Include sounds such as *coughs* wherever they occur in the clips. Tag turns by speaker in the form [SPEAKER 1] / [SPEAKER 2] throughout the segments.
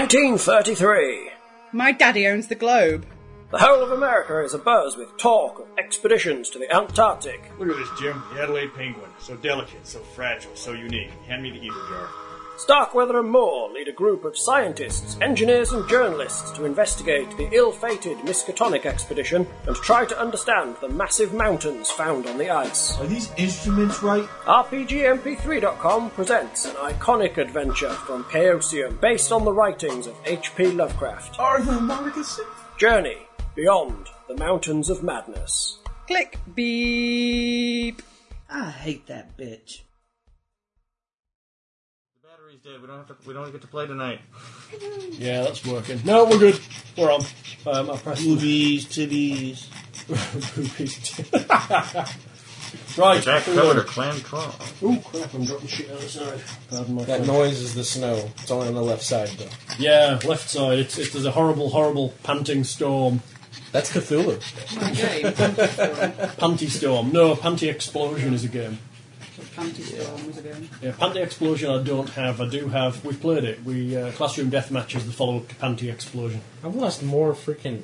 [SPEAKER 1] 1933.
[SPEAKER 2] My daddy owns the globe.
[SPEAKER 1] The whole of America is abuzz with talk of expeditions to the Antarctic.
[SPEAKER 3] Look at this, Jim. The Adelaide penguin. So delicate, so fragile, so unique. Hand me the evil jar.
[SPEAKER 1] Starkweather and Moore lead a group of scientists, engineers, and journalists to investigate the ill fated Miskatonic expedition and try to understand the massive mountains found on the ice.
[SPEAKER 4] Are these instruments right?
[SPEAKER 1] RPGMP3.com presents an iconic adventure from Chaosium based on the writings of H.P. Lovecraft.
[SPEAKER 4] Are the Marcus?
[SPEAKER 1] Journey Beyond the Mountains of Madness.
[SPEAKER 2] Click beep.
[SPEAKER 5] I hate that bitch.
[SPEAKER 3] The battery's dead. We don't have to. We don't get to play tonight.
[SPEAKER 6] Yeah, that's working. No, we're good. We're on. Um, I pressed
[SPEAKER 5] Boobies,
[SPEAKER 6] *laughs*
[SPEAKER 5] titties.
[SPEAKER 6] right.
[SPEAKER 3] Jack
[SPEAKER 6] we're on.
[SPEAKER 3] Code or Clan Crawl.
[SPEAKER 6] Ooh, crap! I'm dropping shit outside. Pardon my
[SPEAKER 7] That
[SPEAKER 6] phone.
[SPEAKER 7] noise is the snow. It's only on the left side, though.
[SPEAKER 6] Yeah, left side. It's, it, there's a horrible, horrible panting storm.
[SPEAKER 7] That's Cthulhu.
[SPEAKER 2] My game. Panty
[SPEAKER 6] Panty storm. No, panty explosion is a game.
[SPEAKER 2] Storm was a game.
[SPEAKER 6] Yeah, Panty Explosion I don't have. I do have. We've played it. We uh, Classroom Deathmatch is the follow up to Panty Explosion.
[SPEAKER 7] I've lost more freaking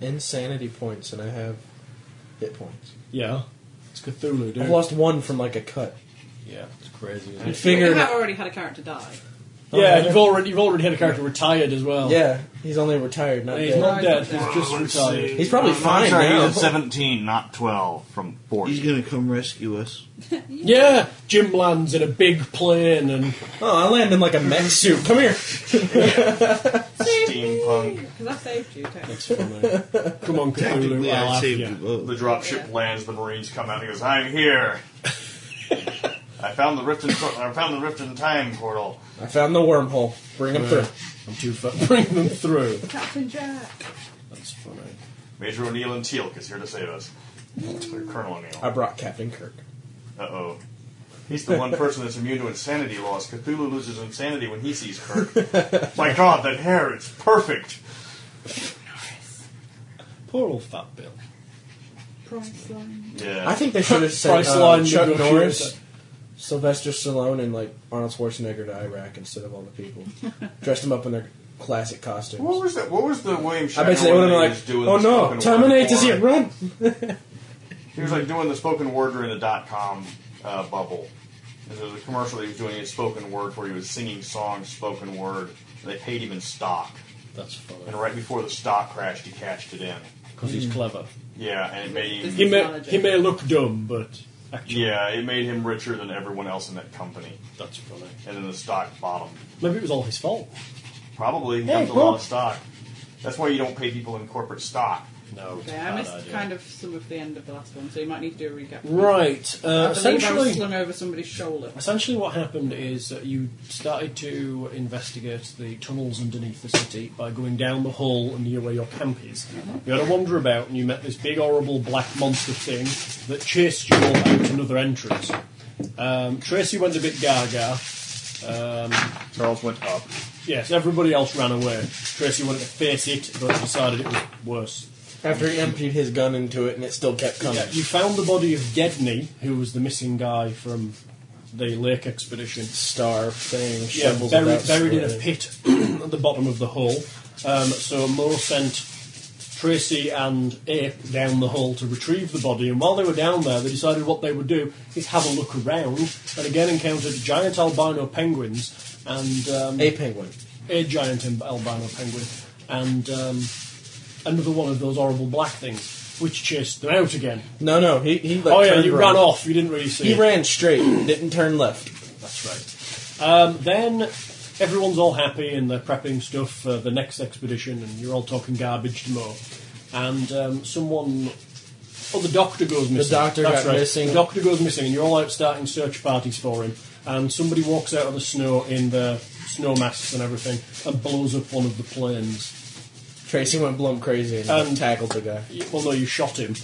[SPEAKER 7] insanity points than I have hit points.
[SPEAKER 6] Yeah. It's Cthulhu, dude.
[SPEAKER 7] I've lost one from like a cut.
[SPEAKER 6] Yeah, it's crazy.
[SPEAKER 7] And
[SPEAKER 2] You
[SPEAKER 7] figured,
[SPEAKER 2] had already had a character die.
[SPEAKER 6] Oh, Yeah, you've already you've already had a character retired as well.
[SPEAKER 7] yeah, he's only retired, not
[SPEAKER 6] He's
[SPEAKER 7] dead.
[SPEAKER 6] not
[SPEAKER 2] Right.
[SPEAKER 6] dead, he's just retired.
[SPEAKER 7] He's probably fine
[SPEAKER 8] sorry, he
[SPEAKER 7] now.
[SPEAKER 8] was 17, not 12, from 40.
[SPEAKER 5] He's gonna come rescue us.
[SPEAKER 6] Yeah, Jim lands in a big plane and
[SPEAKER 7] Oh, I land in like a mech suit. Come here.
[SPEAKER 3] Steampunk.
[SPEAKER 2] Because I saved you, technically.
[SPEAKER 6] it's funny. Come on, Cthulhu,
[SPEAKER 5] Technically,
[SPEAKER 6] I'll
[SPEAKER 5] I
[SPEAKER 6] have
[SPEAKER 5] saved you
[SPEAKER 6] you.
[SPEAKER 3] The
[SPEAKER 5] both.
[SPEAKER 3] dropship lands. The Marines come out. and He goes, "I'm here. I found the rift. In, I found the rift in time portal.
[SPEAKER 7] I found the wormhole. Bring
[SPEAKER 6] Uh,
[SPEAKER 7] him through.
[SPEAKER 6] I'm *laughs* too fat. Bring them through.
[SPEAKER 2] Captain Jack.
[SPEAKER 6] That's funny.
[SPEAKER 3] Major O'Neill and Teal'c is here to save us. Or Colonel
[SPEAKER 7] I
[SPEAKER 3] O'Neill.
[SPEAKER 7] brought Captain Kirk.
[SPEAKER 3] Uh oh. He's the
[SPEAKER 7] *laughs*
[SPEAKER 3] one person that's immune to insanity loss. Cthulhu loses insanity when he sees Kirk. *laughs* My God, that hair is perfect.
[SPEAKER 6] Poor old fat Bill.
[SPEAKER 2] Priceline.
[SPEAKER 3] Yeah.
[SPEAKER 7] I think they should have sent uh,
[SPEAKER 6] Priceline
[SPEAKER 7] Chuck
[SPEAKER 6] negotiator.
[SPEAKER 7] Norris, Sylvester Stallone, and like Arnold Schwarzenegger to Iraq instead of all the people. Dressed them up in their classic costumes.
[SPEAKER 3] What was that? What was the William Shatner?
[SPEAKER 7] I bet you they would have
[SPEAKER 3] one that he
[SPEAKER 7] been like,
[SPEAKER 3] was doing
[SPEAKER 7] "Oh
[SPEAKER 3] the
[SPEAKER 7] no,
[SPEAKER 3] spoken word
[SPEAKER 7] Terminator's
[SPEAKER 3] for?
[SPEAKER 7] here! Run!"
[SPEAKER 3] He was like doing the spoken word during the dot com uh, bubble. And there was a commercial that he was doing in spoken word where he was singing songs spoken word. And they paid him in stock,
[SPEAKER 6] That's funny.
[SPEAKER 3] and right before the stock crashed, he cashed it in.
[SPEAKER 6] Because he's clever.
[SPEAKER 3] Yeah, and it made him,
[SPEAKER 6] He may, he may look dumb, but actually,
[SPEAKER 3] yeah it made him richer than everyone else in that company.
[SPEAKER 6] that's funny.
[SPEAKER 3] And then the stock bottomed.
[SPEAKER 6] Maybe it was all his fault.
[SPEAKER 3] Probably he
[SPEAKER 6] Hey,
[SPEAKER 3] dumped a lot
[SPEAKER 6] cool.
[SPEAKER 3] of stock. That's why you don't pay people in corporate stock.
[SPEAKER 6] No.
[SPEAKER 2] Okay, I missed kind of some of the end of the last one, so you might need to do a recap.
[SPEAKER 6] Right.
[SPEAKER 2] I believe
[SPEAKER 6] Uh,
[SPEAKER 2] I was
[SPEAKER 6] essentially,
[SPEAKER 2] slung over somebody's shoulder.
[SPEAKER 6] essentially, what happened is that you started to investigate the tunnels underneath the city by going down the hall and near where your camp is. You had a wander about and you met this big, horrible black monster thing that chased you all out another entrance. Um, Tracy went a bit gaga. Um,
[SPEAKER 3] Charles went up.
[SPEAKER 6] yes, everybody else ran away. Tracy wanted to face it, but decided it was worse.
[SPEAKER 7] After he emptied his gun into it, and it still kept coming.
[SPEAKER 6] Yeah, you found the body of Gedney, who was the missing guy from the lake expedition.
[SPEAKER 7] Star thing,
[SPEAKER 6] Yeah,
[SPEAKER 7] shovels
[SPEAKER 6] buried,
[SPEAKER 7] about
[SPEAKER 6] buried in a
[SPEAKER 7] spread.
[SPEAKER 6] pit at the bottom of the hull. Um, so Moore sent Tracy and Ape down the hull to retrieve the body, and while they were down there, they decided what they would do is have a look around, and again encountered giant albino penguins and um,
[SPEAKER 7] A penguin.
[SPEAKER 6] a giant im- albino penguin and um, another one of those horrible black things, which chased them out again.
[SPEAKER 7] No, no, he he. Like,
[SPEAKER 6] Oh yeah,
[SPEAKER 7] turned
[SPEAKER 6] you
[SPEAKER 7] around.
[SPEAKER 6] ran off. You didn't really see.
[SPEAKER 7] He
[SPEAKER 6] it.
[SPEAKER 7] ran straight, didn't turn left.
[SPEAKER 6] That's right. Um, then everyone's all happy and they're prepping stuff for the next expedition, and you're all talking garbage to Mo. And um, someone, oh, the doctor goes missing.
[SPEAKER 7] doctor
[SPEAKER 6] That's
[SPEAKER 7] got
[SPEAKER 6] right.
[SPEAKER 7] missing.
[SPEAKER 6] The doctor goes missing, and you're all out starting search parties for him. And somebody walks out of the snow in their snow masks and everything, and blows up one of the planes.
[SPEAKER 7] Tracy went blum crazy and
[SPEAKER 6] Um,
[SPEAKER 7] tackled the guy.
[SPEAKER 6] You- Well, Oh, no, you shot him.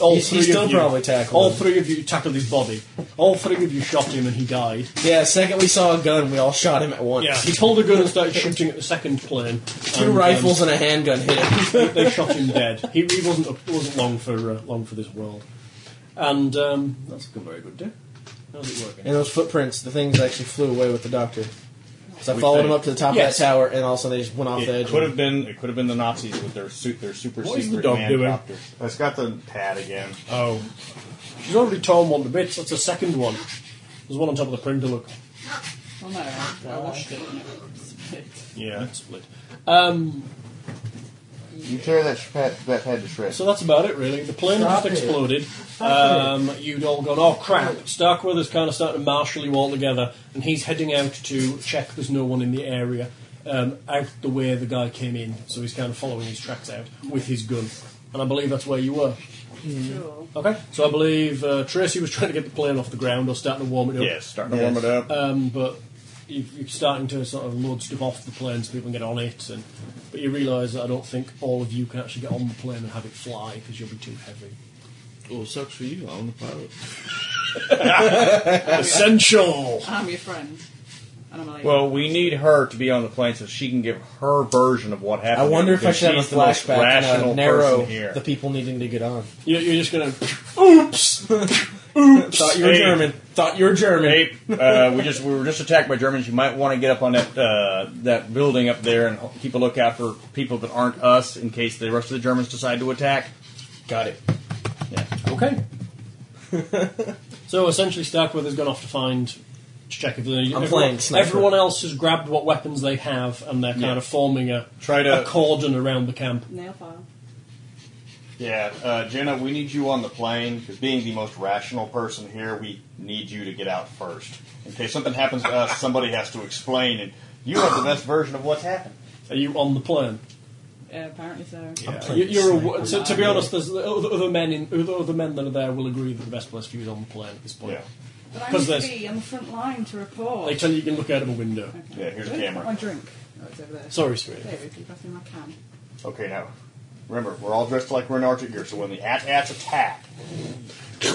[SPEAKER 6] All
[SPEAKER 7] He's-
[SPEAKER 6] three
[SPEAKER 7] he's
[SPEAKER 6] of
[SPEAKER 7] still
[SPEAKER 6] you-
[SPEAKER 7] probably tackled
[SPEAKER 6] All
[SPEAKER 7] him.
[SPEAKER 6] three of you tackled his body. All three of you shot him, and he died.
[SPEAKER 7] Yeah, second we saw a gun, we all shot him at once.
[SPEAKER 6] Yeah, he pulled a gun and started shooting at the second plane.
[SPEAKER 7] Two
[SPEAKER 6] and, um,
[SPEAKER 7] rifles and a handgun hit him.
[SPEAKER 6] *laughs* they, they shot him dead. He, he wasn't up, wasn't long for uh, long for this world. And um, that's a good, very good day. How's it working?
[SPEAKER 7] and those footprints, the things actually flew away with the doctor. So I
[SPEAKER 3] We
[SPEAKER 7] followed
[SPEAKER 3] think-
[SPEAKER 7] them up to the top
[SPEAKER 6] Yes.
[SPEAKER 7] of that tower, and all of a sudden they just went off the
[SPEAKER 9] It
[SPEAKER 7] edge.
[SPEAKER 9] could have
[SPEAKER 7] and-
[SPEAKER 9] been. It could have been the Nazis with their suit, their super
[SPEAKER 6] What is the
[SPEAKER 9] secret
[SPEAKER 6] dog
[SPEAKER 9] man Uh,
[SPEAKER 6] doing?
[SPEAKER 9] copter.
[SPEAKER 3] It's got the pad again.
[SPEAKER 6] Oh. She's already torn one to bits. That's the second one. There's one on top of the printer, look.
[SPEAKER 2] Well, no, I, I washed it and it *laughs* split.
[SPEAKER 6] Yeah. It's split.
[SPEAKER 8] You tear that, sh- pad, that pad to shreds.
[SPEAKER 6] So that's about it, really. The plane
[SPEAKER 4] Stop
[SPEAKER 6] just
[SPEAKER 4] it.
[SPEAKER 6] exploded. Um, you'd all gone, oh crap. Starkweather's kind of starting to marshal you all together, and he's heading out to check there's no one in the area, um, out the way the guy came in. So he's kind of following his tracks out with his gun. And I believe that's where you were.
[SPEAKER 2] Sure.
[SPEAKER 6] Okay. So I believe uh, Tracy was trying to get the plane off the ground or starting to warm it up.
[SPEAKER 9] Yeah, starting to warm it up.
[SPEAKER 6] Um, but you, you're starting to sort of load stuff off the plane so people can get on it. And but you realise that I don't think all of you can actually get on the plane and have it fly because you'll be too heavy.
[SPEAKER 5] Oh, sucks for you. I'm the pilot.
[SPEAKER 6] Essential.
[SPEAKER 2] I'm your friend. And I'm like,
[SPEAKER 9] well, we need her to be on the plane so she can give her version of what happened.
[SPEAKER 7] I wonder if I
[SPEAKER 9] because
[SPEAKER 7] should have
[SPEAKER 9] she's
[SPEAKER 7] a
[SPEAKER 9] the most
[SPEAKER 7] flashback and
[SPEAKER 9] rational
[SPEAKER 7] uh, narrow
[SPEAKER 9] person here.
[SPEAKER 7] the people needing to get on.
[SPEAKER 6] You're, you're just gonna.
[SPEAKER 7] *laughs*
[SPEAKER 6] Oops.
[SPEAKER 7] Thought you were
[SPEAKER 9] Hey.
[SPEAKER 7] German. Thought you were German.
[SPEAKER 9] Hey, uh, we just we were just attacked by Germans. You might want to get up on that uh, that building up there and keep a lookout for people that aren't us in case the rest of the Germans decide to attack.
[SPEAKER 7] Got it.
[SPEAKER 6] Okay.
[SPEAKER 7] *laughs*
[SPEAKER 6] so essentially, Starkweather's gone off to find to check if they-
[SPEAKER 7] I'm
[SPEAKER 6] everyone,
[SPEAKER 7] playing sniper.
[SPEAKER 6] everyone else has grabbed what weapons they have and they're kind
[SPEAKER 9] Yeah.
[SPEAKER 6] of forming a
[SPEAKER 3] Try to-
[SPEAKER 6] a cordon around the camp.
[SPEAKER 2] nail file.
[SPEAKER 3] Yeah, uh, Jenna, we need you on the plane because being the most rational person here, we need you to get out first. In case something happens to us, somebody has to explain, and you have the best version of what's happened.
[SPEAKER 6] Are you on the plane?
[SPEAKER 2] Uh, apparently so.
[SPEAKER 6] You- You're a, to, to be honest, there's the other, other men in other, other men that are there will agree that the best place for you is on the plane at this point.
[SPEAKER 3] Yeah,
[SPEAKER 2] But I
[SPEAKER 6] 'Cause
[SPEAKER 2] need to
[SPEAKER 6] there's-
[SPEAKER 2] be on the front line to report.
[SPEAKER 6] They tell you you can look out of a window.
[SPEAKER 3] yeah. Here's a
[SPEAKER 2] Where's My
[SPEAKER 3] camera.
[SPEAKER 2] drink. Oh, it's over there.
[SPEAKER 6] Sorry, sweetie.
[SPEAKER 2] There, if you pass me my can.
[SPEAKER 3] Okay, now remember, we're all dressed like we're in Arctic gear, so when the at-ats attack,
[SPEAKER 7] We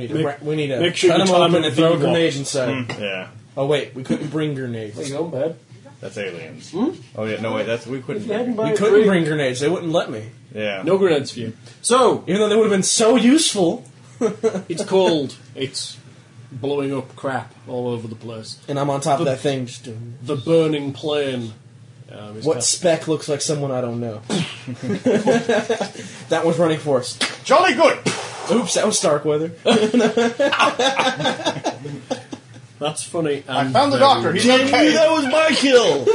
[SPEAKER 7] need to,
[SPEAKER 6] Make-
[SPEAKER 7] ra- we need to
[SPEAKER 6] make sure
[SPEAKER 7] cut
[SPEAKER 6] you
[SPEAKER 7] them
[SPEAKER 6] time
[SPEAKER 7] open
[SPEAKER 6] it
[SPEAKER 7] and throw a
[SPEAKER 6] with the
[SPEAKER 7] grenade inside.
[SPEAKER 3] Hmm.
[SPEAKER 9] Yeah,
[SPEAKER 7] Oh wait, we couldn't bring grenades.
[SPEAKER 6] There you go, bed.
[SPEAKER 9] that's aliens.
[SPEAKER 3] Hmm?
[SPEAKER 9] Oh yeah, no wait, that's we couldn't.
[SPEAKER 7] We couldn't bring grenades. They wouldn't let me,
[SPEAKER 9] Yeah,
[SPEAKER 6] No grenades for you. So
[SPEAKER 7] even though they would have been so useful.
[SPEAKER 6] it's cold. *laughs* It's blowing up crap all over the place.
[SPEAKER 7] And I'm on top of that thing. Just doing
[SPEAKER 6] The burning plane. Um, is
[SPEAKER 7] what spec looks like someone I don't know. *laughs* that one's running for us.
[SPEAKER 3] jolly good.
[SPEAKER 7] Oops, that was Starkweather.
[SPEAKER 6] kind- that's funny. Um,
[SPEAKER 3] I
[SPEAKER 6] and
[SPEAKER 3] found the
[SPEAKER 6] very-
[SPEAKER 3] doctor. He's okay.
[SPEAKER 5] That was my kill.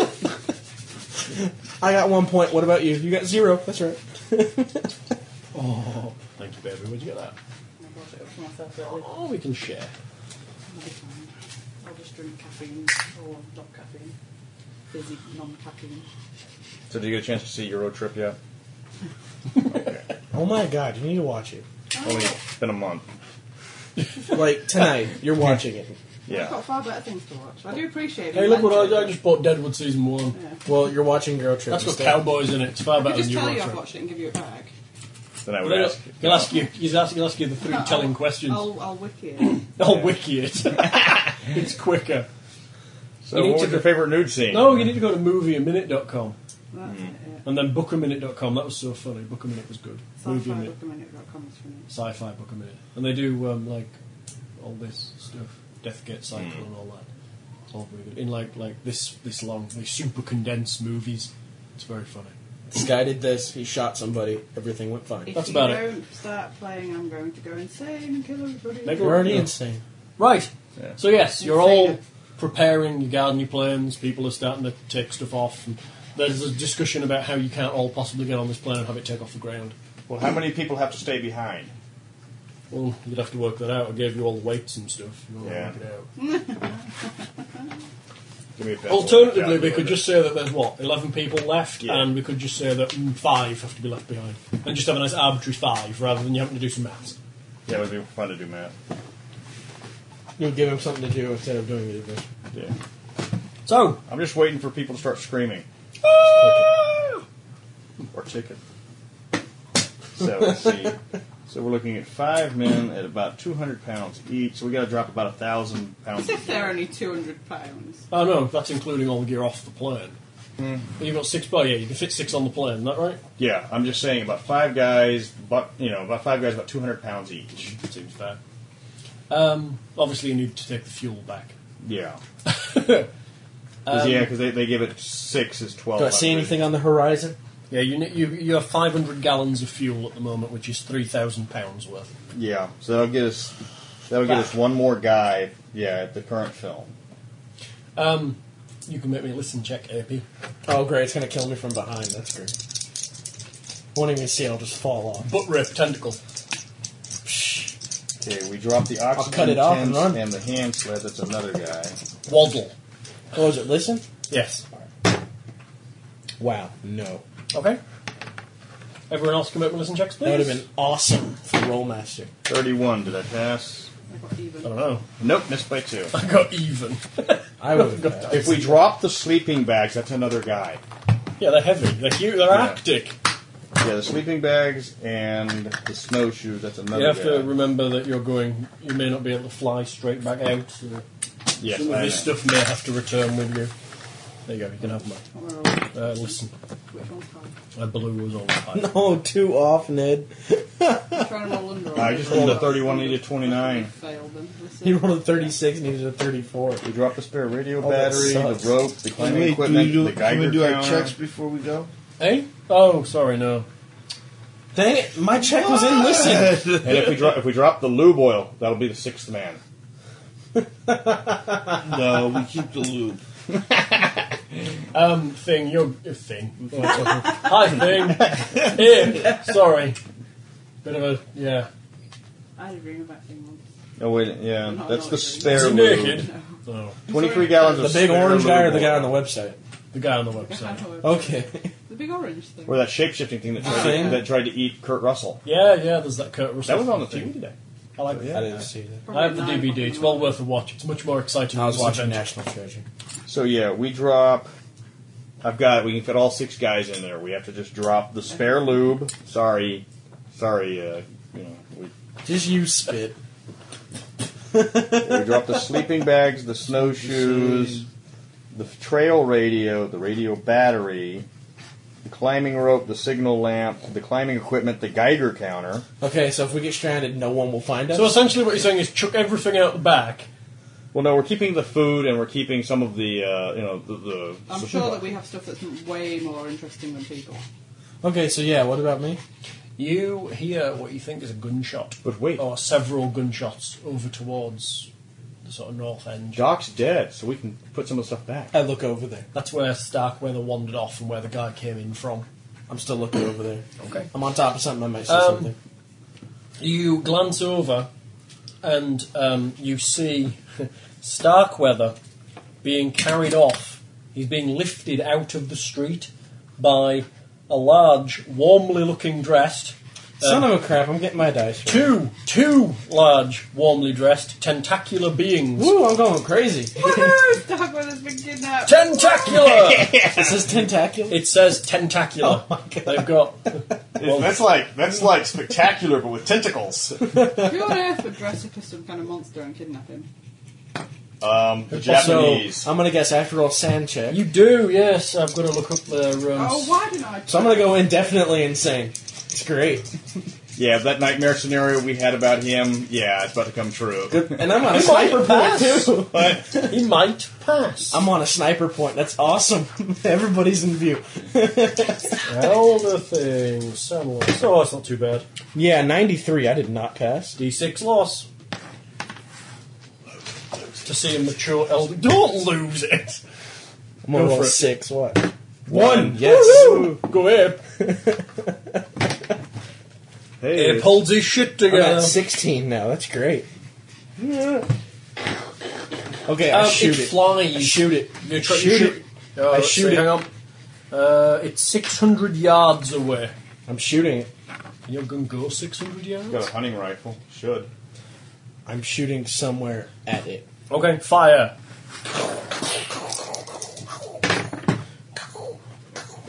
[SPEAKER 7] *laughs* I got one point. What about you? You got zero. That's right.
[SPEAKER 6] Thank you, baby. Where'd you get
[SPEAKER 2] I
[SPEAKER 6] that?
[SPEAKER 2] bought it up for myself early.
[SPEAKER 6] Oh, we can share.
[SPEAKER 2] I'll be fine. I'll just drink caffeine or not caffeine. Fizzy non-caffeine.
[SPEAKER 9] So did you get a chance to see Euro Trip yet?
[SPEAKER 7] Oh my god, you need to watch it.
[SPEAKER 9] Only it's been a month.
[SPEAKER 7] Like tonight, you're watching it.
[SPEAKER 9] Yeah.
[SPEAKER 2] I've
[SPEAKER 3] Oh.
[SPEAKER 2] got far better things to watch. I do appreciate.
[SPEAKER 6] Hey, look what I, I
[SPEAKER 2] just.
[SPEAKER 6] just bought. Deadwood season one.
[SPEAKER 7] Well, you're watching Girl Trip.
[SPEAKER 6] That's got
[SPEAKER 7] instead.
[SPEAKER 6] cowboys in it. It's
[SPEAKER 2] I
[SPEAKER 6] far better
[SPEAKER 2] could just
[SPEAKER 6] than you
[SPEAKER 2] tell
[SPEAKER 6] want.
[SPEAKER 2] you I've
[SPEAKER 6] to.
[SPEAKER 2] watched it and give you it back.
[SPEAKER 9] Then I would
[SPEAKER 6] Well,
[SPEAKER 9] ask.
[SPEAKER 6] He'll ask you. He's ask, he'll ask you the three
[SPEAKER 2] No,
[SPEAKER 6] telling
[SPEAKER 2] *laughs* I'll-
[SPEAKER 6] questions.
[SPEAKER 2] I'll, I'll wiki
[SPEAKER 6] *clears throat*
[SPEAKER 2] it.
[SPEAKER 6] I'll wiki *laughs* it. Oh, it's quicker.
[SPEAKER 9] So
[SPEAKER 6] You need
[SPEAKER 9] what
[SPEAKER 6] to
[SPEAKER 9] was your
[SPEAKER 6] go-
[SPEAKER 9] favorite nude scene?
[SPEAKER 6] No, you need to go to movieaminute.com Mm.
[SPEAKER 2] That's it. Yeah.
[SPEAKER 6] and then bookaminute.com. That was so funny. Book a minute was good. Movie a minute,
[SPEAKER 2] Sci-fi.com is finished.
[SPEAKER 6] sci-fi book a minute, and they do um, like all this stuff, Deathgate Cycle and all that. It's all very good. In like like this this long, they super condense movies. It's very funny.
[SPEAKER 7] This guy did this. He shot somebody. Everything went fine.
[SPEAKER 2] If
[SPEAKER 6] That's
[SPEAKER 2] you
[SPEAKER 6] about it.
[SPEAKER 2] don't start playing, I'm going to go insane and kill everybody.
[SPEAKER 6] Maybe
[SPEAKER 7] You're already insane.
[SPEAKER 6] Right.
[SPEAKER 9] Yeah.
[SPEAKER 6] So yes, you're all
[SPEAKER 2] Freedom.
[SPEAKER 6] preparing, you're guarding your plans. People are starting to take stuff off. And there's a discussion about how you can't all possibly get on this plane and have it take off the ground.
[SPEAKER 3] Well, how many people have to stay behind?
[SPEAKER 6] Well, you'd have to work that out. I gave you all the weights and stuff. You wanna
[SPEAKER 3] Yeah.
[SPEAKER 6] work it out.
[SPEAKER 3] Give me a pencil.
[SPEAKER 6] Alternatively, we
[SPEAKER 3] Calculator.
[SPEAKER 6] could just say that there's what eleven people left,
[SPEAKER 3] Yeah.
[SPEAKER 6] and we could just say that mm, five have to be left behind, and just have a nice arbitrary five rather than you having to do some maths.
[SPEAKER 9] Yeah, it would be fun to do math.
[SPEAKER 7] You would give him something to do instead of doing it. again.
[SPEAKER 9] Yeah.
[SPEAKER 6] So,
[SPEAKER 9] I'm just waiting for people to start screaming.
[SPEAKER 6] Ah!
[SPEAKER 9] or chicken. So let's see. So we're looking at five men at about 200 pounds each. So we got to drop about a thousand pounds.
[SPEAKER 2] As if they're only two hundred pounds.
[SPEAKER 6] oh no, that's including all the gear off the plane. You've got six. Oh yeah, you can fit six on the plane. Is that right?
[SPEAKER 9] Yeah, I'm just saying about five guys, but you know, about five guys, about 200 pounds each.
[SPEAKER 6] Seems fair.
[SPEAKER 7] *laughs*
[SPEAKER 6] Um, obviously, you need to take the fuel back.
[SPEAKER 9] Yeah.
[SPEAKER 3] 'Cause, yeah, because they, they give it six is twelve.
[SPEAKER 7] Um, Do I see
[SPEAKER 3] believe.
[SPEAKER 7] anything on the horizon?
[SPEAKER 6] Yeah, you, ne- you, you have 500 gallons of fuel at the moment, which is 3,000 pounds worth.
[SPEAKER 3] Yeah, so that'll get us. That'll get us one more guy. Yeah, at the current film.
[SPEAKER 6] Um, you can make me a listen check, AP.
[SPEAKER 7] Oh, great. It's going to kill me from behind. That's great. Won't even see it. I'll just fall off.
[SPEAKER 6] Butt rip, tentacle.
[SPEAKER 3] Okay, we drop the oxygen
[SPEAKER 7] cut it off and
[SPEAKER 3] tents
[SPEAKER 7] run.
[SPEAKER 3] the hand sled. That's another guy.
[SPEAKER 6] Waddle.
[SPEAKER 7] Oh, is it listen?
[SPEAKER 6] Yes.
[SPEAKER 7] Wow. No.
[SPEAKER 6] Okay. Everyone else can make me listen checks, please.
[SPEAKER 7] That would have been awesome for Rollmaster.
[SPEAKER 3] Thirty-one. Did I pass?
[SPEAKER 2] I got even.
[SPEAKER 6] I don't know.
[SPEAKER 3] Nope, missed by
[SPEAKER 7] *laughs*
[SPEAKER 3] two.
[SPEAKER 6] I got even.
[SPEAKER 7] I would *laughs* have passed.
[SPEAKER 3] If we drop the sleeping bags, that's another guy.
[SPEAKER 6] *laughs* yeah, they're heavy. They're huge. They're
[SPEAKER 3] Yeah.
[SPEAKER 6] arctic.
[SPEAKER 3] Yeah, the sleeping bags and the snowshoes. That's another.
[SPEAKER 6] You have
[SPEAKER 3] guy.
[SPEAKER 6] to remember that you're going. You may not be able to fly straight back out. So
[SPEAKER 3] Yes,
[SPEAKER 6] some of
[SPEAKER 3] I
[SPEAKER 6] this
[SPEAKER 3] know.
[SPEAKER 6] stuff may have to return with you. There you go. You can have mine.
[SPEAKER 2] I'm all-
[SPEAKER 6] Uh, listen,
[SPEAKER 2] Which one's
[SPEAKER 6] *laughs*
[SPEAKER 2] fine?
[SPEAKER 6] I blew was on fire.
[SPEAKER 7] Oh, two off, Ned.
[SPEAKER 2] I'm trying to roll under.
[SPEAKER 3] I just rolled a 31, needed 29.
[SPEAKER 2] Failed them. Listen.
[SPEAKER 7] He rolled a 36 and needed a 34.
[SPEAKER 3] We drop the spare radio
[SPEAKER 7] Oh, that
[SPEAKER 3] battery,
[SPEAKER 7] sucks.
[SPEAKER 3] the rope, the
[SPEAKER 10] Can
[SPEAKER 3] climbing
[SPEAKER 10] we, do
[SPEAKER 3] equipment,
[SPEAKER 10] we do,
[SPEAKER 3] the
[SPEAKER 10] can
[SPEAKER 3] Geiger
[SPEAKER 10] we do our
[SPEAKER 3] counter.
[SPEAKER 10] checks before we go?
[SPEAKER 6] Eh? Oh, sorry, no.
[SPEAKER 7] Dang it, my check was in
[SPEAKER 6] *laughs*
[SPEAKER 7] listen.
[SPEAKER 3] And if we drop if we drop the lube oil, that'll be the sixth man.
[SPEAKER 10] No, we keep the loop.
[SPEAKER 6] Um, thing, you're uh, thing. *laughs* Hi, thing. Here. Sorry. Bit of a yeah.
[SPEAKER 2] I had a dream about thing once.
[SPEAKER 3] Oh wait, yeah,
[SPEAKER 2] No,
[SPEAKER 3] that's
[SPEAKER 2] no,
[SPEAKER 3] the
[SPEAKER 2] it's-
[SPEAKER 3] spare
[SPEAKER 6] Is he
[SPEAKER 3] lube.
[SPEAKER 6] naked? Oh,
[SPEAKER 3] Twenty-three gallons
[SPEAKER 7] The
[SPEAKER 3] of
[SPEAKER 7] big
[SPEAKER 3] spare
[SPEAKER 7] orange
[SPEAKER 3] lube
[SPEAKER 7] guy or the guy
[SPEAKER 3] oil.
[SPEAKER 7] on the website?
[SPEAKER 6] the guy on the
[SPEAKER 2] I
[SPEAKER 6] website.
[SPEAKER 2] don't know if-
[SPEAKER 7] Okay.
[SPEAKER 2] The big orange thing.
[SPEAKER 3] or that shape-shifting thing that tried,
[SPEAKER 7] Thing?
[SPEAKER 3] To, that tried to eat Kurt Russell.
[SPEAKER 6] Yeah, yeah. There's that Kurt Russell.
[SPEAKER 3] That was on the TV today.
[SPEAKER 6] I like
[SPEAKER 7] I
[SPEAKER 6] that.
[SPEAKER 7] didn't see that.
[SPEAKER 6] I have the DVD. It's well worth a watch. It's much more exciting.
[SPEAKER 7] I was
[SPEAKER 6] than this
[SPEAKER 7] watching
[SPEAKER 6] event.
[SPEAKER 7] National Treasure.
[SPEAKER 3] So yeah, we drop. I've got. We can fit all six guys in there. We have to just drop the spare lube. Sorry, sorry. Uh, you know, we,
[SPEAKER 7] Just you spit.
[SPEAKER 3] we drop the sleeping bags, the snowshoes, the trail radio, the radio battery, the climbing rope, the signal lamp, the climbing equipment, the Geiger counter.
[SPEAKER 7] Okay, so if we get stranded, no one will find us.
[SPEAKER 6] So essentially, what you're saying is chuck everything out the back.
[SPEAKER 3] Well, no, we're keeping the food and we're keeping some of the uh, you know the. the
[SPEAKER 2] I'm
[SPEAKER 3] the-
[SPEAKER 2] sure that we have stuff that's way more interesting than
[SPEAKER 6] *laughs*
[SPEAKER 2] people.
[SPEAKER 7] okay, so yeah, what about me?
[SPEAKER 6] You hear what you think is a gunshot,
[SPEAKER 3] But wait,
[SPEAKER 6] or several gunshots over towards the sort of north end.
[SPEAKER 3] Doc's dead, so we can put some of the stuff back.
[SPEAKER 7] I look over there.
[SPEAKER 6] That's where Starkweather wandered off and where the guy came in from.
[SPEAKER 7] I'm still looking over there.
[SPEAKER 6] Okay.
[SPEAKER 7] I'm on top of something. I might see
[SPEAKER 6] Um,
[SPEAKER 7] something.
[SPEAKER 6] You glance over and um, you see *laughs* Starkweather being carried off. He's being lifted out of the street by a large, warmly looking dressed. um,
[SPEAKER 7] Son of a crap! I'm getting my dice. Right.
[SPEAKER 6] Two, two large, warmly dressed, tentacular beings.
[SPEAKER 7] Woo! I'm going crazy. *laughs*
[SPEAKER 2] Woohoo! Starkweather's been kidnapped!
[SPEAKER 7] *laughs*
[SPEAKER 6] Tentacular!
[SPEAKER 7] this is tentacular.
[SPEAKER 6] it says
[SPEAKER 7] Oh
[SPEAKER 6] tentacular. They've
[SPEAKER 7] *laughs*
[SPEAKER 6] got. Well,
[SPEAKER 11] That's like that's like spectacular, but with tentacles.
[SPEAKER 2] Who on earth would dress up as some kind of monster and kidnap him?
[SPEAKER 11] Um, the Japanese.
[SPEAKER 7] So I'm gonna guess after all sand check.
[SPEAKER 6] you do, yes. I've got to look up their. Um,
[SPEAKER 2] Oh, why didn't I?
[SPEAKER 7] So I'm gonna go indefinitely insane. It's great.
[SPEAKER 3] Yeah, that nightmare scenario we had about him, yeah, it's about to come true.
[SPEAKER 7] Good. And I'm on a
[SPEAKER 6] It might
[SPEAKER 7] sniper point
[SPEAKER 6] pass.
[SPEAKER 7] too.
[SPEAKER 6] *laughs* He might pass.
[SPEAKER 7] I'm on a sniper point. That's awesome. *laughs* Everybody's in view.
[SPEAKER 6] Elder thing, samurai. So that's not too bad.
[SPEAKER 7] Yeah, 93. I did not pass.
[SPEAKER 6] D6 loss. To see a mature elder. Don't lose it!
[SPEAKER 7] I'm gonna
[SPEAKER 6] Go
[SPEAKER 7] roll
[SPEAKER 6] for it.
[SPEAKER 7] six. What?
[SPEAKER 6] One!
[SPEAKER 7] Yes.
[SPEAKER 6] Go ahead.
[SPEAKER 3] Hey,
[SPEAKER 6] Abe holds his shit
[SPEAKER 7] I'm
[SPEAKER 6] together.
[SPEAKER 7] at 16 now. That's great. Okay, I
[SPEAKER 6] Um,
[SPEAKER 7] shoot
[SPEAKER 6] it
[SPEAKER 7] it.
[SPEAKER 6] flies.
[SPEAKER 7] shoot it.
[SPEAKER 6] You try-
[SPEAKER 7] Shoot it.
[SPEAKER 6] Uh,
[SPEAKER 7] I
[SPEAKER 6] let's
[SPEAKER 7] shoot
[SPEAKER 6] see,
[SPEAKER 7] it.
[SPEAKER 6] Hang on. Uh, it's 600 yards away.
[SPEAKER 7] I'm shooting it.
[SPEAKER 6] You're going to go 600 yards?
[SPEAKER 3] got a hunting rifle. Should.
[SPEAKER 7] I'm shooting somewhere at it.
[SPEAKER 6] Okay, fire.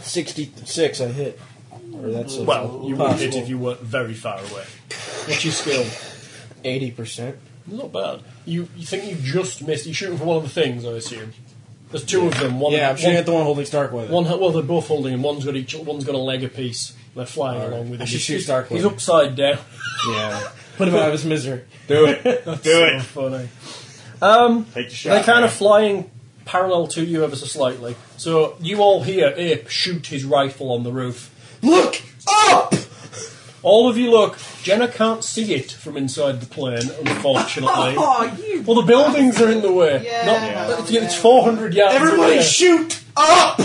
[SPEAKER 7] 66. I hit. Or that's a-
[SPEAKER 6] Well, you wouldn't hit
[SPEAKER 7] possible.
[SPEAKER 6] if you weren't very far away. What's your skill?
[SPEAKER 7] 80%.
[SPEAKER 6] Not bad. You you think you just missed? You're shooting for one of the things, I assume. There's two of them. One,
[SPEAKER 7] Yeah, I'm shooting
[SPEAKER 6] one,
[SPEAKER 7] at the one holding Starkweather.
[SPEAKER 6] one, well, they're both holding him. One's got each. One's got a leg apiece. They're flying
[SPEAKER 7] Alright.
[SPEAKER 6] along with
[SPEAKER 7] I
[SPEAKER 6] him.
[SPEAKER 7] should
[SPEAKER 6] He's-
[SPEAKER 7] shoot Starkweather.
[SPEAKER 6] He's upside
[SPEAKER 7] *laughs*
[SPEAKER 6] down. *laughs*
[SPEAKER 7] Yeah. Put him out of his misery. *laughs*
[SPEAKER 3] Do it. Do
[SPEAKER 6] So
[SPEAKER 3] it.
[SPEAKER 6] funny.
[SPEAKER 3] Take the shot.
[SPEAKER 6] They're kind
[SPEAKER 3] man.
[SPEAKER 6] of flying parallel to you ever so slightly. So you all hear Ape shoot his rifle on the roof. Look up! All of you look. Jenna can't see it from inside the plane, unfortunately.
[SPEAKER 2] *laughs* Oh, you.
[SPEAKER 6] Well, the buildings are in the way.
[SPEAKER 2] Yeah,
[SPEAKER 6] Not-
[SPEAKER 2] Yeah.
[SPEAKER 6] it's- It's 400 yards
[SPEAKER 7] Everybody
[SPEAKER 6] away.
[SPEAKER 7] shoot up!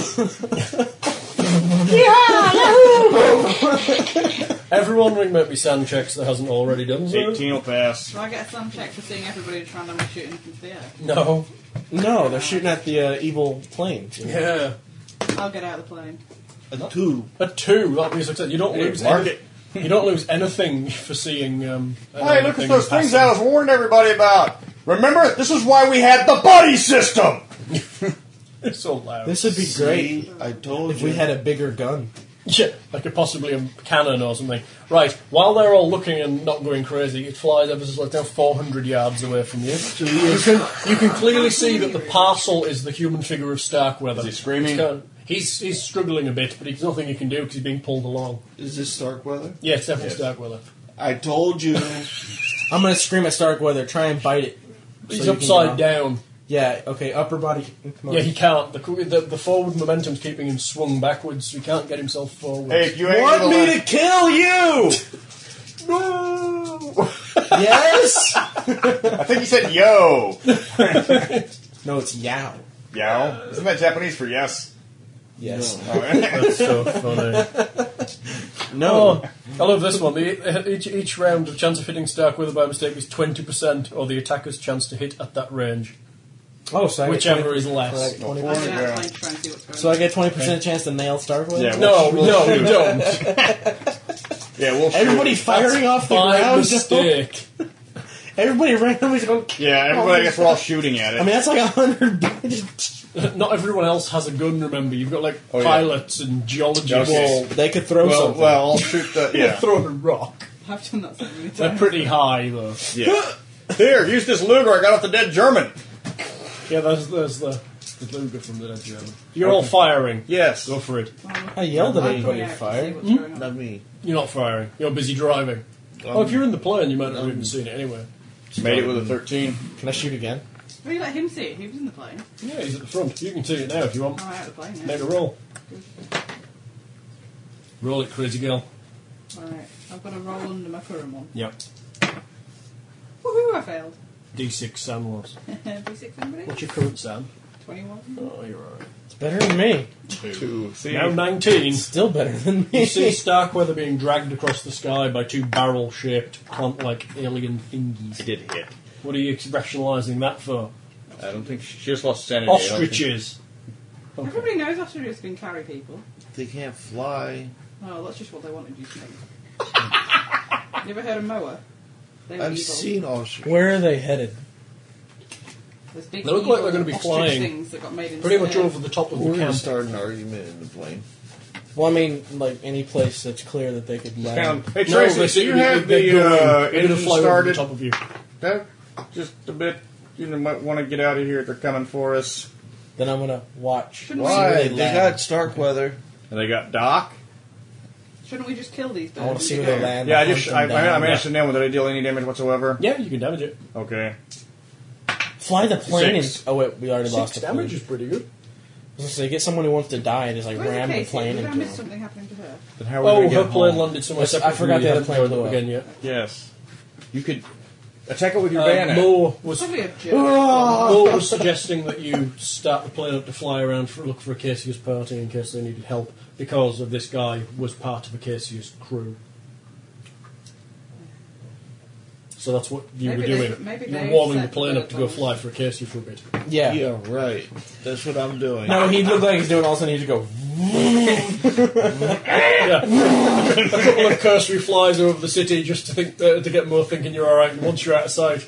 [SPEAKER 7] *laughs*
[SPEAKER 6] Everyone ring make me sound checks that hasn't already done so.
[SPEAKER 3] 18 will pass.
[SPEAKER 2] Do I get a thumb check for seeing everybody just randomly shooting up into the air?
[SPEAKER 6] No.
[SPEAKER 7] No, they're shooting at the uh, evil plane.
[SPEAKER 6] Yeah.
[SPEAKER 2] I'll get out of the plane.
[SPEAKER 5] A two.
[SPEAKER 6] A two, that'd be a success. You don't lose
[SPEAKER 3] Mark
[SPEAKER 6] any-
[SPEAKER 3] it.
[SPEAKER 6] You don't lose anything for seeing. Um,
[SPEAKER 3] Hey, look at
[SPEAKER 6] anything
[SPEAKER 3] those things
[SPEAKER 6] passing.
[SPEAKER 3] I was warning everybody about. Remember, this is why we had the buddy system.
[SPEAKER 6] It's so loud.
[SPEAKER 7] This would be great
[SPEAKER 5] See, I told
[SPEAKER 7] if
[SPEAKER 5] you.
[SPEAKER 7] we had a bigger gun.
[SPEAKER 6] Yeah, like a possibly a cannon or something. Right, while they're all looking and not going crazy, it flies ever so slightly down 400 yards away from you. You can, you can clearly see that the parcel is the human figure of Starkweather.
[SPEAKER 3] Is he screaming?
[SPEAKER 6] It's kind of- he's, he's struggling a bit, but there's nothing you can do because he's being pulled along.
[SPEAKER 5] Is this Starkweather?
[SPEAKER 6] Yeah, it's definitely Starkweather.
[SPEAKER 5] I told
[SPEAKER 3] *laughs*
[SPEAKER 5] you.
[SPEAKER 7] I'm gonna scream at Starkweather, try and bite it.
[SPEAKER 6] He's
[SPEAKER 7] So you can
[SPEAKER 6] upside
[SPEAKER 7] get off.
[SPEAKER 6] down.
[SPEAKER 7] Yeah, okay, upper body. Come on.
[SPEAKER 6] Yeah, he can't. The, the, the forward momentum's keeping him swung backwards, so he can't get himself forward.
[SPEAKER 3] Hey, if you ain't
[SPEAKER 7] Want
[SPEAKER 3] gonna
[SPEAKER 7] me
[SPEAKER 3] let-
[SPEAKER 7] to kill you? *laughs* yes?
[SPEAKER 3] I think he said yo.
[SPEAKER 7] No, it's Yao.
[SPEAKER 3] Yo. Isn't that Japanese for yes?
[SPEAKER 7] Yes.
[SPEAKER 3] Oh, *laughs*
[SPEAKER 6] That's so funny.
[SPEAKER 7] No.
[SPEAKER 6] Oh, *laughs* I love this one. The, each, each round of chance of hitting Starkweather by mistake is 20%, or the attacker's chance to hit at that range.
[SPEAKER 7] Oh, so I get
[SPEAKER 6] Whichever
[SPEAKER 7] 20
[SPEAKER 6] is
[SPEAKER 7] so I
[SPEAKER 6] less.
[SPEAKER 7] get 20
[SPEAKER 2] I'll get out of the plane to try and see what's going
[SPEAKER 7] So
[SPEAKER 2] on. *laughs*
[SPEAKER 7] I get 20% chance to nail Starkweather?
[SPEAKER 3] Yeah.
[SPEAKER 6] No, no, you
[SPEAKER 7] *laughs*
[SPEAKER 6] don't.
[SPEAKER 3] Yeah, we'll shoot.
[SPEAKER 7] Everybody firing off the
[SPEAKER 6] By
[SPEAKER 7] ground.
[SPEAKER 6] mistake.
[SPEAKER 7] Everybody randomly going.
[SPEAKER 3] Yeah, everybody, I guess we're all shooting at it.
[SPEAKER 7] I mean, that's like a hundred.
[SPEAKER 6] Not everyone else has a gun, remember. You've got, like,
[SPEAKER 3] Oh, yeah.
[SPEAKER 6] pilots and geologists.
[SPEAKER 3] Okay.
[SPEAKER 7] they could throw
[SPEAKER 3] well,
[SPEAKER 7] something.
[SPEAKER 3] well, I'll shoot the. *laughs*
[SPEAKER 7] *laughs*
[SPEAKER 3] Yeah.
[SPEAKER 6] Throw a rock.
[SPEAKER 2] I've done that so many
[SPEAKER 6] They're
[SPEAKER 2] times.
[SPEAKER 6] pretty high, though.
[SPEAKER 3] yeah. *laughs* Here, use this Luger I got off the dead German.
[SPEAKER 6] Yeah, there's, there's the, the Luger from the Dead German. You're all firing.
[SPEAKER 3] Yes.
[SPEAKER 6] Go for it.
[SPEAKER 7] I yelled at
[SPEAKER 2] I'll
[SPEAKER 7] anybody
[SPEAKER 2] go
[SPEAKER 7] who
[SPEAKER 2] out to see
[SPEAKER 7] fired.
[SPEAKER 2] what's going on.
[SPEAKER 5] Not me.
[SPEAKER 6] You're not firing. You're busy
[SPEAKER 3] Um,
[SPEAKER 6] driving. oh, if you're in the plane, you might not have even seen it anyway.
[SPEAKER 3] Made it with a 13.
[SPEAKER 7] Can I shoot again?
[SPEAKER 2] Well, you let him see it. He was in the plane. Oh,
[SPEAKER 6] Yeah, he's at the front. You can see it now if you want.
[SPEAKER 2] I'm out of the plane
[SPEAKER 6] Make a
[SPEAKER 2] now.
[SPEAKER 6] roll. Roll it, crazy girl.
[SPEAKER 2] Alright, I've got to roll under my current one.
[SPEAKER 6] Yep.
[SPEAKER 2] Woohoo, I failed.
[SPEAKER 6] D6 Sam was.
[SPEAKER 2] D6 anybody?
[SPEAKER 6] What's your current Sam?
[SPEAKER 2] 21.
[SPEAKER 6] Oh, you're alright.
[SPEAKER 7] It's better than me.
[SPEAKER 3] Two. See?
[SPEAKER 6] Now 19.
[SPEAKER 7] Still better than
[SPEAKER 6] You
[SPEAKER 3] *laughs*
[SPEAKER 7] me.
[SPEAKER 6] see Starkweather being dragged across the sky by two barrel shaped, plant like alien
[SPEAKER 3] It
[SPEAKER 6] thingies.
[SPEAKER 3] did hit.
[SPEAKER 6] What are you rationalising that for?
[SPEAKER 3] I don't think she, she just lost sanity. I don't think-
[SPEAKER 6] Ostriches!
[SPEAKER 2] Everybody knows ostriches can carry people.
[SPEAKER 5] They can't fly.
[SPEAKER 2] Oh, that's just what they wanted you to
[SPEAKER 5] *laughs*
[SPEAKER 2] think. you ever heard of Moa? They were
[SPEAKER 5] I've
[SPEAKER 2] evil.
[SPEAKER 5] seen ostrich.
[SPEAKER 7] Where are they headed?
[SPEAKER 2] Those big
[SPEAKER 6] They look like
[SPEAKER 2] evil
[SPEAKER 6] they're gonna be
[SPEAKER 2] ostrich
[SPEAKER 6] flying
[SPEAKER 2] Things that got made into
[SPEAKER 6] Pretty much
[SPEAKER 2] air.
[SPEAKER 6] over the top of
[SPEAKER 5] We're
[SPEAKER 6] the
[SPEAKER 5] gonna
[SPEAKER 6] camp.
[SPEAKER 5] start an argument in the plane.
[SPEAKER 7] Well, I mean, like any place that's clear that they could land.
[SPEAKER 3] Found. Hey, Tracy,
[SPEAKER 6] they-
[SPEAKER 3] so you
[SPEAKER 6] they-
[SPEAKER 3] have
[SPEAKER 6] they're
[SPEAKER 3] the
[SPEAKER 6] going.
[SPEAKER 3] uh,
[SPEAKER 6] They're gonna
[SPEAKER 3] engine
[SPEAKER 6] fly over the
[SPEAKER 3] started?
[SPEAKER 6] top of you.
[SPEAKER 3] That, just a bit. You might want to get out of here. They're coming for us.
[SPEAKER 7] Then I'm gonna watch.
[SPEAKER 2] Shouldn't
[SPEAKER 5] Why?
[SPEAKER 7] Really
[SPEAKER 5] they
[SPEAKER 7] loud.
[SPEAKER 5] got Starkweather.
[SPEAKER 3] And they got Doc.
[SPEAKER 2] Shouldn't we just kill these birds?
[SPEAKER 7] I want to
[SPEAKER 2] and
[SPEAKER 7] see
[SPEAKER 2] be
[SPEAKER 7] where they
[SPEAKER 2] gone?
[SPEAKER 7] land.
[SPEAKER 3] Yeah, I
[SPEAKER 7] Hunt
[SPEAKER 3] just
[SPEAKER 7] them
[SPEAKER 3] I, I,
[SPEAKER 7] down.
[SPEAKER 3] I managed to nail them. Did I deal any damage whatsoever?
[SPEAKER 6] Yeah, you can damage it.
[SPEAKER 3] Okay.
[SPEAKER 7] Fly the plane.
[SPEAKER 3] Six.
[SPEAKER 7] And, oh wait, we already lost
[SPEAKER 6] Six
[SPEAKER 7] the
[SPEAKER 6] damage
[SPEAKER 7] plane.
[SPEAKER 6] is pretty good.
[SPEAKER 7] So they get someone who wants to die and just like
[SPEAKER 2] Where's
[SPEAKER 7] ram the
[SPEAKER 2] Casey?
[SPEAKER 7] plane
[SPEAKER 2] Did I
[SPEAKER 7] into
[SPEAKER 2] miss
[SPEAKER 7] them.
[SPEAKER 2] something happening to her?
[SPEAKER 3] Then how are we
[SPEAKER 6] Oh,
[SPEAKER 3] gonna
[SPEAKER 6] her
[SPEAKER 3] get
[SPEAKER 6] plane
[SPEAKER 3] home?
[SPEAKER 6] landed somewhere
[SPEAKER 7] Yes, I
[SPEAKER 6] separate.
[SPEAKER 7] forgot
[SPEAKER 6] from you.
[SPEAKER 7] the other
[SPEAKER 6] Haven't
[SPEAKER 7] plane
[SPEAKER 6] joined
[SPEAKER 7] blew
[SPEAKER 6] up
[SPEAKER 7] up.
[SPEAKER 6] again yet.
[SPEAKER 3] Yes. You could attack it with your
[SPEAKER 6] Uh,
[SPEAKER 3] bayonet.
[SPEAKER 6] Moore was
[SPEAKER 2] Probably a
[SPEAKER 6] *laughs*
[SPEAKER 2] joke.
[SPEAKER 6] Paul was suggesting that you start the plane up to fly around for look for Acacia's party in case they needed help because of this guy was part of Acacia's crew. So that's what you
[SPEAKER 2] Maybe
[SPEAKER 6] were
[SPEAKER 2] they-
[SPEAKER 6] doing.
[SPEAKER 2] maybe
[SPEAKER 6] you were
[SPEAKER 2] they
[SPEAKER 6] warming the
[SPEAKER 2] set the
[SPEAKER 6] plane up to go
[SPEAKER 2] platforms.
[SPEAKER 6] fly for Acacia for a bit.
[SPEAKER 7] Yeah.
[SPEAKER 5] Yeah, right. That's what I'm doing.
[SPEAKER 7] No, he looked like he's doing all of a sudden. He just go.
[SPEAKER 6] Yeah, a couple of cursory flies over the city just to think uh, to get more thinking you're all right. And once you're out of sight,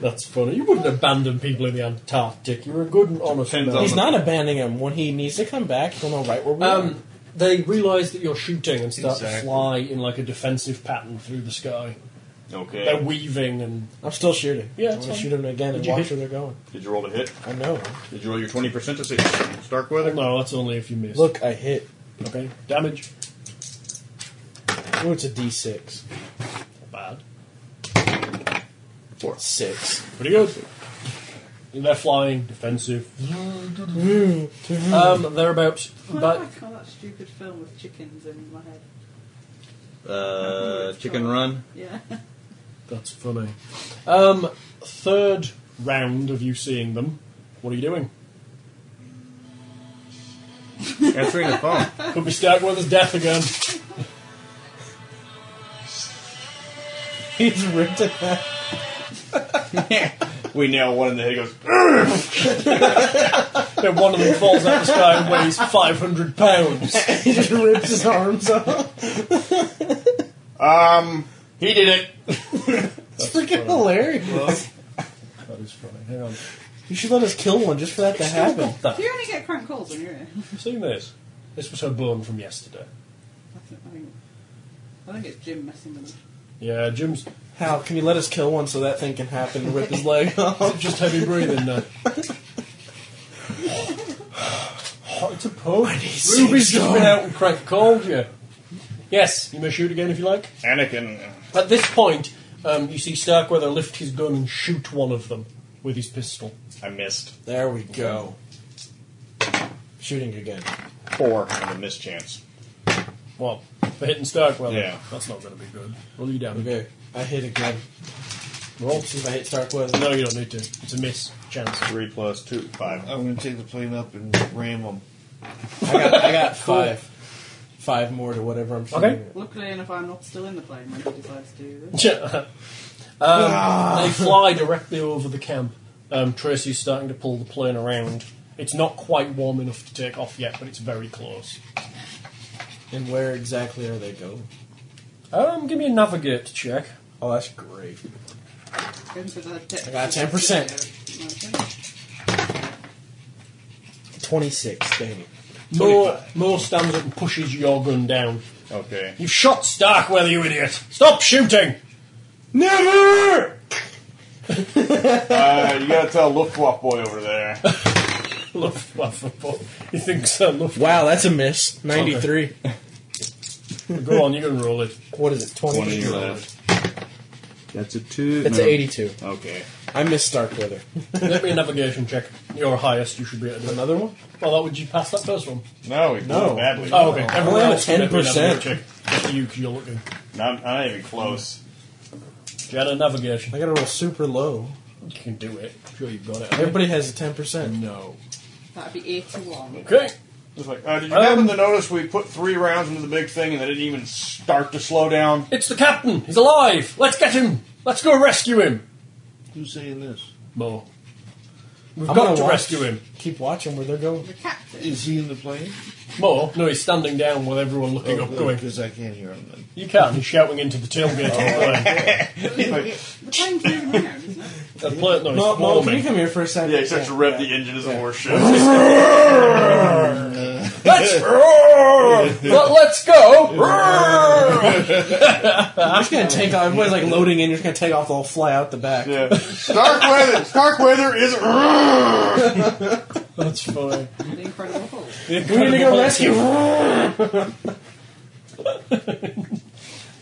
[SPEAKER 6] that's funny. You wouldn't abandon people in the Antarctic. You're a good and honest
[SPEAKER 3] Depends
[SPEAKER 6] man.
[SPEAKER 3] on
[SPEAKER 7] He's not abandoning him. When he needs to come back, he'll know right where we
[SPEAKER 6] Um, they realise that you're shooting and start to
[SPEAKER 5] Exactly.
[SPEAKER 6] fly in like a defensive pattern through the sky. They're
[SPEAKER 3] Okay.
[SPEAKER 6] weaving and
[SPEAKER 7] are. I'm still shooting.
[SPEAKER 6] Yeah,
[SPEAKER 7] I'm
[SPEAKER 6] it's
[SPEAKER 7] gonna
[SPEAKER 6] fine.
[SPEAKER 7] shoot him again and
[SPEAKER 6] you
[SPEAKER 7] watch
[SPEAKER 6] hit-
[SPEAKER 7] where they're going.
[SPEAKER 3] Did you roll to hit?
[SPEAKER 7] I know.
[SPEAKER 3] Did you roll your twenty percent to see
[SPEAKER 6] well,
[SPEAKER 3] *laughs* Starkweather?
[SPEAKER 6] no, that's only if you miss.
[SPEAKER 7] Look, I hit.
[SPEAKER 6] okay, damage.
[SPEAKER 7] Oh, it's a D6.
[SPEAKER 6] Not bad.
[SPEAKER 7] Six.
[SPEAKER 6] Pretty good. They're flying, defensive. um, they're about,
[SPEAKER 2] Well, I
[SPEAKER 6] but
[SPEAKER 2] like all Oh, that stupid film with chickens in my head.
[SPEAKER 9] Uh, Chicken Run.
[SPEAKER 2] Yeah. *laughs*
[SPEAKER 6] that's funny. Um, third round of you seeing them. What are you doing?
[SPEAKER 9] Answering the phone.
[SPEAKER 6] Could be stabbed with his death again.
[SPEAKER 7] He's ripped it back.
[SPEAKER 3] We nail one in the head. He goes,
[SPEAKER 6] Then one of them falls out the sky and weighs 500 pounds.
[SPEAKER 7] He just rips *laughs* his arms off.
[SPEAKER 3] um, he did it.
[SPEAKER 7] It's freaking hilarious.
[SPEAKER 6] That is funny. Hang on.
[SPEAKER 7] You should let us kill one just for that to happen.
[SPEAKER 2] Do you only get crank calls when you're here?
[SPEAKER 6] Have you seen this? This was her bone from yesterday.
[SPEAKER 2] *laughs* I think, I think, I think it's Jim messing with us.
[SPEAKER 6] Yeah, Jim's
[SPEAKER 7] Hal, can you let us kill one so that thing can happen and rip his
[SPEAKER 6] Oh,
[SPEAKER 7] leg *laughs*
[SPEAKER 6] *laughs*
[SPEAKER 7] off?
[SPEAKER 6] just heavy breathing now. Oh, it's a poke. Ruby's just been out with crack cold, yeah. Yes, you may shoot again if you like.
[SPEAKER 3] Anakin.
[SPEAKER 6] At this point, um, you see Starkweather lift his gun and shoot one of them with his pistol.
[SPEAKER 3] I missed
[SPEAKER 7] There we go. Shooting again.
[SPEAKER 3] four on the miss chance.
[SPEAKER 6] Well, for hitting Starkweather,
[SPEAKER 3] Yeah.
[SPEAKER 6] that's not going to be good. Roll you down.
[SPEAKER 7] Okay, I hit again.
[SPEAKER 6] Roll.
[SPEAKER 7] See if I hit Starkweather.
[SPEAKER 6] No, you don't need to. It's a miss. Chance.
[SPEAKER 3] Three plus two, five.
[SPEAKER 5] I'm going to take the plane up and ram them.
[SPEAKER 7] I got, I got five. Five more to whatever I'm shooting.
[SPEAKER 6] Okay.
[SPEAKER 7] at.
[SPEAKER 2] Luckily enough, I'm not still in the plane when he decides to do this.
[SPEAKER 6] um, they fly directly over the camp. Um, Tracy's starting to pull the plane around. It's not quite warm enough to take off yet, but it's very close.
[SPEAKER 7] And where exactly are they going?
[SPEAKER 6] Um, give me a navigate check.
[SPEAKER 7] Oh, that's great.
[SPEAKER 2] Going for the depth
[SPEAKER 7] I got
[SPEAKER 2] of
[SPEAKER 7] 10%.
[SPEAKER 2] the- Okay.
[SPEAKER 7] 26, dang it.
[SPEAKER 6] Moore, Moore stands up and pushes your gun down.
[SPEAKER 3] Okay.
[SPEAKER 6] You've shot Starkweather, you idiot! Stop shooting! *laughs*
[SPEAKER 7] Never!
[SPEAKER 3] Uh, you gotta tell Luftwaffe boy over *laughs* there.
[SPEAKER 6] Luftwaffe, but he thinks uh, Luftwaffe.
[SPEAKER 7] Wow, that's a miss. 93.
[SPEAKER 6] Go on, you can roll it.
[SPEAKER 7] What is it, 20?
[SPEAKER 3] Twenty left.
[SPEAKER 9] That's a two.
[SPEAKER 7] It's
[SPEAKER 9] no.
[SPEAKER 7] an 82.
[SPEAKER 3] Okay.
[SPEAKER 7] I missed Starkweather.
[SPEAKER 6] Let me a navigation check. Your highest, you should be at it.
[SPEAKER 7] Another one?
[SPEAKER 6] Well, that would you pass that first one?
[SPEAKER 3] No, he blew
[SPEAKER 7] No.
[SPEAKER 3] it badly.
[SPEAKER 6] Oh, okay. Everyone
[SPEAKER 7] I'm at
[SPEAKER 6] else, let me a
[SPEAKER 7] 10%.
[SPEAKER 6] navigate check. Just you, 'cause you're looking.
[SPEAKER 3] Not, not even close.
[SPEAKER 6] Jedi navigation.
[SPEAKER 7] I gotta roll super low.
[SPEAKER 6] You can do it. Sure, you've got it.
[SPEAKER 7] Everybody has a 10%.
[SPEAKER 6] No.
[SPEAKER 2] That'd be 81.
[SPEAKER 6] Okay.
[SPEAKER 3] Just like, uh, did you happen to notice we put three rounds into the big thing and they didn't even start to slow down?
[SPEAKER 6] It's the captain. He's alive. Let's get him. Let's go rescue him.
[SPEAKER 5] Who's saying this?
[SPEAKER 6] Mo. We've
[SPEAKER 7] I'm
[SPEAKER 6] got
[SPEAKER 7] gonna
[SPEAKER 6] to
[SPEAKER 7] watch.
[SPEAKER 6] rescue him.
[SPEAKER 7] Keep watching where they're going.
[SPEAKER 2] The captain.
[SPEAKER 5] Is he in the plane?
[SPEAKER 6] Mo. No, he's standing down with everyone looking
[SPEAKER 7] Oh,
[SPEAKER 6] up, going,
[SPEAKER 5] Because I can't hear him. Then.
[SPEAKER 6] "You can." He's shouting into the tailgate.
[SPEAKER 7] Oh.
[SPEAKER 6] of the plane.
[SPEAKER 2] The plane's moving around, isn't it?
[SPEAKER 6] The plane, no, it's
[SPEAKER 7] Mo, Mo, can you
[SPEAKER 6] warming.
[SPEAKER 7] come here for a second?
[SPEAKER 3] Yeah, he starts to rev the engine as a *laughs* warship.
[SPEAKER 6] Let's
[SPEAKER 7] *laughs*
[SPEAKER 6] Let- let's go.
[SPEAKER 7] Uh, I'm just gonna take off. Everybody's like loading in. You're just gonna take off. They'll fly out the back.
[SPEAKER 3] Yeah. Starkweather, Starkweather is. *laughs*
[SPEAKER 6] That's funny.
[SPEAKER 2] The Incredible Hulk.
[SPEAKER 6] We
[SPEAKER 7] We need to go rescue.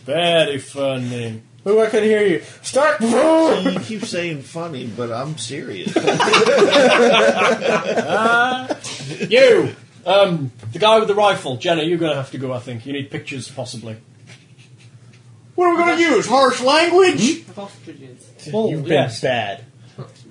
[SPEAKER 6] Very funny.
[SPEAKER 7] Ooh, I couldn't hear you. Start.
[SPEAKER 5] You keep saying funny, but I'm serious.
[SPEAKER 6] You. Um, the guy with the rifle, Jenna. You're going to have to go. I think you need pictures, possibly.
[SPEAKER 3] What are we gonna use? Harsh language?
[SPEAKER 2] Of ostriches.
[SPEAKER 6] Well,
[SPEAKER 7] You've been
[SPEAKER 6] yes.
[SPEAKER 7] bad.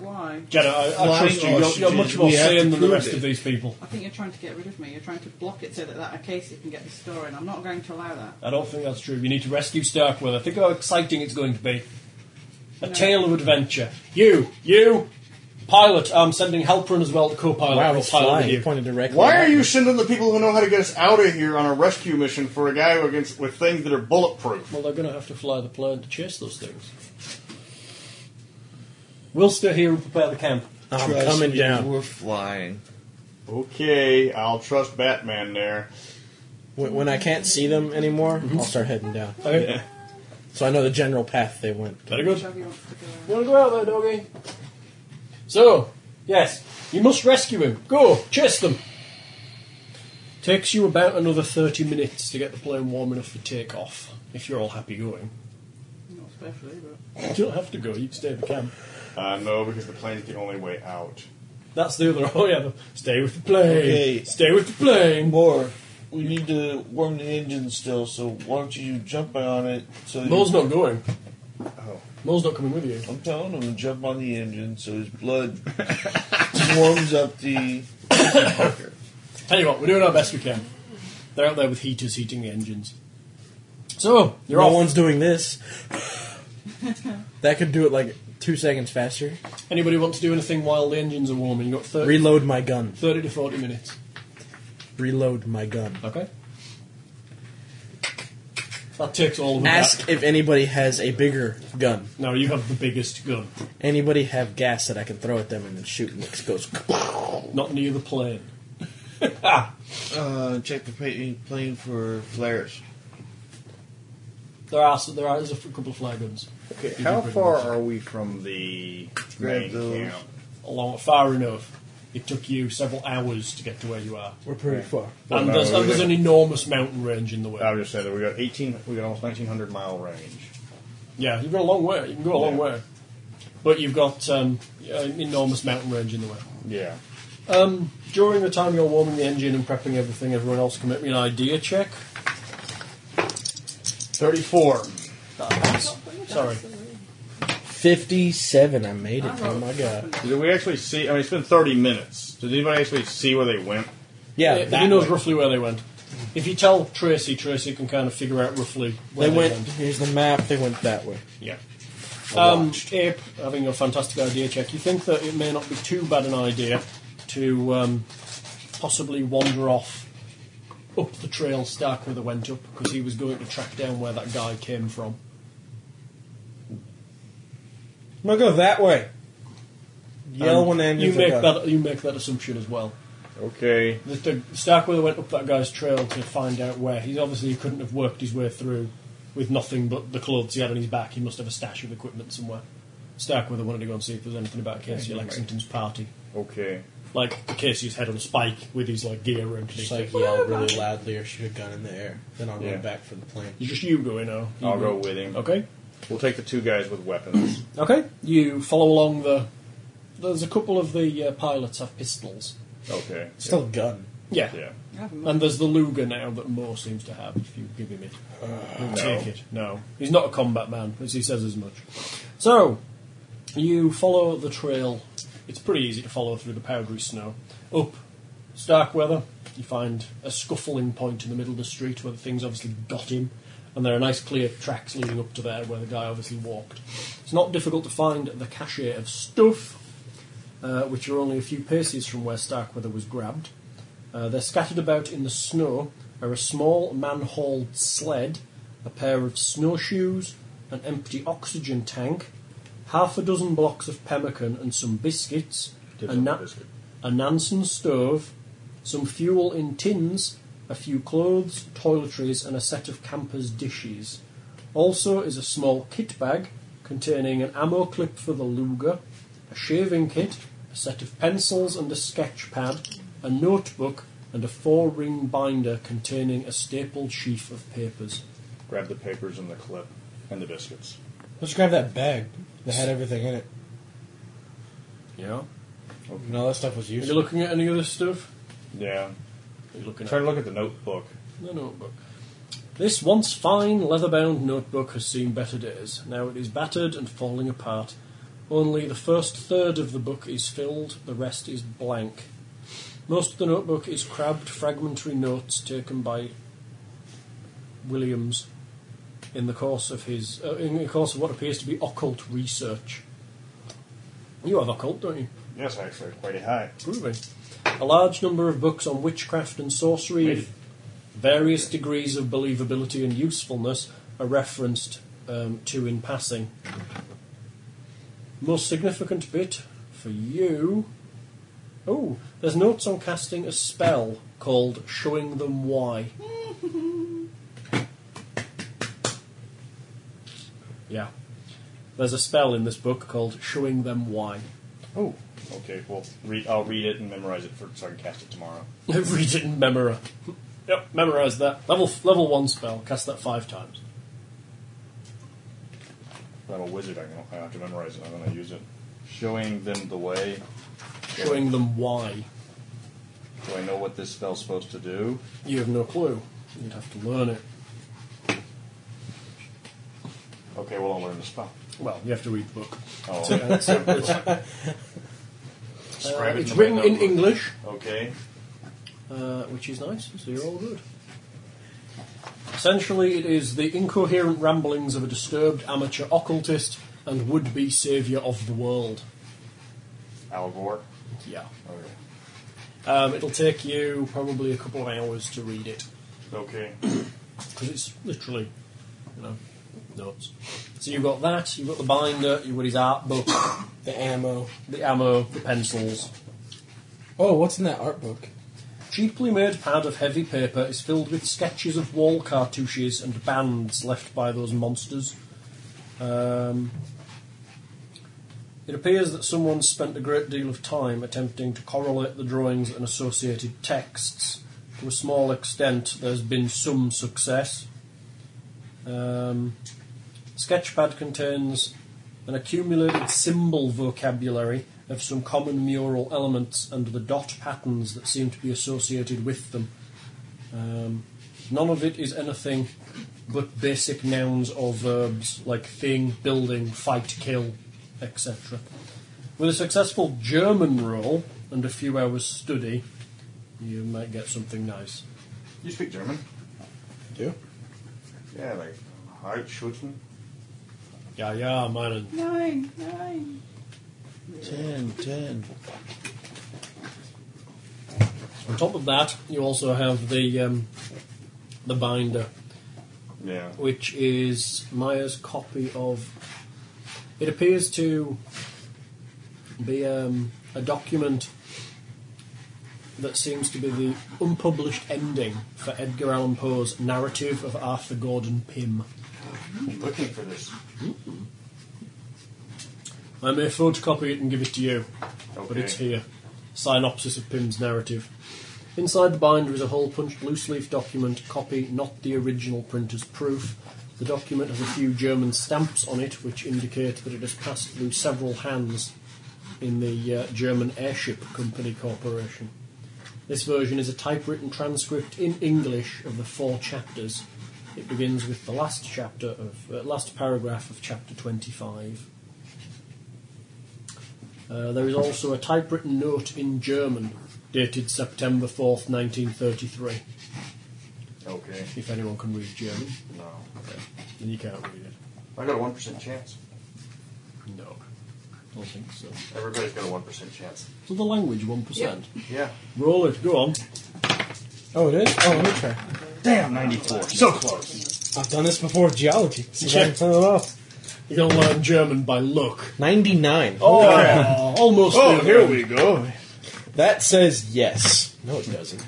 [SPEAKER 2] Why?
[SPEAKER 6] Jenna, I, I
[SPEAKER 5] Flying
[SPEAKER 6] trust you. You're, you're
[SPEAKER 5] ostriches,
[SPEAKER 6] much more
[SPEAKER 5] we have
[SPEAKER 6] sane
[SPEAKER 5] to
[SPEAKER 6] than the
[SPEAKER 5] prove
[SPEAKER 6] rest
[SPEAKER 5] it.
[SPEAKER 6] of these people.
[SPEAKER 2] I think you're trying to get rid of me. You're trying to block it so that that Acacia can get the story, and I'm not going to allow that.
[SPEAKER 6] I don't think that's true. You need to rescue Starkweather. Think how exciting it's going to be. A
[SPEAKER 2] No.
[SPEAKER 6] tale of adventure. You, you, pilot. I'm sending Halperin as well, the co-pilot.
[SPEAKER 7] Wow,
[SPEAKER 6] I'll
[SPEAKER 7] he's
[SPEAKER 6] pilot
[SPEAKER 7] flying.
[SPEAKER 6] with
[SPEAKER 7] He
[SPEAKER 6] you.
[SPEAKER 7] pointed directly.
[SPEAKER 3] Why are
[SPEAKER 7] at
[SPEAKER 3] you
[SPEAKER 7] me.
[SPEAKER 3] sending the people who know how to get us out of here on a rescue mission for a guy who against with things that are bulletproof?
[SPEAKER 6] Well, they're going to have to fly the plane to chase those things. We'll stay here and prepare the camp.
[SPEAKER 7] I'm
[SPEAKER 5] Trust
[SPEAKER 7] coming
[SPEAKER 5] me,
[SPEAKER 7] down.
[SPEAKER 5] We're flying.
[SPEAKER 3] Okay, I'll trust Batman there.
[SPEAKER 7] When, when I can't see them anymore, I'll start heading down.
[SPEAKER 6] Okay.
[SPEAKER 7] So I know the general path they went.
[SPEAKER 6] Very
[SPEAKER 2] Which
[SPEAKER 6] good.
[SPEAKER 2] of you wants to go?
[SPEAKER 6] You want to go out there, doggy? So, yes, you must rescue him. Go, chase them. Takes you about another 30 minutes to get the plane warm enough for takeoff, if you're all happy going.
[SPEAKER 2] Not especially, but
[SPEAKER 6] You don't have to go, you can stay at the camp.
[SPEAKER 3] Uh, no, because the plane's the only way out.
[SPEAKER 6] That's the other. *laughs* Oh yeah, the, stay with the plane.
[SPEAKER 5] Okay.
[SPEAKER 6] Stay with the plane.
[SPEAKER 5] More. We need to warm the engine still, so why don't you jump on it? So
[SPEAKER 6] Mole's
[SPEAKER 5] you,
[SPEAKER 6] not going. Oh. Mole's not coming with you.
[SPEAKER 5] I'm telling him to jump on the engine, so his blood *laughs* warms up the.
[SPEAKER 6] Tell you what, we're doing our best we can. They're out there with heaters heating the engines. So you're
[SPEAKER 7] no
[SPEAKER 6] off.
[SPEAKER 7] one's doing this. that could do it like two seconds faster.
[SPEAKER 6] Anybody want to do anything while the engines are warming? You have got 30,
[SPEAKER 7] Reload my gun.
[SPEAKER 6] 30 to forty minutes.
[SPEAKER 7] Reload my gun.
[SPEAKER 6] Okay. That takes all of them.
[SPEAKER 7] Ask if anybody has a bigger gun.
[SPEAKER 6] No, you have the biggest gun.
[SPEAKER 7] Anybody have gas that I can throw at them and then shoot and it goes.
[SPEAKER 6] Not near the plane.
[SPEAKER 5] Uh, check the pa- plane for flares.
[SPEAKER 6] There are s- there are there's a f- couple of flare guns
[SPEAKER 3] Okay, how far are we from the main camp?
[SPEAKER 6] along far enough. It took you several hours to get to where you are,
[SPEAKER 7] We're pretty far.
[SPEAKER 6] and
[SPEAKER 3] no,
[SPEAKER 6] there's, and
[SPEAKER 3] we- Uh,
[SPEAKER 6] there's an enormous mountain range in the way.
[SPEAKER 3] I would just say that we got eighteen, we got almost nineteen hundred mile range.
[SPEAKER 6] Yeah, you've got a long way. You can go a long
[SPEAKER 3] Yeah.
[SPEAKER 6] way, but you've got um, an enormous mountain range in the way.
[SPEAKER 3] Yeah.
[SPEAKER 6] During the time you're warming the engine and prepping everything, everyone else can make me an idea check.
[SPEAKER 3] Thirty-four.
[SPEAKER 6] Sorry,
[SPEAKER 7] Fifty-seven. I made it. Oh my god.
[SPEAKER 3] Did we actually see? I mean, it's been thirty minutes. Did anybody actually see where they went?
[SPEAKER 7] Yeah,
[SPEAKER 6] Yeah, he
[SPEAKER 7] that
[SPEAKER 6] knows
[SPEAKER 7] way.
[SPEAKER 6] roughly where they went. If you tell Tracy, Tracy can kind of figure out roughly where
[SPEAKER 7] They
[SPEAKER 6] they,
[SPEAKER 7] went. Here's the map. They went that way.
[SPEAKER 6] Yeah. Um, Ape, having a fantastic idea check, you think that it may not be too bad an idea to um, possibly wander off up the trail Starkweather went up because he was going to track down where that guy came from.
[SPEAKER 7] I'm gonna go that way. Yell
[SPEAKER 6] Um,
[SPEAKER 7] when the
[SPEAKER 6] you
[SPEAKER 7] engines
[SPEAKER 6] make
[SPEAKER 7] are done.
[SPEAKER 6] that you make that assumption as well.
[SPEAKER 3] Okay.
[SPEAKER 6] That the Starkweather went up that guy's trail to find out where. He's obviously he couldn't have worked his way through with nothing but the clothes he had on his back. He must have a stash of equipment somewhere. Starkweather wanted to go and see if there was anything about Casey Lexington's party.
[SPEAKER 3] Okay.
[SPEAKER 6] Like Casey's head on a spike with his like gear around his
[SPEAKER 7] Just
[SPEAKER 6] neck.
[SPEAKER 7] like yell really loudly or shoot a gun in the air. Then I'll
[SPEAKER 3] Yeah.
[SPEAKER 7] go back for the plane.
[SPEAKER 6] You just you go, you know. You
[SPEAKER 3] I'll go with him.
[SPEAKER 6] Okay.
[SPEAKER 3] We'll take the two guys with
[SPEAKER 6] *clears throat*
[SPEAKER 3] weapons.
[SPEAKER 6] Okay. You follow along the. There's a couple of the uh, pilots have pistols.
[SPEAKER 3] Okay.
[SPEAKER 7] Still gun.
[SPEAKER 6] Yeah.
[SPEAKER 3] Yeah.
[SPEAKER 2] I've
[SPEAKER 6] And there's the Luger now that Moore seems to have, if you give him it. He'll take it. No. He's not a combat man, as he says as much. So, you follow the trail. It's pretty easy to follow through the powdery snow. Up Starkweather, you find a scuffling point in the middle of the street where the thing's obviously got him. And there are nice clear tracks leading up to there where the guy obviously walked. It's not difficult to find the cache of stuff, uh, which are only a few paces from where Starkweather was grabbed. Uh, they're scattered about in the snow are a small man-hauled sled, a pair of snowshoes, an empty oxygen tank, half a dozen blocks of pemmican and some biscuits, a,
[SPEAKER 3] on the
[SPEAKER 6] na-
[SPEAKER 3] biscuit.
[SPEAKER 6] a Nansen stove, some fuel in tins, a few clothes, toiletries, and a set of campers' dishes. Also is a small kit bag containing an ammo clip for the Luger, a shaving kit, a set of pencils and a sketch pad, a notebook, and a four ring binder containing a stapled sheaf of papers.
[SPEAKER 3] Grab the papers and the clip and the biscuits.
[SPEAKER 7] Let's grab that bag that had everything in it.
[SPEAKER 6] Yeah.
[SPEAKER 7] And all that stuff was
[SPEAKER 6] Are you
[SPEAKER 7] useful.
[SPEAKER 6] looking at any other stuff?
[SPEAKER 3] Yeah.
[SPEAKER 6] Are you looking
[SPEAKER 3] Try to look at the notebook.
[SPEAKER 6] The notebook. This once fine leather bound notebook has seen better days. Now it is battered and falling apart. Only the first third of the book is filled, the rest is blank. Most of the notebook is crabbed, fragmentary notes taken by Williams in the course of his uh, in the course of what appears to be occult research. You have occult, don't you?
[SPEAKER 3] Yes, actually, quite a high.
[SPEAKER 6] Groovy. A large number of books on witchcraft and sorcery, of various degrees of believability and usefulness, are referenced um, to in passing. Most significant bit for you. Oh, there's notes on casting a spell called Showing Them Why. *laughs* yeah. There's a spell in this book called Showing Them Why.
[SPEAKER 3] Oh. Okay. Well, read. I'll read it and memorize it for so I can cast it tomorrow.
[SPEAKER 6] *laughs* Read it and memorize. Yep, memorize that. Level level one spell. Cast that five times.
[SPEAKER 3] If I'm a wizard. I can. I have to memorize it. I'm going to use it.
[SPEAKER 9] showing them the way,
[SPEAKER 6] showing them why.
[SPEAKER 9] Do I know what this spell's supposed to do?
[SPEAKER 6] You have no clue. You'd have to learn it.
[SPEAKER 9] Okay, well, I'll learn the spell.
[SPEAKER 6] Well, you have to read the *laughs* book.
[SPEAKER 9] Oh,
[SPEAKER 6] So, uh, so it's, uh,
[SPEAKER 9] Describe it
[SPEAKER 6] it's
[SPEAKER 9] in the
[SPEAKER 6] written
[SPEAKER 9] way that
[SPEAKER 6] in
[SPEAKER 9] would-
[SPEAKER 6] English,
[SPEAKER 9] Okay.
[SPEAKER 6] uh, which is nice, so you're all good. Essentially, it is the incoherent ramblings of a disturbed amateur occultist and would be saviour of the world.
[SPEAKER 9] Al Gore.
[SPEAKER 6] Yeah.
[SPEAKER 9] Okay.
[SPEAKER 6] Um, it'll take you probably a couple of hours to read it.
[SPEAKER 9] Okay.
[SPEAKER 6] because it's literally, you know, nuts. So you've got that, you've got the binder, you've got his art book, *coughs*
[SPEAKER 7] The ammo.
[SPEAKER 6] the ammo, the pencils.
[SPEAKER 7] Oh, what's in that art book?
[SPEAKER 6] Cheaply made pad of heavy paper is filled with sketches of wall cartouches and bands left by those monsters. Um, it appears that someone spent a great deal of time attempting to correlate the drawings and associated texts. To a small extent, there's been some success. Um, Sketchpad contains an accumulated symbol vocabulary of some common mural elements and the dot patterns that seem to be associated with them. Um, none of it is anything but basic nouns or verbs like thing, building, fight, kill, etc. With a successful German roll and a few hours' study, you might get something nice.
[SPEAKER 9] You speak German?
[SPEAKER 7] Do?
[SPEAKER 9] Yeah, like Heidschuten.
[SPEAKER 6] Yeah, yeah, mine.
[SPEAKER 2] Nine, nine.
[SPEAKER 5] Ten, ten.
[SPEAKER 6] On top of that, you also have the um, the binder,
[SPEAKER 9] Yeah.
[SPEAKER 6] which is Meyer's copy of. It appears to be um, a document that seems to be the unpublished ending for Edgar Allan Poe's narrative of Arthur Gordon Pym.
[SPEAKER 9] I'm looking for this.
[SPEAKER 6] I may photocopy it and give it to you, but
[SPEAKER 9] Okay.
[SPEAKER 6] it's here. Synopsis of Pym's narrative. Inside the binder is a hole punched loose leaf document, copy not the original printer's proof. The document has a few German stamps on it, which indicate that it has passed through several hands in the uh, German Airship Company Corporation. This version is a typewritten transcript in English of the four chapters. It begins with the last chapter of uh, last paragraph of chapter 25. Uh, there is also a typewritten note in German dated September 4th, 1933.
[SPEAKER 9] Okay.
[SPEAKER 6] If anyone can read German,
[SPEAKER 9] No.
[SPEAKER 6] then you can't read it.
[SPEAKER 9] I got a one percent chance.
[SPEAKER 6] No. I don't think so.
[SPEAKER 9] Everybody's got a one percent chance.
[SPEAKER 6] So the language, 1%.
[SPEAKER 9] Yeah.
[SPEAKER 6] Roll it, go on.
[SPEAKER 7] Oh, it is? Oh, let me try.
[SPEAKER 9] Damn, ninety-four.
[SPEAKER 6] So close.
[SPEAKER 7] I've done this before with geology. See if I can
[SPEAKER 6] Yeah.
[SPEAKER 7] pull it off.
[SPEAKER 6] You're going to learn German by look.
[SPEAKER 7] 99.
[SPEAKER 6] Oh, *laughs* almost.
[SPEAKER 9] Oh, here
[SPEAKER 6] there.
[SPEAKER 9] we go.
[SPEAKER 7] That says yes. No, it doesn't.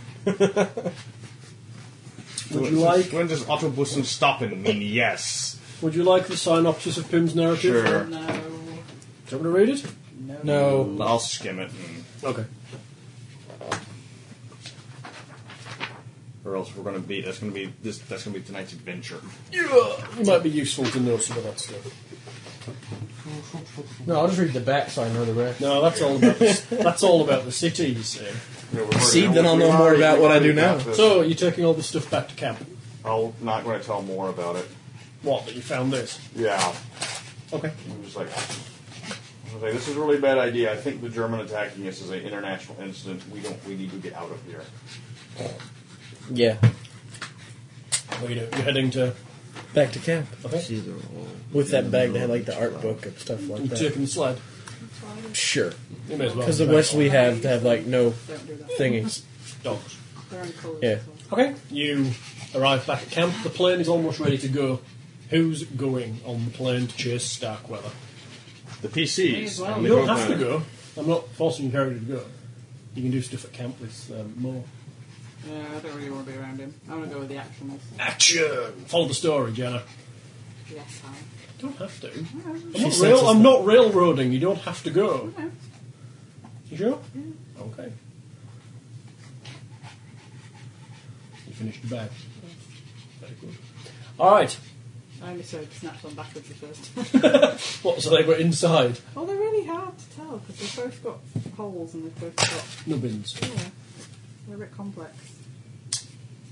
[SPEAKER 6] *laughs* Would you like
[SPEAKER 9] When does Autobussen stoppen mean yes?
[SPEAKER 6] Would you like the synopsis of Pym's narrative?
[SPEAKER 9] Sure.
[SPEAKER 2] No,
[SPEAKER 6] Do you want me to read it?
[SPEAKER 2] no.
[SPEAKER 7] No.
[SPEAKER 9] I'll skim it, and,
[SPEAKER 6] Okay.
[SPEAKER 9] or else we're gonna be. That's gonna be this. That's gonna be tonight's adventure.
[SPEAKER 6] You might be useful to know some of that stuff.
[SPEAKER 7] No, I'll just read the back so I know the rest.
[SPEAKER 6] No, that's all about the, c- that's all about the city, you see.
[SPEAKER 9] Yeah, we're-
[SPEAKER 7] See,
[SPEAKER 9] we're-
[SPEAKER 7] then I'll
[SPEAKER 9] we're
[SPEAKER 7] know more
[SPEAKER 9] already-
[SPEAKER 7] about what I do
[SPEAKER 9] we've got
[SPEAKER 7] now.
[SPEAKER 9] this.
[SPEAKER 6] So you're taking all this stuff back to camp.
[SPEAKER 9] I'm not gonna tell more about it.
[SPEAKER 6] What? That you found this?
[SPEAKER 9] Yeah.
[SPEAKER 6] Okay.
[SPEAKER 9] I'm just like, I was like, this is a really bad idea. I think the German attacking us is an international incident. We don't. We need to get out of here.
[SPEAKER 7] Yeah.
[SPEAKER 6] Well, you know, you're heading to.
[SPEAKER 7] Back to camp.
[SPEAKER 6] Okay.
[SPEAKER 7] With that bag that had like the art book and stuff like
[SPEAKER 6] You're
[SPEAKER 7] that.
[SPEAKER 6] taking the sled.
[SPEAKER 7] Sure.
[SPEAKER 6] You may as well.
[SPEAKER 7] Because the ones we have to have like no
[SPEAKER 2] Don't do that.
[SPEAKER 7] thingies.
[SPEAKER 6] dogs.
[SPEAKER 2] They're on colours.
[SPEAKER 7] Yeah.
[SPEAKER 6] Okay. You arrive back at camp. The plane is almost ready to go. Who's going on the plane to chase Starkweather?
[SPEAKER 9] The
[SPEAKER 2] May as
[SPEAKER 9] PCs.
[SPEAKER 2] well.
[SPEAKER 6] You don't have to go. I'm not forcing Harry to go. You can do stuff at camp with um, more.
[SPEAKER 2] Uh, I don't really want to be around him. I'm going to go with the actual
[SPEAKER 6] Action! Follow the story, Jenna.
[SPEAKER 2] Yes, I.
[SPEAKER 6] You don't have to. I'm,
[SPEAKER 7] She
[SPEAKER 6] not,
[SPEAKER 7] said
[SPEAKER 6] rail-
[SPEAKER 7] so.
[SPEAKER 6] I'm not railroading. You don't have to go.
[SPEAKER 2] No.
[SPEAKER 6] You sure? Okay. You finished the bag. Very good. All right.
[SPEAKER 2] I only saw it snapped on backwards the first *laughs* time.
[SPEAKER 6] What, so they were inside?
[SPEAKER 2] Well, they're really hard to tell because they've both got holes and they've both
[SPEAKER 6] Nubbins.
[SPEAKER 2] got. Yeah, they're a bit complex.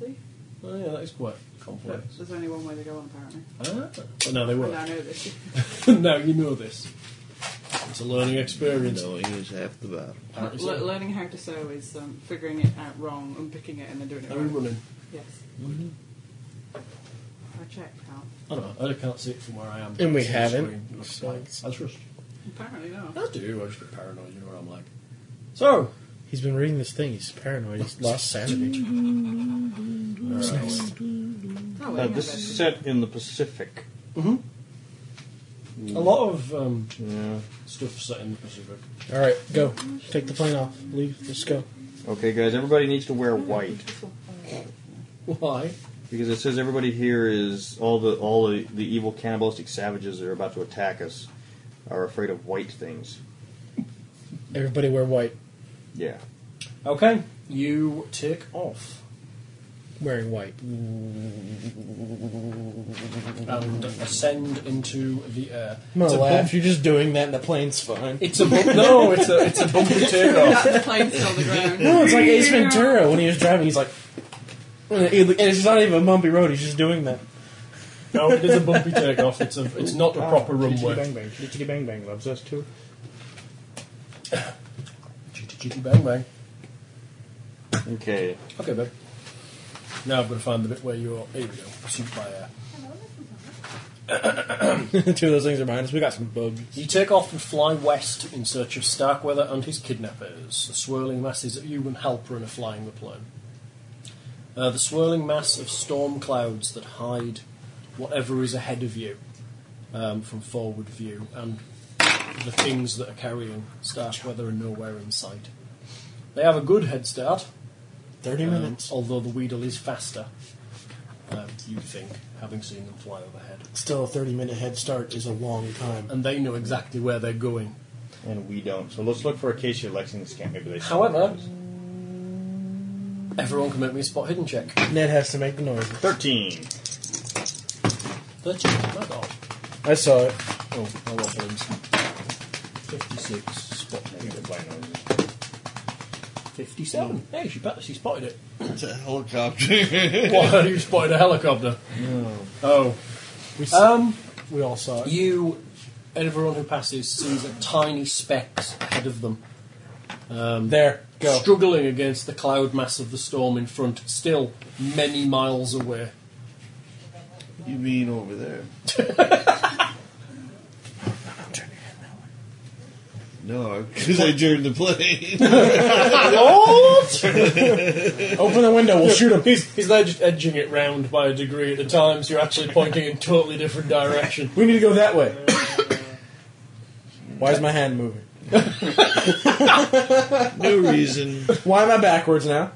[SPEAKER 2] See?
[SPEAKER 6] Oh, yeah, that is quite
[SPEAKER 2] But
[SPEAKER 6] complex.
[SPEAKER 2] there's only one way to go on, apparently.
[SPEAKER 6] Ah, but now they
[SPEAKER 2] And I
[SPEAKER 6] were.
[SPEAKER 2] know this.
[SPEAKER 6] *laughs* now you know this. It's a learning experience.
[SPEAKER 5] Knowing is half the battle.
[SPEAKER 2] Le- learning how to sew is um, figuring it out wrong, unpicking it, and then doing it
[SPEAKER 6] Are we
[SPEAKER 2] right.
[SPEAKER 6] running?
[SPEAKER 2] Yes.
[SPEAKER 6] Mm-hmm.
[SPEAKER 2] I checked out.
[SPEAKER 6] I don't know. I can't see it from where I am.
[SPEAKER 7] And we
[SPEAKER 6] It's on
[SPEAKER 7] haven't.
[SPEAKER 6] screen, it looks like. That's rushed.
[SPEAKER 2] Apparently not.
[SPEAKER 6] I do. I just get paranoid, you know what I'm like. So,
[SPEAKER 7] He's been reading this thing. He's paranoid. He's lost sanity.
[SPEAKER 2] Oh,
[SPEAKER 9] Uh,
[SPEAKER 2] wait, yeah,
[SPEAKER 9] this
[SPEAKER 2] but-
[SPEAKER 9] is set in the Pacific.
[SPEAKER 6] a lot of um,
[SPEAKER 9] Yeah.
[SPEAKER 6] stuff set in the Pacific.
[SPEAKER 7] All right, go. Take the plane off. Leave. Let's go.
[SPEAKER 9] Okay, guys, everybody needs to wear white
[SPEAKER 6] Why?
[SPEAKER 9] because it says everybody here is all the all the, the evil cannibalistic savages that are about to attack us are afraid of white things.
[SPEAKER 7] Everybody wear white.
[SPEAKER 9] Yeah.
[SPEAKER 6] Okay, you take off.
[SPEAKER 7] Wearing white.
[SPEAKER 6] and ascend into the air.
[SPEAKER 7] I'm gonna
[SPEAKER 6] it's
[SPEAKER 7] laugh.
[SPEAKER 6] A bump-
[SPEAKER 7] You're just doing that, and the plane's fine.
[SPEAKER 6] it's a bump- no, it's a it's a *laughs* bumpy takeoff.
[SPEAKER 2] the plane's still on
[SPEAKER 6] *laughs*
[SPEAKER 2] the ground.
[SPEAKER 7] No, it's like Ace Ventura when he was driving. He's like, and it's not even a bumpy road. He's just doing that.
[SPEAKER 6] No, it is a bumpy takeoff. It's a it's not a proper runway.
[SPEAKER 7] Bang bang. Chitty bang bang. Ah, Loves us too.
[SPEAKER 6] Chitty chitty bang bang.
[SPEAKER 9] Okay.
[SPEAKER 6] Okay, babe. Now I've got to find the bit where you're. Here we go. Pursuit by air.
[SPEAKER 7] *coughs* Two of those things are behind us. We got some bugs.
[SPEAKER 6] You take off and fly west in search of Starkweather and his kidnappers. The swirling masses of you and Halperin are flying the plane. Uh, the swirling mass of storm clouds that hide whatever is ahead of you um, from forward view, and the things that are carrying Starkweather are nowhere in sight. They have a good head start,
[SPEAKER 7] Thirty
[SPEAKER 6] um,
[SPEAKER 7] minutes.
[SPEAKER 6] although the Weedle is faster, um, you think, having seen them fly overhead.
[SPEAKER 7] Still, a thirty-minute head start is a long time.
[SPEAKER 6] And they know exactly where they're going.
[SPEAKER 9] And we don't. So let's look for Acacia Lexington camp. Maybe they.
[SPEAKER 6] However, everyone can make me a spot hidden check.
[SPEAKER 7] Ned has to make the noise.
[SPEAKER 9] Thirteen.
[SPEAKER 6] 13, my god.
[SPEAKER 7] I saw it.
[SPEAKER 6] Oh, I love those. 56, spot hidden.
[SPEAKER 9] Why not?
[SPEAKER 6] 57. Hey, she, bet- she spotted it.
[SPEAKER 5] It's a helicopter. *laughs*
[SPEAKER 6] What? you spotted a helicopter? No.
[SPEAKER 7] We, s-
[SPEAKER 6] Oh. Um,
[SPEAKER 7] we all saw it.
[SPEAKER 6] you, everyone who passes, sees a tiny speck ahead of them. Um,
[SPEAKER 7] There. Go.
[SPEAKER 6] Struggling against the cloud mass of the storm in front, still many miles away.
[SPEAKER 5] you mean over
[SPEAKER 7] *laughs*
[SPEAKER 5] there? No, because I turned the
[SPEAKER 7] *laughs*
[SPEAKER 5] plane.
[SPEAKER 6] *laughs*
[SPEAKER 7] Open the window. We'll shoot him.
[SPEAKER 6] He's, he's now just edging it round by a degree at a time, so you're actually pointing in totally different *laughs* direction.
[SPEAKER 7] We need to go that way. Why is my hand moving?
[SPEAKER 5] no reason.
[SPEAKER 7] Why am I backwards now?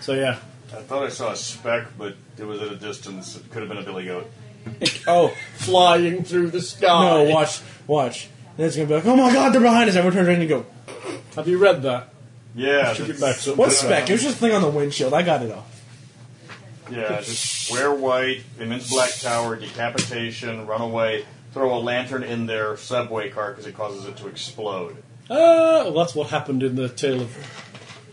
[SPEAKER 6] So yeah,
[SPEAKER 3] I thought I saw a speck, but it was at a distance. It could have been a billy goat.
[SPEAKER 7] *laughs* Oh
[SPEAKER 6] flying through the sky.
[SPEAKER 7] no! Watch, watch. Ned's gonna be like, "Oh my God, they're behind us!" Everyone turns around and go,
[SPEAKER 6] Have you read that?
[SPEAKER 3] Yeah.
[SPEAKER 6] Should get back
[SPEAKER 3] that's-
[SPEAKER 6] to
[SPEAKER 7] "What speck?" It was just a thing on the windshield. I got it off.
[SPEAKER 3] Yeah, just wear white, immense black tower, decapitation, run away, throw a lantern in their subway car because it causes it to explode.
[SPEAKER 6] Uh, well, that's what happened in the tale of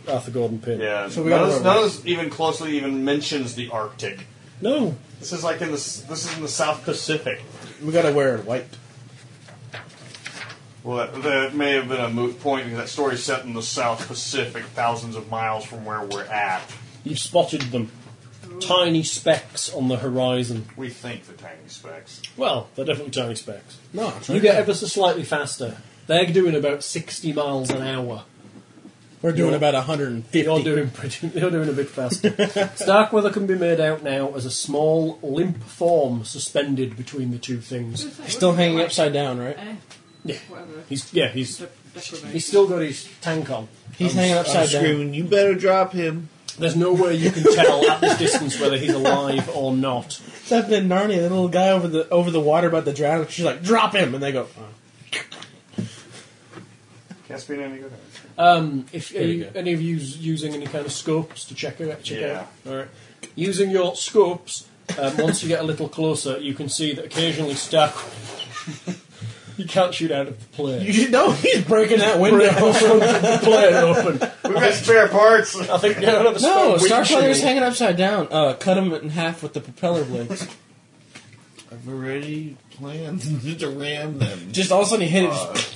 [SPEAKER 6] Arthur Gordon Pym.
[SPEAKER 3] Yeah,
[SPEAKER 7] So we
[SPEAKER 3] none,
[SPEAKER 7] gotta
[SPEAKER 3] of this,
[SPEAKER 7] wear
[SPEAKER 3] none of this even closely even mentions the Arctic.
[SPEAKER 6] No,
[SPEAKER 3] This is like in the s- this is in the South Pacific.
[SPEAKER 7] We gotta wear white.
[SPEAKER 3] Well, that, that may have been a moot point because that story's set in the South Pacific, thousands of miles from where we're at.
[SPEAKER 6] you've spotted them. Tiny specks on the horizon.
[SPEAKER 3] We think the tiny specks.
[SPEAKER 6] Well, they're definitely tiny specks.
[SPEAKER 7] No, it's
[SPEAKER 6] You
[SPEAKER 7] right
[SPEAKER 6] get
[SPEAKER 7] there.
[SPEAKER 6] ever so slightly faster. They're doing about 60 miles an hour.
[SPEAKER 7] We're doing about 150.
[SPEAKER 6] You're doing pretty. *laughs* You're doing a bit faster. Starkweather can be made out now as a small, limp form suspended between the two things.
[SPEAKER 7] He's still hanging upside down, right?
[SPEAKER 2] Eh,
[SPEAKER 6] Yeah,
[SPEAKER 2] whatever.
[SPEAKER 6] he's yeah he's
[SPEAKER 2] De- deprivation.
[SPEAKER 6] he's still got his tank on.
[SPEAKER 7] He's hanging
[SPEAKER 5] I'm
[SPEAKER 7] upside down.
[SPEAKER 5] screaming, you better drop him.
[SPEAKER 6] There's no way you can tell at this distance whether he's alive or not.
[SPEAKER 7] It's happened in Narnia. The little guy over the over the water about to drown. She's like, "Drop him!" And they go, oh.
[SPEAKER 3] Caspian any good?
[SPEAKER 6] Um, if are
[SPEAKER 7] we
[SPEAKER 6] you,
[SPEAKER 7] go.
[SPEAKER 6] any of you using any kind of scopes to check it, check it
[SPEAKER 3] Yeah.
[SPEAKER 6] out, all right. Using your scopes, Um, once you get a little closer, you can see that occasionally *laughs* Stark. you can't shoot out of the plane.
[SPEAKER 7] You know he's breaking that window.
[SPEAKER 6] the plane open.
[SPEAKER 3] We've got spare parts.
[SPEAKER 6] *laughs* I think you don't have a
[SPEAKER 7] *laughs* no,
[SPEAKER 6] spare
[SPEAKER 7] Starfighter's
[SPEAKER 6] windshield.
[SPEAKER 7] hanging upside down. Uh, cut him in half with the propeller blades.
[SPEAKER 5] I've already
[SPEAKER 9] *laughs*
[SPEAKER 5] planned to ram them.
[SPEAKER 7] Just all of a sudden he hit it.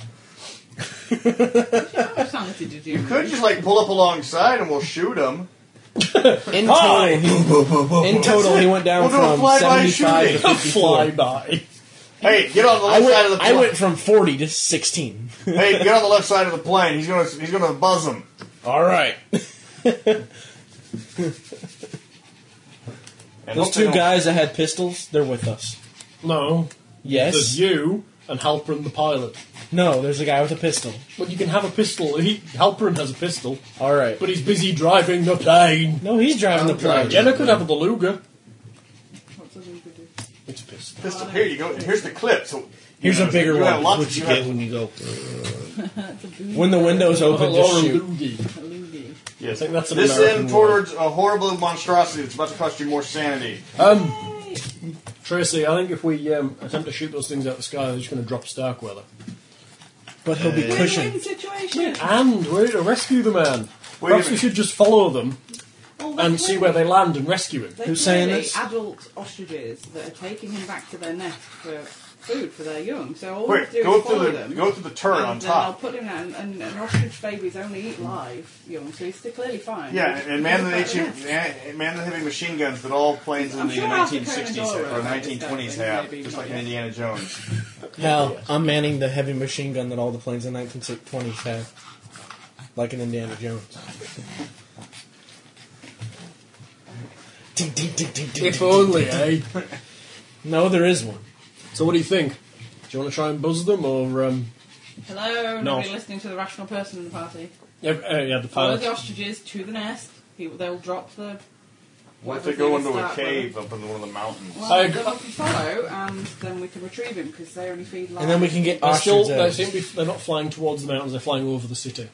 [SPEAKER 7] just-
[SPEAKER 2] How sanity did you?
[SPEAKER 3] Could just like pull up alongside and we'll shoot them.
[SPEAKER 7] In total, he, in total, he went down
[SPEAKER 3] We'll do a
[SPEAKER 7] from
[SPEAKER 3] fly-by
[SPEAKER 7] 75 to
[SPEAKER 3] shooting.
[SPEAKER 7] 54.
[SPEAKER 6] Flyby.
[SPEAKER 3] Hey, get on the left
[SPEAKER 7] I
[SPEAKER 3] side of the
[SPEAKER 7] went, I
[SPEAKER 3] plane.
[SPEAKER 7] went from 40 to 16.
[SPEAKER 3] hey, get on the left side of the plane. He's gonna he's gonna buzz him.
[SPEAKER 7] All right.
[SPEAKER 3] And hope
[SPEAKER 7] Those
[SPEAKER 3] they
[SPEAKER 7] two
[SPEAKER 3] don't-
[SPEAKER 7] guys that had pistols, they're with us.
[SPEAKER 6] No, there's
[SPEAKER 7] Yes.
[SPEAKER 6] you and Halprin the pilot.
[SPEAKER 7] No, there's a guy with a pistol.
[SPEAKER 6] But you can have a pistol. He, Halprin has a pistol,
[SPEAKER 7] All right.
[SPEAKER 6] but he's busy driving the plane.
[SPEAKER 7] No, he's driving the plane.
[SPEAKER 6] Jenna could have a beluga.
[SPEAKER 2] What's a Luger do?
[SPEAKER 6] It's a pistol.
[SPEAKER 3] Just here you go. Here's the clip. So
[SPEAKER 7] Here's a bigger
[SPEAKER 3] you have
[SPEAKER 7] one.
[SPEAKER 3] lots
[SPEAKER 7] Which
[SPEAKER 3] you
[SPEAKER 7] you
[SPEAKER 3] have-
[SPEAKER 7] get when you go.
[SPEAKER 2] That's a boogie.
[SPEAKER 7] When the window's open,
[SPEAKER 6] Or a
[SPEAKER 7] just shoot.
[SPEAKER 6] loogie.
[SPEAKER 2] A loogie.
[SPEAKER 6] Yes, I think that's an
[SPEAKER 3] This
[SPEAKER 6] American
[SPEAKER 3] end
[SPEAKER 6] word.
[SPEAKER 3] towards a horrible monstrosity that's about to cost you more sanity.
[SPEAKER 6] Um, Tracy, I think if we um, attempt to shoot those things out of the sky, they're just going to drop Starkweather.
[SPEAKER 7] But he'll be cushioned.
[SPEAKER 2] Win-win situation.
[SPEAKER 6] And we're to rescue the man.
[SPEAKER 3] Wait a
[SPEAKER 6] Perhaps we
[SPEAKER 3] minute.
[SPEAKER 6] should just follow them
[SPEAKER 2] Well, they're
[SPEAKER 6] and see where they
[SPEAKER 2] clearly-
[SPEAKER 6] land and rescue him.
[SPEAKER 2] they're
[SPEAKER 7] Who's saying
[SPEAKER 2] clearly
[SPEAKER 7] this?
[SPEAKER 2] Adult ostriches that are taking him back to their nest for food for their young. So all we have
[SPEAKER 3] Quick,
[SPEAKER 2] to do
[SPEAKER 3] go
[SPEAKER 2] is
[SPEAKER 3] through
[SPEAKER 2] follow
[SPEAKER 3] the
[SPEAKER 2] them.
[SPEAKER 3] go through the turret
[SPEAKER 2] and uh,
[SPEAKER 3] on
[SPEAKER 2] then I'll
[SPEAKER 3] top.
[SPEAKER 2] put him down, and an ostrich babies only eat live young, so he's clearly fine.
[SPEAKER 3] Yeah, and man the
[SPEAKER 2] He's
[SPEAKER 3] heavy,
[SPEAKER 2] got-
[SPEAKER 3] man the heavy machine guns that all planes in
[SPEAKER 2] I'm
[SPEAKER 3] the
[SPEAKER 2] sure Alfred
[SPEAKER 3] 1960s
[SPEAKER 2] Conan Doyle
[SPEAKER 3] or
[SPEAKER 2] wrote this
[SPEAKER 3] 1920s
[SPEAKER 2] down,
[SPEAKER 3] have,
[SPEAKER 2] maybe,
[SPEAKER 3] just
[SPEAKER 2] not
[SPEAKER 3] like
[SPEAKER 2] yet.
[SPEAKER 3] Indiana Jones.
[SPEAKER 7] Now, I'm manning the heavy machine gun that all the planes in 1920s have. Like in Indiana Jones. Ding, ding, ding, ding, ding,
[SPEAKER 6] If
[SPEAKER 7] ding.
[SPEAKER 6] only, eh?
[SPEAKER 7] No, there is one.
[SPEAKER 6] So what do you think? Do you want to try and buzz them, or um,
[SPEAKER 2] Hello,
[SPEAKER 6] No.
[SPEAKER 2] nobody listening to the rational person in the party.
[SPEAKER 6] yeah, uh, yeah, the
[SPEAKER 2] Follow
[SPEAKER 6] pilot?
[SPEAKER 2] the ostriches to the nest. He, they'll drop the.
[SPEAKER 3] What if
[SPEAKER 2] whatever
[SPEAKER 3] they go
[SPEAKER 2] thing
[SPEAKER 3] into a
[SPEAKER 2] start with.
[SPEAKER 3] cave up in one of the mountains?
[SPEAKER 2] Well,
[SPEAKER 6] I-
[SPEAKER 2] they'll often follow, and then we can retrieve him because they only feed live.
[SPEAKER 7] And then we can get
[SPEAKER 6] They're still,
[SPEAKER 7] ostrich
[SPEAKER 6] they
[SPEAKER 7] eggs.
[SPEAKER 6] seem to be, they're not flying towards the mountains, they're flying over the city.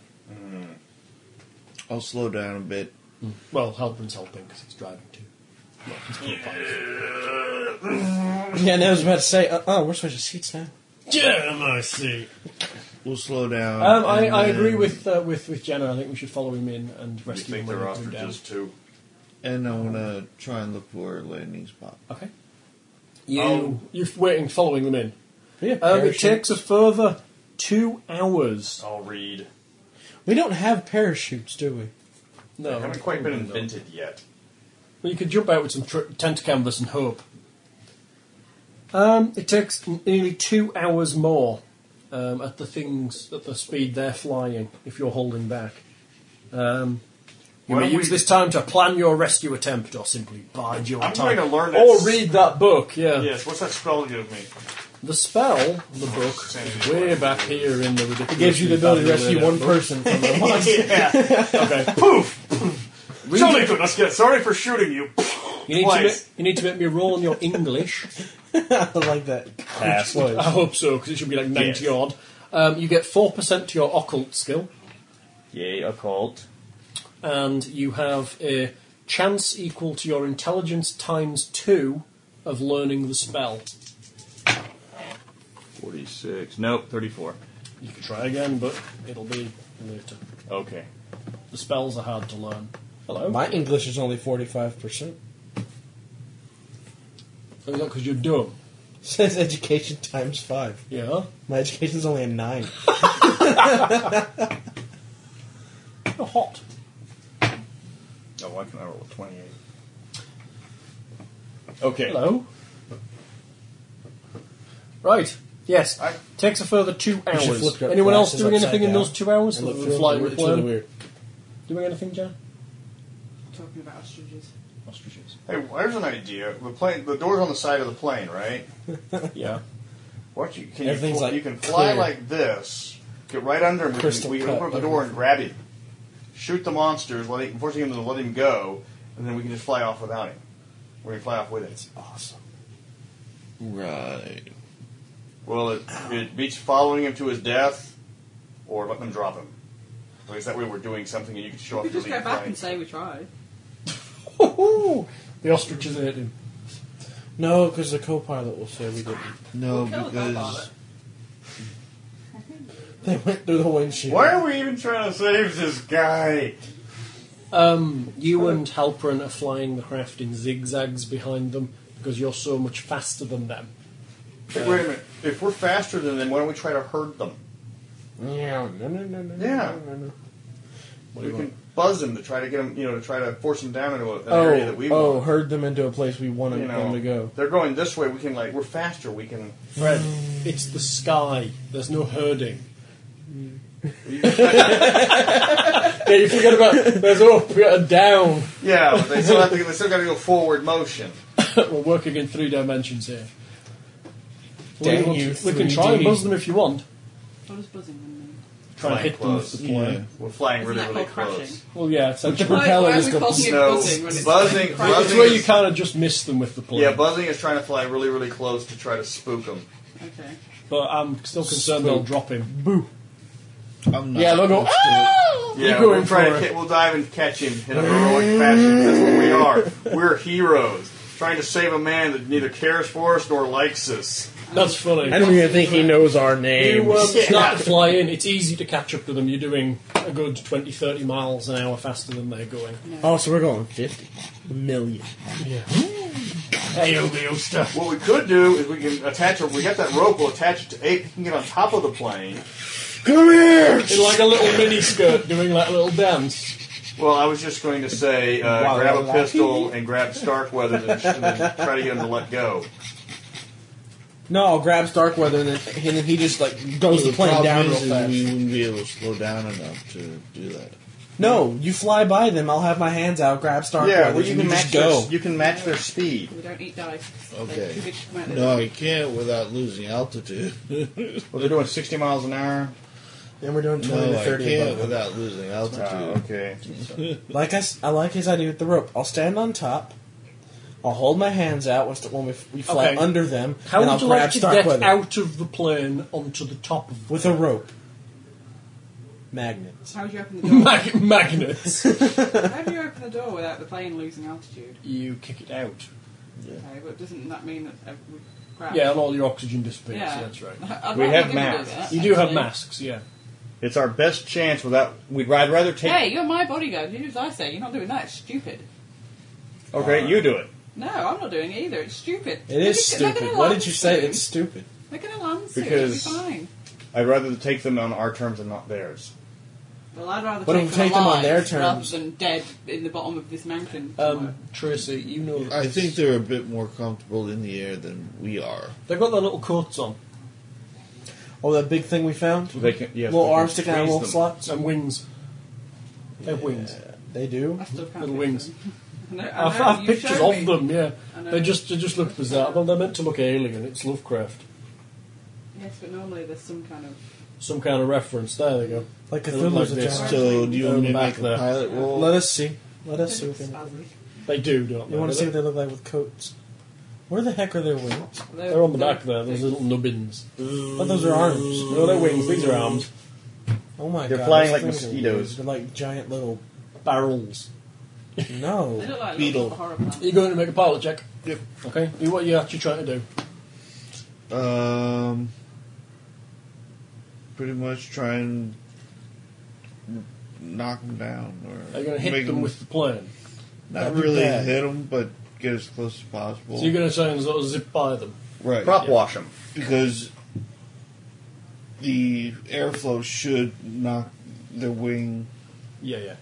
[SPEAKER 5] I'll slow down a bit.
[SPEAKER 6] Well, Halprin's helping because he's driving too. Well, he's still pilot.
[SPEAKER 7] Yeah, and I was about to say, uh, oh, we're switching seats now.
[SPEAKER 6] Yeah, my seat.
[SPEAKER 5] We'll slow down.
[SPEAKER 6] Um, I,
[SPEAKER 5] and
[SPEAKER 6] I agree
[SPEAKER 5] then-
[SPEAKER 6] with, uh, with with Jenna. I think we should follow him in and
[SPEAKER 3] You
[SPEAKER 6] rescue him
[SPEAKER 3] think
[SPEAKER 6] when
[SPEAKER 3] they're
[SPEAKER 6] he goes down.
[SPEAKER 3] ostriches too?
[SPEAKER 5] And I want to try and look for a landing spot.
[SPEAKER 6] Okay. You
[SPEAKER 3] Oh.
[SPEAKER 6] you're waiting, following them in.
[SPEAKER 3] Uh,
[SPEAKER 6] Um,
[SPEAKER 7] Yeah,
[SPEAKER 6] it
[SPEAKER 7] parachutes.
[SPEAKER 6] takes a further two hours.
[SPEAKER 3] I'll read.
[SPEAKER 7] We don't have parachutes, do we?
[SPEAKER 6] No,
[SPEAKER 3] They haven't quite been
[SPEAKER 6] no.
[SPEAKER 3] invented yet.
[SPEAKER 6] Well, you could jump out with some tr- tent canvas and hope. Um, it takes nearly two hours more um, at the things at the speed they're flying if you're holding back. Um, you
[SPEAKER 3] Why
[SPEAKER 6] may
[SPEAKER 3] don't
[SPEAKER 6] use
[SPEAKER 3] we-
[SPEAKER 6] this time to plan your rescue attempt or simply bide your
[SPEAKER 3] I'm
[SPEAKER 6] time.
[SPEAKER 3] going to learn that
[SPEAKER 6] or
[SPEAKER 3] s-
[SPEAKER 6] read that book, yeah.
[SPEAKER 3] Yes, what's that spell give me?
[SPEAKER 6] The spell, the book, is way back here in the ridiculous.
[SPEAKER 7] It gives you the ability to rescue one person from the
[SPEAKER 3] *laughs*
[SPEAKER 7] monster.
[SPEAKER 3] *laughs* Yeah.
[SPEAKER 9] *laughs*
[SPEAKER 6] Okay.
[SPEAKER 3] Poof! Surely good, let's get sorry for shooting you.
[SPEAKER 6] You need, to make,
[SPEAKER 3] Twice.
[SPEAKER 6] you need to make me roll on your English.
[SPEAKER 7] I *laughs* like that.
[SPEAKER 9] Pass.
[SPEAKER 6] *laughs* I hope so, because it should be like 90 odd. Um, you get 4% to your occult skill,
[SPEAKER 9] Yay, occult.
[SPEAKER 6] and you have a chance equal to your intelligence times 2 of learning the spell.
[SPEAKER 9] 46. Nope, 34.
[SPEAKER 6] You can try again, but it'll be later.
[SPEAKER 9] Okay.
[SPEAKER 6] The spells are hard to learn. Hello?
[SPEAKER 7] My English is only 45%.
[SPEAKER 6] Is that because you're dumb?
[SPEAKER 7] says education times 5.
[SPEAKER 6] Yeah.
[SPEAKER 7] My education's only a *laughs* 9.
[SPEAKER 6] You're hot.
[SPEAKER 9] Oh, why can I roll a 28? Okay.
[SPEAKER 6] Hello? Right. Yes.
[SPEAKER 3] I-
[SPEAKER 6] Takes a further two
[SPEAKER 7] should
[SPEAKER 6] hours.
[SPEAKER 7] flip your
[SPEAKER 6] Anyone else
[SPEAKER 7] glasses
[SPEAKER 6] doing anything
[SPEAKER 7] upside
[SPEAKER 6] in those
[SPEAKER 7] down
[SPEAKER 6] two hours?
[SPEAKER 7] And look
[SPEAKER 6] Other than
[SPEAKER 7] through
[SPEAKER 6] flying
[SPEAKER 7] the-
[SPEAKER 6] the
[SPEAKER 7] through the
[SPEAKER 6] plane?
[SPEAKER 7] weird.
[SPEAKER 6] Doing anything, Jan?
[SPEAKER 2] Talking about ostriches.
[SPEAKER 6] Ostriches.
[SPEAKER 3] Hey, there's an idea. The plane, the door's on the side of the plane, right?
[SPEAKER 7] *laughs*
[SPEAKER 6] Yeah.
[SPEAKER 3] What you can you,
[SPEAKER 7] Everything's,
[SPEAKER 3] fl-
[SPEAKER 7] like,
[SPEAKER 3] you can fly
[SPEAKER 7] clear.
[SPEAKER 3] like this, get right under him, we can,
[SPEAKER 7] Crystal
[SPEAKER 3] we can
[SPEAKER 7] cut,
[SPEAKER 3] open up the door and
[SPEAKER 7] everything.
[SPEAKER 3] grab him, shoot the monsters, let him, forcing him to let him go, and then we can just fly off without him. We're gonna fly off with it.
[SPEAKER 7] Awesome.
[SPEAKER 5] Right.
[SPEAKER 3] Well, it, it beats following him to his death, or letting them drop him. Because that way we're doing something, and you can show off
[SPEAKER 2] We
[SPEAKER 3] your
[SPEAKER 2] just go
[SPEAKER 3] lead
[SPEAKER 2] back
[SPEAKER 3] plane.
[SPEAKER 2] and say we tried.
[SPEAKER 6] The ostriches ate him.
[SPEAKER 7] No, because the co-pilot will say we didn't.
[SPEAKER 5] No,
[SPEAKER 2] Kill the
[SPEAKER 5] because
[SPEAKER 2] co-pilot.
[SPEAKER 7] They went through the windshield.
[SPEAKER 3] Why are we even trying to save this guy?
[SPEAKER 6] Um, you and Halperin are flying the craft in zigzags behind them because you're so much faster than them.
[SPEAKER 3] Hey, wait a minute. If we're faster than them, why don't we try to herd them?
[SPEAKER 7] Yeah, no, no, no, no,
[SPEAKER 3] Yeah.
[SPEAKER 7] no, no, no.
[SPEAKER 3] We can buzz them to try to get them, you know, to try to force them down into a- an area that
[SPEAKER 7] Oh,
[SPEAKER 3] we
[SPEAKER 7] oh,
[SPEAKER 3] want.
[SPEAKER 7] herd them into a place we want
[SPEAKER 3] You
[SPEAKER 7] them
[SPEAKER 3] know,
[SPEAKER 7] to *laughs* go.
[SPEAKER 3] they're going this way. We can like we're faster. We can.
[SPEAKER 6] Fred, it's the sky. There's no herding.
[SPEAKER 7] *laughs* Yeah, you forget about *laughs* there's a down.
[SPEAKER 3] Yeah, but they still have to. They still got to go forward motion.
[SPEAKER 6] We're working in three dimensions here. What do
[SPEAKER 7] Dang
[SPEAKER 6] want
[SPEAKER 7] you,
[SPEAKER 6] to- we can try and
[SPEAKER 7] 3D.
[SPEAKER 6] buzz them if you want.
[SPEAKER 2] What does buzzing mean?
[SPEAKER 6] Try and
[SPEAKER 3] Flying
[SPEAKER 6] hit them with
[SPEAKER 3] close.
[SPEAKER 6] the plane.
[SPEAKER 3] We're flying
[SPEAKER 2] Isn't
[SPEAKER 3] really,
[SPEAKER 2] that
[SPEAKER 3] really
[SPEAKER 2] called crashing?
[SPEAKER 3] close.
[SPEAKER 6] Well, yeah, essentially.
[SPEAKER 2] Why, why
[SPEAKER 7] Propeller
[SPEAKER 2] are
[SPEAKER 7] is
[SPEAKER 2] we
[SPEAKER 7] the-
[SPEAKER 2] calling it
[SPEAKER 3] No,
[SPEAKER 2] buzzing when it's *laughs*
[SPEAKER 3] buzzing-
[SPEAKER 2] crashing?
[SPEAKER 6] It's where you kind of just miss them with the plane.
[SPEAKER 3] Yeah, buzzing is trying to fly really, really close to try to spook them.
[SPEAKER 2] Okay.
[SPEAKER 6] but I'm still concerned they'll drop him.
[SPEAKER 5] I'm not.
[SPEAKER 7] Yeah, Ah! they'll go.
[SPEAKER 3] Yeah,
[SPEAKER 7] You're
[SPEAKER 3] we'll
[SPEAKER 7] going
[SPEAKER 3] try
[SPEAKER 7] for
[SPEAKER 3] to
[SPEAKER 7] it.
[SPEAKER 3] hit, we'll dive and catch him in a heroic fashion. That's what we are. We're heroes trying to save a man that neither cares for us nor likes us.
[SPEAKER 6] That's funny.
[SPEAKER 7] don't even think he knows our
[SPEAKER 6] You um,
[SPEAKER 3] Yeah.
[SPEAKER 6] start to fly in. It's easy to catch up to them. You're doing a good 20, 30 miles an hour faster than they're going.
[SPEAKER 7] Oh, so we're going fifty million.
[SPEAKER 6] Hey, yo, yo, stuff.
[SPEAKER 3] What we could do is we can attach a. We got that rope. We'll attach it to ape. He can get on top of the plane.
[SPEAKER 7] Come here.
[SPEAKER 6] In like a little mini skirt doing that little dance.
[SPEAKER 3] Well, I was just going to say, uh,
[SPEAKER 7] Wow,
[SPEAKER 3] grab
[SPEAKER 7] that was
[SPEAKER 3] a
[SPEAKER 7] loud.
[SPEAKER 3] pistol and grab Starkweather and, and then try to get him to let go.
[SPEAKER 7] No, I'll grab Starkweather and then, and then he just like goes the
[SPEAKER 5] The
[SPEAKER 7] plane
[SPEAKER 5] problem
[SPEAKER 7] down real
[SPEAKER 5] is, is
[SPEAKER 7] fast.
[SPEAKER 5] we wouldn't be able to slow down enough to do that.
[SPEAKER 7] No, you fly by them. I'll have my hands out, grab Starkweather, and you just go.
[SPEAKER 9] Their, you can match their speed.
[SPEAKER 2] We don't eat dice.
[SPEAKER 5] Okay.
[SPEAKER 2] They could come out there.
[SPEAKER 5] No, I can't without losing
[SPEAKER 6] *laughs*
[SPEAKER 5] altitude.
[SPEAKER 9] Well, they're doing 60 miles an hour.
[SPEAKER 7] Then we're doing twenty
[SPEAKER 5] no,
[SPEAKER 7] to
[SPEAKER 5] I
[SPEAKER 7] thirty.
[SPEAKER 5] can't
[SPEAKER 7] above.
[SPEAKER 5] without losing altitude.
[SPEAKER 9] Oh, okay.
[SPEAKER 7] Like I, s- I like his idea with the rope. I'll stand on top. I'll hold my hands out once the, when we, we fly
[SPEAKER 6] Okay.
[SPEAKER 7] under them,
[SPEAKER 6] How
[SPEAKER 7] and I'll
[SPEAKER 6] would you
[SPEAKER 7] grab
[SPEAKER 6] like to get
[SPEAKER 7] Starkweather
[SPEAKER 6] out of the plane onto the top of
[SPEAKER 7] with a rope. Magnets.
[SPEAKER 2] How would you open the door?
[SPEAKER 6] *laughs* Mag- magnets?
[SPEAKER 2] How do you open the door without the plane losing altitude?
[SPEAKER 6] you kick it out.
[SPEAKER 2] Okay, but doesn't that mean that uh, we crash?
[SPEAKER 6] Yeah, and all your oxygen dissipates.
[SPEAKER 2] Yeah. *laughs*
[SPEAKER 6] yeah, that's right.
[SPEAKER 2] I'd
[SPEAKER 9] We
[SPEAKER 2] rather
[SPEAKER 9] have
[SPEAKER 2] them do
[SPEAKER 9] masks.
[SPEAKER 2] that,
[SPEAKER 6] You do have
[SPEAKER 2] actually.
[SPEAKER 6] masks, yeah.
[SPEAKER 9] It's our best chance without. We'd I'd rather take.
[SPEAKER 2] Hey, you're my bodyguard. You do as I say. You're not doing that. It's stupid.
[SPEAKER 9] Okay, you do it.
[SPEAKER 2] No, I'm not doing it either. It's stupid.
[SPEAKER 7] It is
[SPEAKER 2] They're gonna- they're
[SPEAKER 7] stupid.
[SPEAKER 2] gonna
[SPEAKER 7] What
[SPEAKER 2] land
[SPEAKER 7] did you say?
[SPEAKER 2] soon.
[SPEAKER 7] It's stupid.
[SPEAKER 2] They're going to land soon.
[SPEAKER 9] Because-
[SPEAKER 2] It'll be fine.
[SPEAKER 9] I'd rather take them on our terms and not theirs.
[SPEAKER 2] Well, I'd rather
[SPEAKER 7] But
[SPEAKER 2] take,
[SPEAKER 7] if we
[SPEAKER 2] them,
[SPEAKER 7] take them on
[SPEAKER 2] alive
[SPEAKER 7] their
[SPEAKER 2] rather
[SPEAKER 7] terms-
[SPEAKER 2] than dead in the bottom of this mountain. somewhere.
[SPEAKER 6] Um, Tracy, you know.
[SPEAKER 5] I
[SPEAKER 6] this.
[SPEAKER 5] think they're a bit more comfortable in the air than we are.
[SPEAKER 6] they've got their little coats on
[SPEAKER 7] Oh, that big thing we found.
[SPEAKER 9] They can. Yes.
[SPEAKER 7] little
[SPEAKER 9] we can
[SPEAKER 7] arms sticking out of
[SPEAKER 9] squeeze
[SPEAKER 7] little
[SPEAKER 9] them.
[SPEAKER 7] slots.
[SPEAKER 6] and wings. They have wings.
[SPEAKER 7] They do.
[SPEAKER 2] I still can't
[SPEAKER 6] Little
[SPEAKER 2] pick
[SPEAKER 6] wings.
[SPEAKER 2] them. I know- I
[SPEAKER 6] I've,
[SPEAKER 2] know,
[SPEAKER 6] I've
[SPEAKER 2] you
[SPEAKER 6] pictures
[SPEAKER 2] showed
[SPEAKER 6] of
[SPEAKER 2] me.
[SPEAKER 6] them. Yeah,
[SPEAKER 2] I know.
[SPEAKER 6] they just they just look bizarre. Well, they're meant to look alien. It's Lovecraft.
[SPEAKER 2] Yes, but normally there's some kind of.
[SPEAKER 6] Some kind of reference. There they go.
[SPEAKER 7] Like
[SPEAKER 6] They
[SPEAKER 7] a
[SPEAKER 6] look
[SPEAKER 7] fiddler's
[SPEAKER 6] like
[SPEAKER 7] a
[SPEAKER 6] this.
[SPEAKER 7] giant.
[SPEAKER 5] So do you want me to
[SPEAKER 6] Back
[SPEAKER 5] make
[SPEAKER 6] there.
[SPEAKER 5] a pilot roll?
[SPEAKER 7] Let us see. Let us see what they look like.
[SPEAKER 2] spasm.
[SPEAKER 6] They do, don't they?
[SPEAKER 7] You want to
[SPEAKER 6] Do
[SPEAKER 7] see
[SPEAKER 6] they?
[SPEAKER 7] what they look like with coats? Where the heck are their wings?
[SPEAKER 6] They're on the back there. Those little nubbins.
[SPEAKER 7] Oh, those are arms.
[SPEAKER 6] No, they're wings. These are arms.
[SPEAKER 7] Oh my
[SPEAKER 9] They're
[SPEAKER 7] god.
[SPEAKER 9] flying
[SPEAKER 7] those
[SPEAKER 9] like
[SPEAKER 7] things are
[SPEAKER 9] mosquitoes.
[SPEAKER 7] weird. They're like giant little.
[SPEAKER 6] Barrels. *laughs*
[SPEAKER 2] They
[SPEAKER 7] No.
[SPEAKER 2] look like
[SPEAKER 5] Beetle.
[SPEAKER 2] little horror plants.
[SPEAKER 6] Are you going to make a pilot check?
[SPEAKER 5] Yep.
[SPEAKER 6] Okay. You, what are you actually trying to do?
[SPEAKER 5] Um, pretty much try and knock them down, or
[SPEAKER 6] Are you going to hit
[SPEAKER 5] make
[SPEAKER 6] them
[SPEAKER 5] 'em-
[SPEAKER 6] with the plane?
[SPEAKER 5] not
[SPEAKER 6] that'd be
[SPEAKER 5] really
[SPEAKER 6] bad.
[SPEAKER 5] hit them, but get as close as possible.
[SPEAKER 6] So you're going to try and sort of zip by them.
[SPEAKER 5] right,
[SPEAKER 9] Prop wash them.
[SPEAKER 5] because the airflow should knock their wing.
[SPEAKER 6] Yeah, yeah.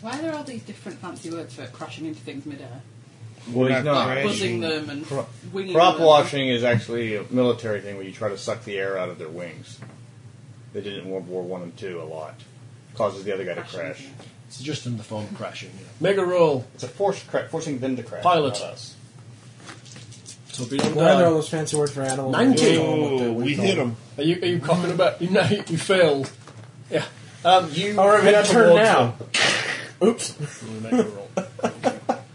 [SPEAKER 2] Why are there all these different fancy words for crashing into things midair?
[SPEAKER 9] Well,
[SPEAKER 5] We're
[SPEAKER 9] he's
[SPEAKER 10] Oh,
[SPEAKER 5] not
[SPEAKER 9] not.
[SPEAKER 2] Like
[SPEAKER 5] crashing.
[SPEAKER 2] buzzing them and
[SPEAKER 9] Prop-
[SPEAKER 2] winging
[SPEAKER 9] Prop
[SPEAKER 2] them.
[SPEAKER 9] washing is actually a military thing where you try to suck the air out of their wings. They did it in World War One and Two a lot. Causes the other guy to
[SPEAKER 2] Crashing
[SPEAKER 9] crash.
[SPEAKER 2] into
[SPEAKER 6] It's just in the phone crashing. Yeah. Make a roll.
[SPEAKER 9] It's a force cra- forcing them to crash.
[SPEAKER 6] Pilot.
[SPEAKER 9] not us.
[SPEAKER 6] So if you don't
[SPEAKER 7] Where are
[SPEAKER 6] die-
[SPEAKER 7] all those fancy words for animals?
[SPEAKER 6] Nineteen.
[SPEAKER 5] Oh, we hit them.
[SPEAKER 6] Are you are you cocking about? *laughs* You know you failed. Yeah. Um, you.
[SPEAKER 7] All right, we
[SPEAKER 6] head
[SPEAKER 7] gotta turn
[SPEAKER 6] towards
[SPEAKER 7] now. Oops.
[SPEAKER 6] them. Make a roll.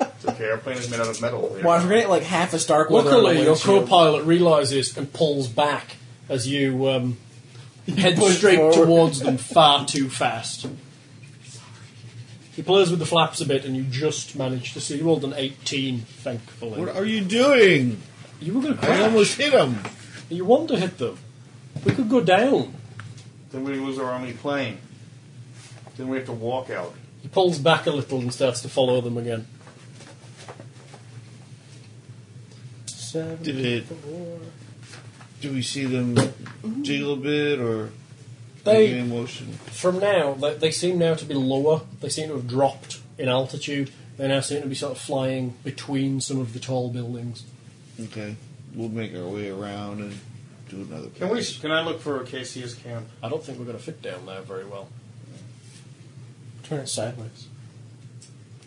[SPEAKER 9] It's okay. Our plane is made out of metal.
[SPEAKER 7] Well, I forget like half a Stark.
[SPEAKER 6] Luckily, your co-pilot realizes and pulls back as you um, head
[SPEAKER 7] push
[SPEAKER 6] straight *laughs*
[SPEAKER 7] forward.
[SPEAKER 6] towards them far too fast. He plays with the flaps a bit, and you just manage to see. You rolled an 18, thankfully.
[SPEAKER 10] What are you doing?
[SPEAKER 6] you were going to
[SPEAKER 10] I
[SPEAKER 6] crash.
[SPEAKER 10] almost hit him.
[SPEAKER 6] You want to hit them. We could go down.
[SPEAKER 3] Then we lose our only plane. Then we have to walk out.
[SPEAKER 6] He pulls back a little and starts to follow them again.
[SPEAKER 10] Did it? Do we see them jiggle a bit or
[SPEAKER 6] They-
[SPEAKER 10] make any motion?
[SPEAKER 6] From now, they, they seem now to be lower. They seem to have dropped in altitude. They now seem to be sort of flying between some of the tall buildings.
[SPEAKER 10] Okay, we'll make our way around and do another.
[SPEAKER 3] Can we?
[SPEAKER 10] pass.
[SPEAKER 3] Can I look for Acacia's camp?
[SPEAKER 6] I don't think we're going to fit down there very well.
[SPEAKER 7] Turn it sideways.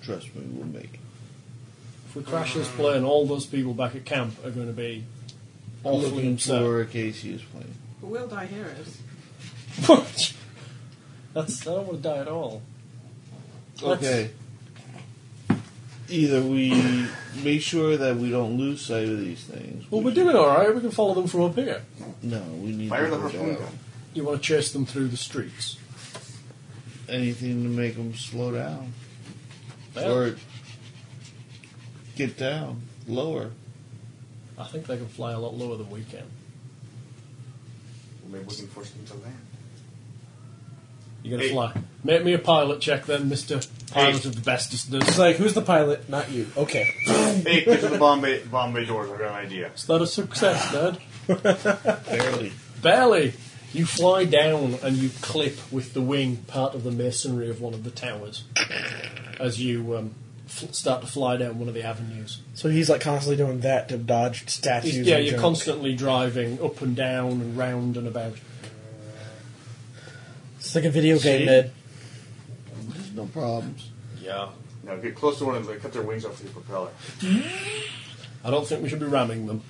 [SPEAKER 10] Trust me, we'll make it.
[SPEAKER 6] If we crash this plane, all those people back at camp are going to be
[SPEAKER 10] I'm
[SPEAKER 6] awfully
[SPEAKER 10] looking
[SPEAKER 6] upset.
[SPEAKER 10] for Acacia's plane.
[SPEAKER 2] But will die heroes?
[SPEAKER 6] *laughs* That's, I don't want to die at all. Let's-
[SPEAKER 10] Okay. Either we make sure that we don't lose sight of these things.
[SPEAKER 6] Well, we're
[SPEAKER 10] which-
[SPEAKER 6] doing all right. We can follow them from up here.
[SPEAKER 10] No, we need
[SPEAKER 3] Fire
[SPEAKER 10] to
[SPEAKER 3] the
[SPEAKER 10] go
[SPEAKER 3] harpoon
[SPEAKER 10] down.
[SPEAKER 3] gun.
[SPEAKER 6] You want to chase them through the streets.
[SPEAKER 10] Anything to make them slow down
[SPEAKER 6] Well-
[SPEAKER 10] or get down lower.
[SPEAKER 6] I think they can fly a lot lower than we can.
[SPEAKER 3] Maybe we can force them to land.
[SPEAKER 6] You're going
[SPEAKER 3] Hey.
[SPEAKER 6] to fly. Make me a pilot check then, Mister Pilot
[SPEAKER 3] Hey.
[SPEAKER 6] of the Bestest.
[SPEAKER 7] It's like, who's the pilot? Not you. Okay.
[SPEAKER 3] hey, get to the Bombay Bombay doors. I got an idea.
[SPEAKER 6] Is that a success, Dad?
[SPEAKER 3] *laughs*
[SPEAKER 10] Barely.
[SPEAKER 6] Barely. You fly down and you clip with the wing part of the masonry of one of the towers as you um, f- start to fly down one of the avenues.
[SPEAKER 12] So he's like constantly doing that to dodge statues.
[SPEAKER 6] yeah,
[SPEAKER 12] and
[SPEAKER 6] you're
[SPEAKER 12] junk.
[SPEAKER 6] constantly driving up and down and round and about.
[SPEAKER 12] It's like a video
[SPEAKER 10] See?
[SPEAKER 12] game, Ned.
[SPEAKER 10] There's no problems.
[SPEAKER 6] Yeah.
[SPEAKER 3] Now get close to one of them. Cut their wings off with your propeller.
[SPEAKER 6] I don't think we should be ramming them.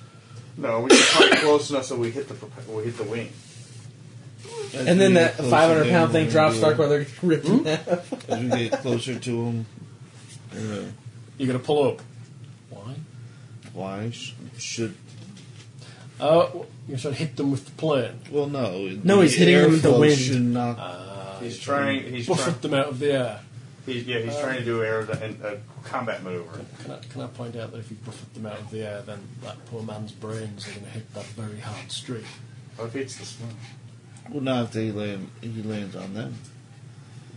[SPEAKER 3] No, we can come close enough so we hit the prope- we hit the wing.
[SPEAKER 10] As
[SPEAKER 7] And then
[SPEAKER 10] we
[SPEAKER 7] that
[SPEAKER 10] get closer
[SPEAKER 7] 500
[SPEAKER 10] to
[SPEAKER 7] pound
[SPEAKER 10] them,
[SPEAKER 7] thing
[SPEAKER 10] we're
[SPEAKER 7] drops
[SPEAKER 10] gonna do
[SPEAKER 7] Starkweather gets ripped in half.
[SPEAKER 10] it. As we get closer to them, we're gonna
[SPEAKER 6] You're going to pull up. Why?
[SPEAKER 10] why sh- should
[SPEAKER 6] Uh, w- you sort of hit them with the plane.
[SPEAKER 10] well no
[SPEAKER 7] No, he's hitting them with the
[SPEAKER 10] airflow
[SPEAKER 7] wind.
[SPEAKER 10] should knock
[SPEAKER 3] He's trying. He's trying.
[SPEAKER 6] Buffet them out of the air.
[SPEAKER 3] He's, yeah, he's trying to do air and a combat maneuver.
[SPEAKER 6] Can I, can I point out that if you buffet them out of the air, then that poor man's brains are going to hit that very hard street?
[SPEAKER 3] What if it's the smoke?
[SPEAKER 10] well not if they land if he lands on them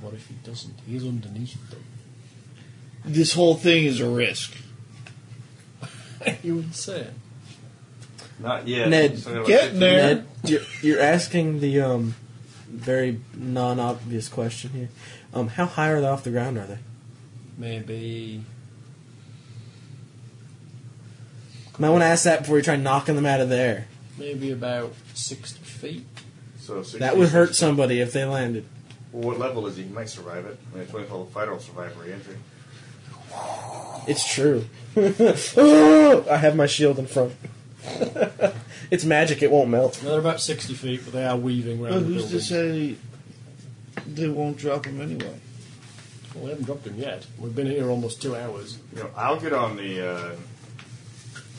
[SPEAKER 6] What if he doesn't? He's underneath them.
[SPEAKER 10] this whole thing is a risk
[SPEAKER 6] *laughs* you insane?
[SPEAKER 3] Not yet.
[SPEAKER 7] Ned,
[SPEAKER 3] So they're like
[SPEAKER 10] get in there
[SPEAKER 7] Ned, you're, you're asking the um, very non obvious question here. Um, how high are they off the ground are they?
[SPEAKER 6] Maybe.
[SPEAKER 7] You Might want to ask that before you try knocking them out of there.
[SPEAKER 6] Maybe about 60 feet.
[SPEAKER 3] So six
[SPEAKER 7] That would
[SPEAKER 3] pieces.
[SPEAKER 7] hurt somebody if they landed.
[SPEAKER 3] Well, what level is he? He might survive it. I mean, a 20 level fighter will survive re-entry.
[SPEAKER 7] It's true. *laughs* I
[SPEAKER 12] Have my shield in
[SPEAKER 7] *laughs*
[SPEAKER 12] front. it's magic; it won't melt.
[SPEAKER 6] No, they're about 60 feet, but they are weaving around
[SPEAKER 10] but
[SPEAKER 6] the
[SPEAKER 10] Oh, who's uh,
[SPEAKER 6] building.
[SPEAKER 10] to say they won't drop him anyway
[SPEAKER 6] Well, we haven't dropped him yet. We've been here almost two hours.
[SPEAKER 3] You know, I'll get on the. Uh,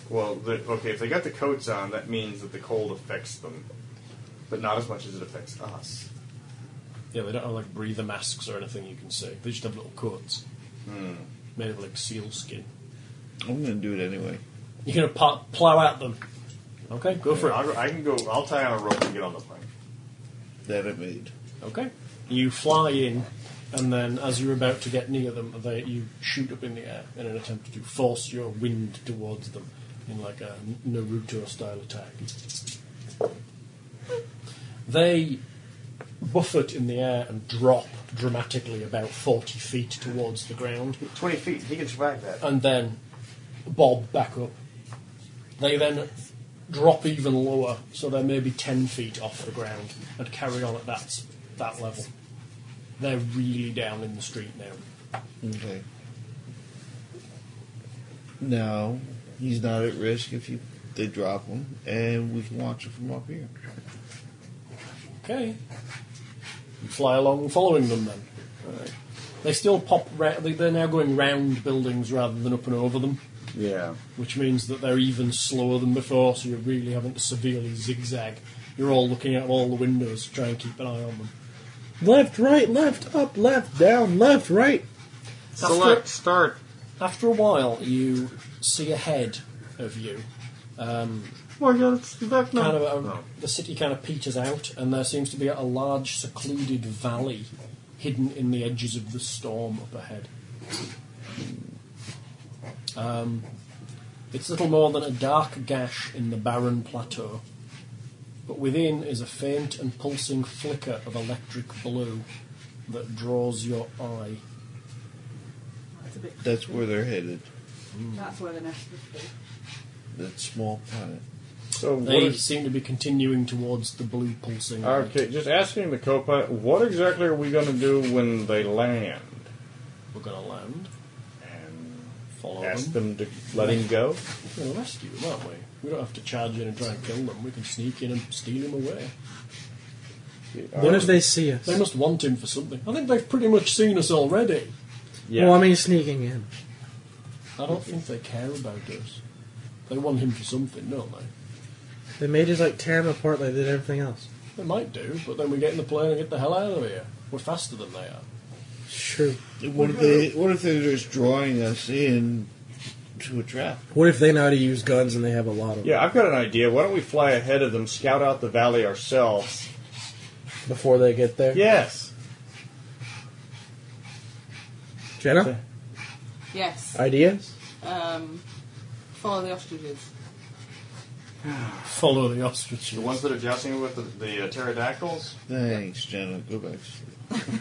[SPEAKER 3] well, the, okay, if they got the coats on, that means that the cold affects them, but not as much as it affects us.
[SPEAKER 6] Yeah, they don't have like breather masks or anything you can see. They just have little coats. Made of like seal skin.
[SPEAKER 10] I'm gonna do it anyway
[SPEAKER 6] You're going to pl- plow at them. Okay, go for it.
[SPEAKER 3] I'll, I can go. I'll tie on a rope and get on the plane.
[SPEAKER 10] that I made
[SPEAKER 6] Okay. You fly in, and then as you're about to get near them, they, you shoot up in the air in an attempt to force your wind towards them in like a Naruto style attack. They buffet in the air and drop dramatically about 40 feet towards the ground,
[SPEAKER 3] Twenty feet. He can survive that.
[SPEAKER 6] and then bob back up. They then drop even lower, so they're maybe 10 feet off the ground, and carry on at that, s- that level. They're really down in the street now.
[SPEAKER 10] okay now he's not at risk if you they drop him and we can watch it from up here
[SPEAKER 6] Okay. You fly along following them then. They still pop, ra- they- they're now going round buildings rather than up and over them,
[SPEAKER 3] Yeah.
[SPEAKER 6] which means that they're even slower than before, so you're really having to severely zigzag. You're all looking out of all the windows to try and keep an eye on them.
[SPEAKER 12] Left, right, left, up, left, down, left, right.
[SPEAKER 6] Select
[SPEAKER 3] start.
[SPEAKER 6] After a while, you see ahead of you. Um, kind of a- The city kind of peters out, and there seems to be a large, secluded valley hidden in the edges of the storm up ahead. Um, it's little more than a dark gash in the barren plateau, but within is a faint and pulsing flicker of electric blue that draws your eye.
[SPEAKER 2] That's a bit.
[SPEAKER 10] That's where they're headed.
[SPEAKER 2] That's where the nest would be.
[SPEAKER 10] That small planet.
[SPEAKER 3] So what
[SPEAKER 6] They
[SPEAKER 3] is-
[SPEAKER 6] seem to be continuing towards the blue pulsing. light.
[SPEAKER 3] Okay, just asking the co-pilot, what exactly are we going to do when they land?
[SPEAKER 6] We're going to land.
[SPEAKER 3] And
[SPEAKER 6] follow
[SPEAKER 3] ask them, to let him go?
[SPEAKER 6] We're going to rescue them, aren't we? We don't have to charge in and try and kill them. We can sneak in and steal him away.
[SPEAKER 7] What if they see us?
[SPEAKER 6] They must want him for something. I think they've pretty much seen us already.
[SPEAKER 7] Well, I mean, sneaking in.
[SPEAKER 6] I don't think they care about us. They want him for something, don't they?
[SPEAKER 7] They may just like tear him apart like they did everything else.
[SPEAKER 6] They might do, but then we get in the plane and get the hell out of here. We're faster than they are.
[SPEAKER 7] True.
[SPEAKER 10] What if they? What if they're just drawing us in to a trap?
[SPEAKER 7] What if they know how to use guns and they have a lot of them
[SPEAKER 3] Yeah, I've got an idea. Why don't we fly ahead of them, scout out the valley ourselves?
[SPEAKER 7] before they get there?
[SPEAKER 3] Yes.
[SPEAKER 7] Jenna?
[SPEAKER 2] Yes.
[SPEAKER 7] Ideas?
[SPEAKER 2] Um, follow the ostriches.
[SPEAKER 6] Follow the ostriches.
[SPEAKER 13] The ones that are jousting with the, the uh, pterodactyls?
[SPEAKER 10] Thanks, Jenna. Go back. to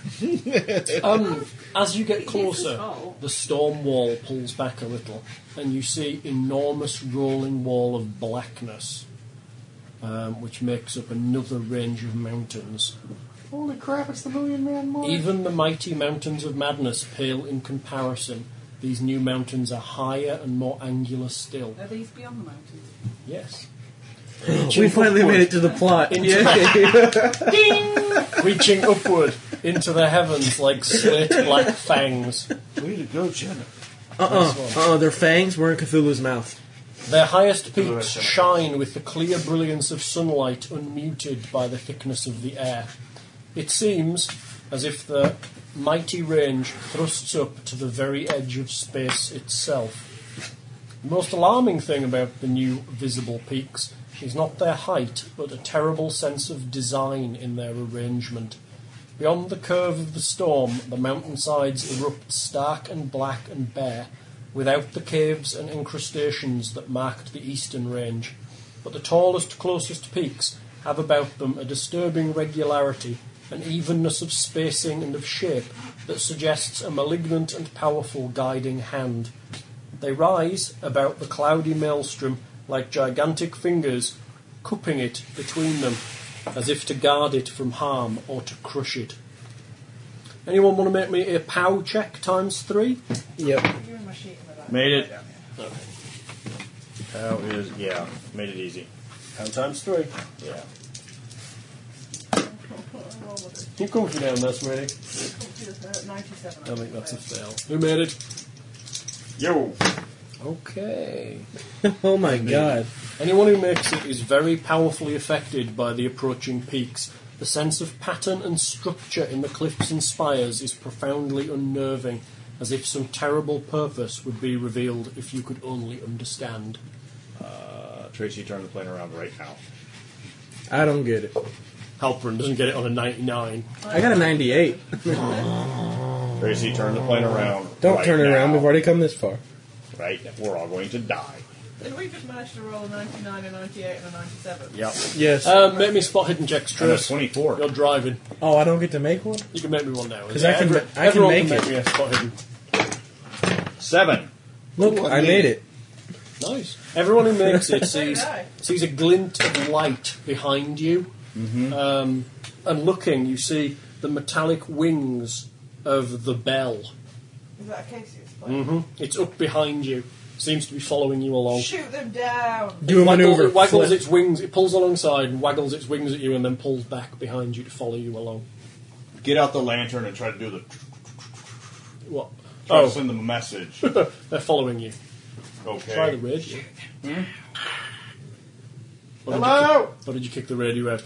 [SPEAKER 10] sleep.
[SPEAKER 6] um, as you get closer, the storm wall pulls back a little, and you see enormous rolling wall of blackness, um, which makes up another range of mountains.
[SPEAKER 13] Holy crap, it's the Million Man March.
[SPEAKER 6] Even the mighty mountains of madness pale in comparison. These new mountains are higher and more angular still.
[SPEAKER 2] Are these beyond the mountains?
[SPEAKER 6] Yes.
[SPEAKER 7] We finally made it to the plot. *laughs* Yeah.
[SPEAKER 6] Reaching upward into the heavens like slate black fangs.
[SPEAKER 10] Way to go, Jenna.
[SPEAKER 7] Uh-uh.
[SPEAKER 6] Nice one.
[SPEAKER 7] Uh-uh. Their fangs were in Cthulhu's mouth.
[SPEAKER 6] Their highest peaks shine with the clear brilliance of sunlight unmuted by the thickness of the air. It seems as if the mighty range thrusts up to the very edge of space itself. The most alarming thing about the new visible peaks is not their height, but a terrible sense of design in their arrangement. Beyond the curve of the storm, the mountainsides erupt stark and black and bare, without the caves and incrustations that marked the eastern range. But the tallest, closest peaks have about them a disturbing regularity, an evenness of spacing and of shape that suggests a malignant and powerful guiding hand. They rise about the cloudy maelstrom like gigantic fingers, cupping it between them, as if to guard it from harm or to crush it. Anyone want to make me a POW check times three?
[SPEAKER 7] Yep.
[SPEAKER 2] You're in my sheet in the back.
[SPEAKER 3] Made it. How is, yeah, made it easy.
[SPEAKER 6] POW times three.
[SPEAKER 3] Yeah.
[SPEAKER 6] Keep comfy down there, sweetie.
[SPEAKER 2] Uh,
[SPEAKER 6] I think that's a fail. Who made it?
[SPEAKER 3] Yo.
[SPEAKER 6] Okay.
[SPEAKER 7] *laughs* oh my god.
[SPEAKER 6] Anyone who makes it is very powerfully affected by the approaching peaks. The sense of pattern and structure in the cliffs and spires is profoundly unnerving, as if some terrible purpose would be revealed if you could only understand.
[SPEAKER 3] Uh, Tracy, turn the plane around right now.
[SPEAKER 7] I don't get it.
[SPEAKER 6] Halperin doesn't get it on a 99.
[SPEAKER 7] I got a 98.
[SPEAKER 3] Tracy, turn the plane around.
[SPEAKER 7] Don't
[SPEAKER 3] right
[SPEAKER 7] turn it
[SPEAKER 3] now.
[SPEAKER 7] around. We've already come this far.
[SPEAKER 3] Right, we're all going to die.
[SPEAKER 2] Did we just manage to roll a 99, a 98, and a 97?
[SPEAKER 3] Yep.
[SPEAKER 7] Yes.
[SPEAKER 12] Uh,
[SPEAKER 6] Um, make me spot hidden checks,
[SPEAKER 3] And a
[SPEAKER 6] Trace.
[SPEAKER 3] 24.
[SPEAKER 6] You're driving.
[SPEAKER 7] oh, I don't get to make one?
[SPEAKER 6] You can make me one now.
[SPEAKER 7] 'Cause I can
[SPEAKER 6] Every-
[SPEAKER 7] ma- I can
[SPEAKER 6] everyone
[SPEAKER 7] make
[SPEAKER 6] can
[SPEAKER 7] it.
[SPEAKER 6] make me a spot hidden.
[SPEAKER 3] Seven.
[SPEAKER 7] Look,
[SPEAKER 10] Ooh, I
[SPEAKER 7] I
[SPEAKER 10] made
[SPEAKER 7] made it.
[SPEAKER 6] Nice. Everyone who makes
[SPEAKER 7] *laughs*
[SPEAKER 6] it
[SPEAKER 2] So did
[SPEAKER 6] sees
[SPEAKER 2] I.
[SPEAKER 6] sees a glint of light behind you, um, and looking, you see the metallic wings of the bell.
[SPEAKER 2] Is that a case it's playing?
[SPEAKER 6] hmm It's up behind you. Seems to be following you along.
[SPEAKER 2] Shoot them down!
[SPEAKER 7] Do a
[SPEAKER 6] Waggle-
[SPEAKER 7] maneuver.
[SPEAKER 6] It waggles
[SPEAKER 7] Flip.
[SPEAKER 6] its wings. It pulls alongside and waggles its wings at you, and then pulls back behind you to follow you along.
[SPEAKER 3] Get out the lantern and try to do the.
[SPEAKER 6] What?
[SPEAKER 3] Try to
[SPEAKER 6] Oh,
[SPEAKER 3] send them a *laughs* message.
[SPEAKER 6] they're following you.
[SPEAKER 3] Okay.
[SPEAKER 6] Try the radio. Or did you
[SPEAKER 3] Hello?
[SPEAKER 6] kick- Or did you kick the radio out?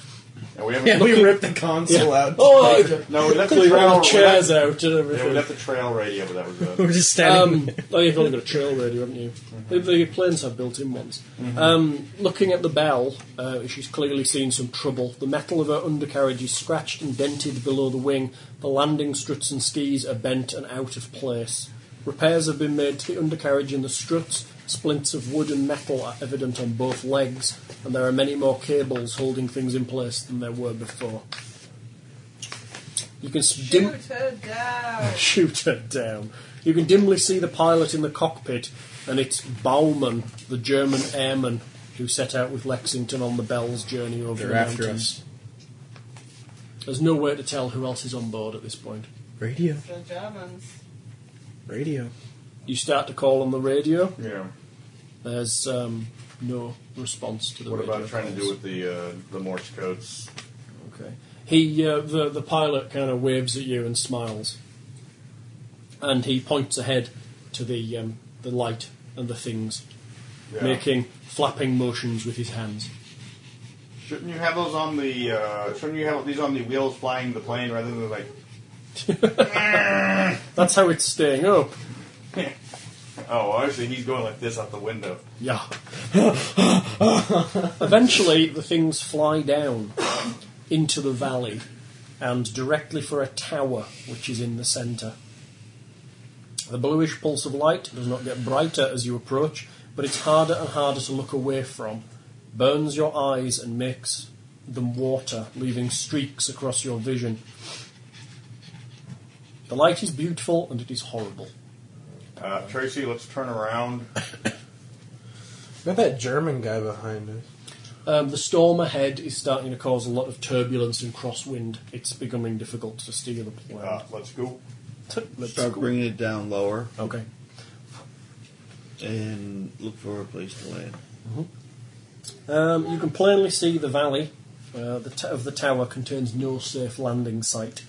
[SPEAKER 3] And we, have
[SPEAKER 12] Yeah,
[SPEAKER 3] *laughs*
[SPEAKER 12] we ripped the console
[SPEAKER 3] Yeah.
[SPEAKER 12] out.
[SPEAKER 3] Oh, no, we *laughs* left the
[SPEAKER 12] We ran
[SPEAKER 3] trail
[SPEAKER 12] the chairs
[SPEAKER 3] we left-
[SPEAKER 12] out and everything.
[SPEAKER 3] Yeah, we left the trail radio, but that was it. *laughs* Mm-hmm.
[SPEAKER 12] We're just standing
[SPEAKER 6] Um, oh, you've only got a trail radio, haven't you? The, the planes have built-in ones. Um, looking at the bell, uh, she's clearly seen some trouble. The metal of her undercarriage is scratched and dented below the wing. The landing struts and skis are bent and out of place. Repairs have been made to the undercarriage and the struts. Splints of wood and metal are evident on both legs, and there are many more cables holding things in place than there were before. You can s- dim-
[SPEAKER 2] Shoot her down.
[SPEAKER 6] shoot her down. You can dimly see the pilot in the cockpit, and it's Baumann, the German airman, who set out with Lexington on the Bell's journey over
[SPEAKER 12] They're
[SPEAKER 6] the
[SPEAKER 12] after
[SPEAKER 6] mountains. There's no way to tell who else is on board at this point.
[SPEAKER 12] Radio.
[SPEAKER 2] The Germans.
[SPEAKER 12] Radio.
[SPEAKER 6] You start to call on the radio.
[SPEAKER 3] Yeah.
[SPEAKER 6] There's um, no response to the
[SPEAKER 3] What
[SPEAKER 6] radio.
[SPEAKER 3] about trying to do
[SPEAKER 6] calls.
[SPEAKER 3] with the uh, the Morse codes?
[SPEAKER 6] Okay. He, uh, the, the pilot kind of waves at you and smiles. And he points ahead to the, um, the light and the things,
[SPEAKER 3] Yeah.
[SPEAKER 6] making flapping motions with his hands.
[SPEAKER 3] Shouldn't you have those on the? Uh, shouldn't you have these on the wheels flying the plane rather than like? *laughs*
[SPEAKER 6] That's how it's staying up.
[SPEAKER 3] Oh, actually, he's going like this out the window.
[SPEAKER 6] Yeah. *laughs* Eventually, the things fly down into the valley and directly for a tower which is in the centre. The bluish pulse of light does not get brighter as you approach, but it's harder and harder to look away from, burns your eyes and makes them water, leaving streaks across your vision. The light is beautiful and it is horrible.
[SPEAKER 3] Uh, Tracy, let's turn around.
[SPEAKER 7] Not that German guy behind us.
[SPEAKER 6] Um, the storm ahead is starting to cause a lot of turbulence and crosswind. It's becoming difficult to steer the plane.
[SPEAKER 3] Uh, let's go.
[SPEAKER 6] Let's
[SPEAKER 10] Ah. Start
[SPEAKER 6] go.
[SPEAKER 10] bringing it down lower
[SPEAKER 6] Okay.
[SPEAKER 10] and look for a place to land.
[SPEAKER 6] Um, you can plainly see the valley uh, the t- of the tower contains no safe landing site.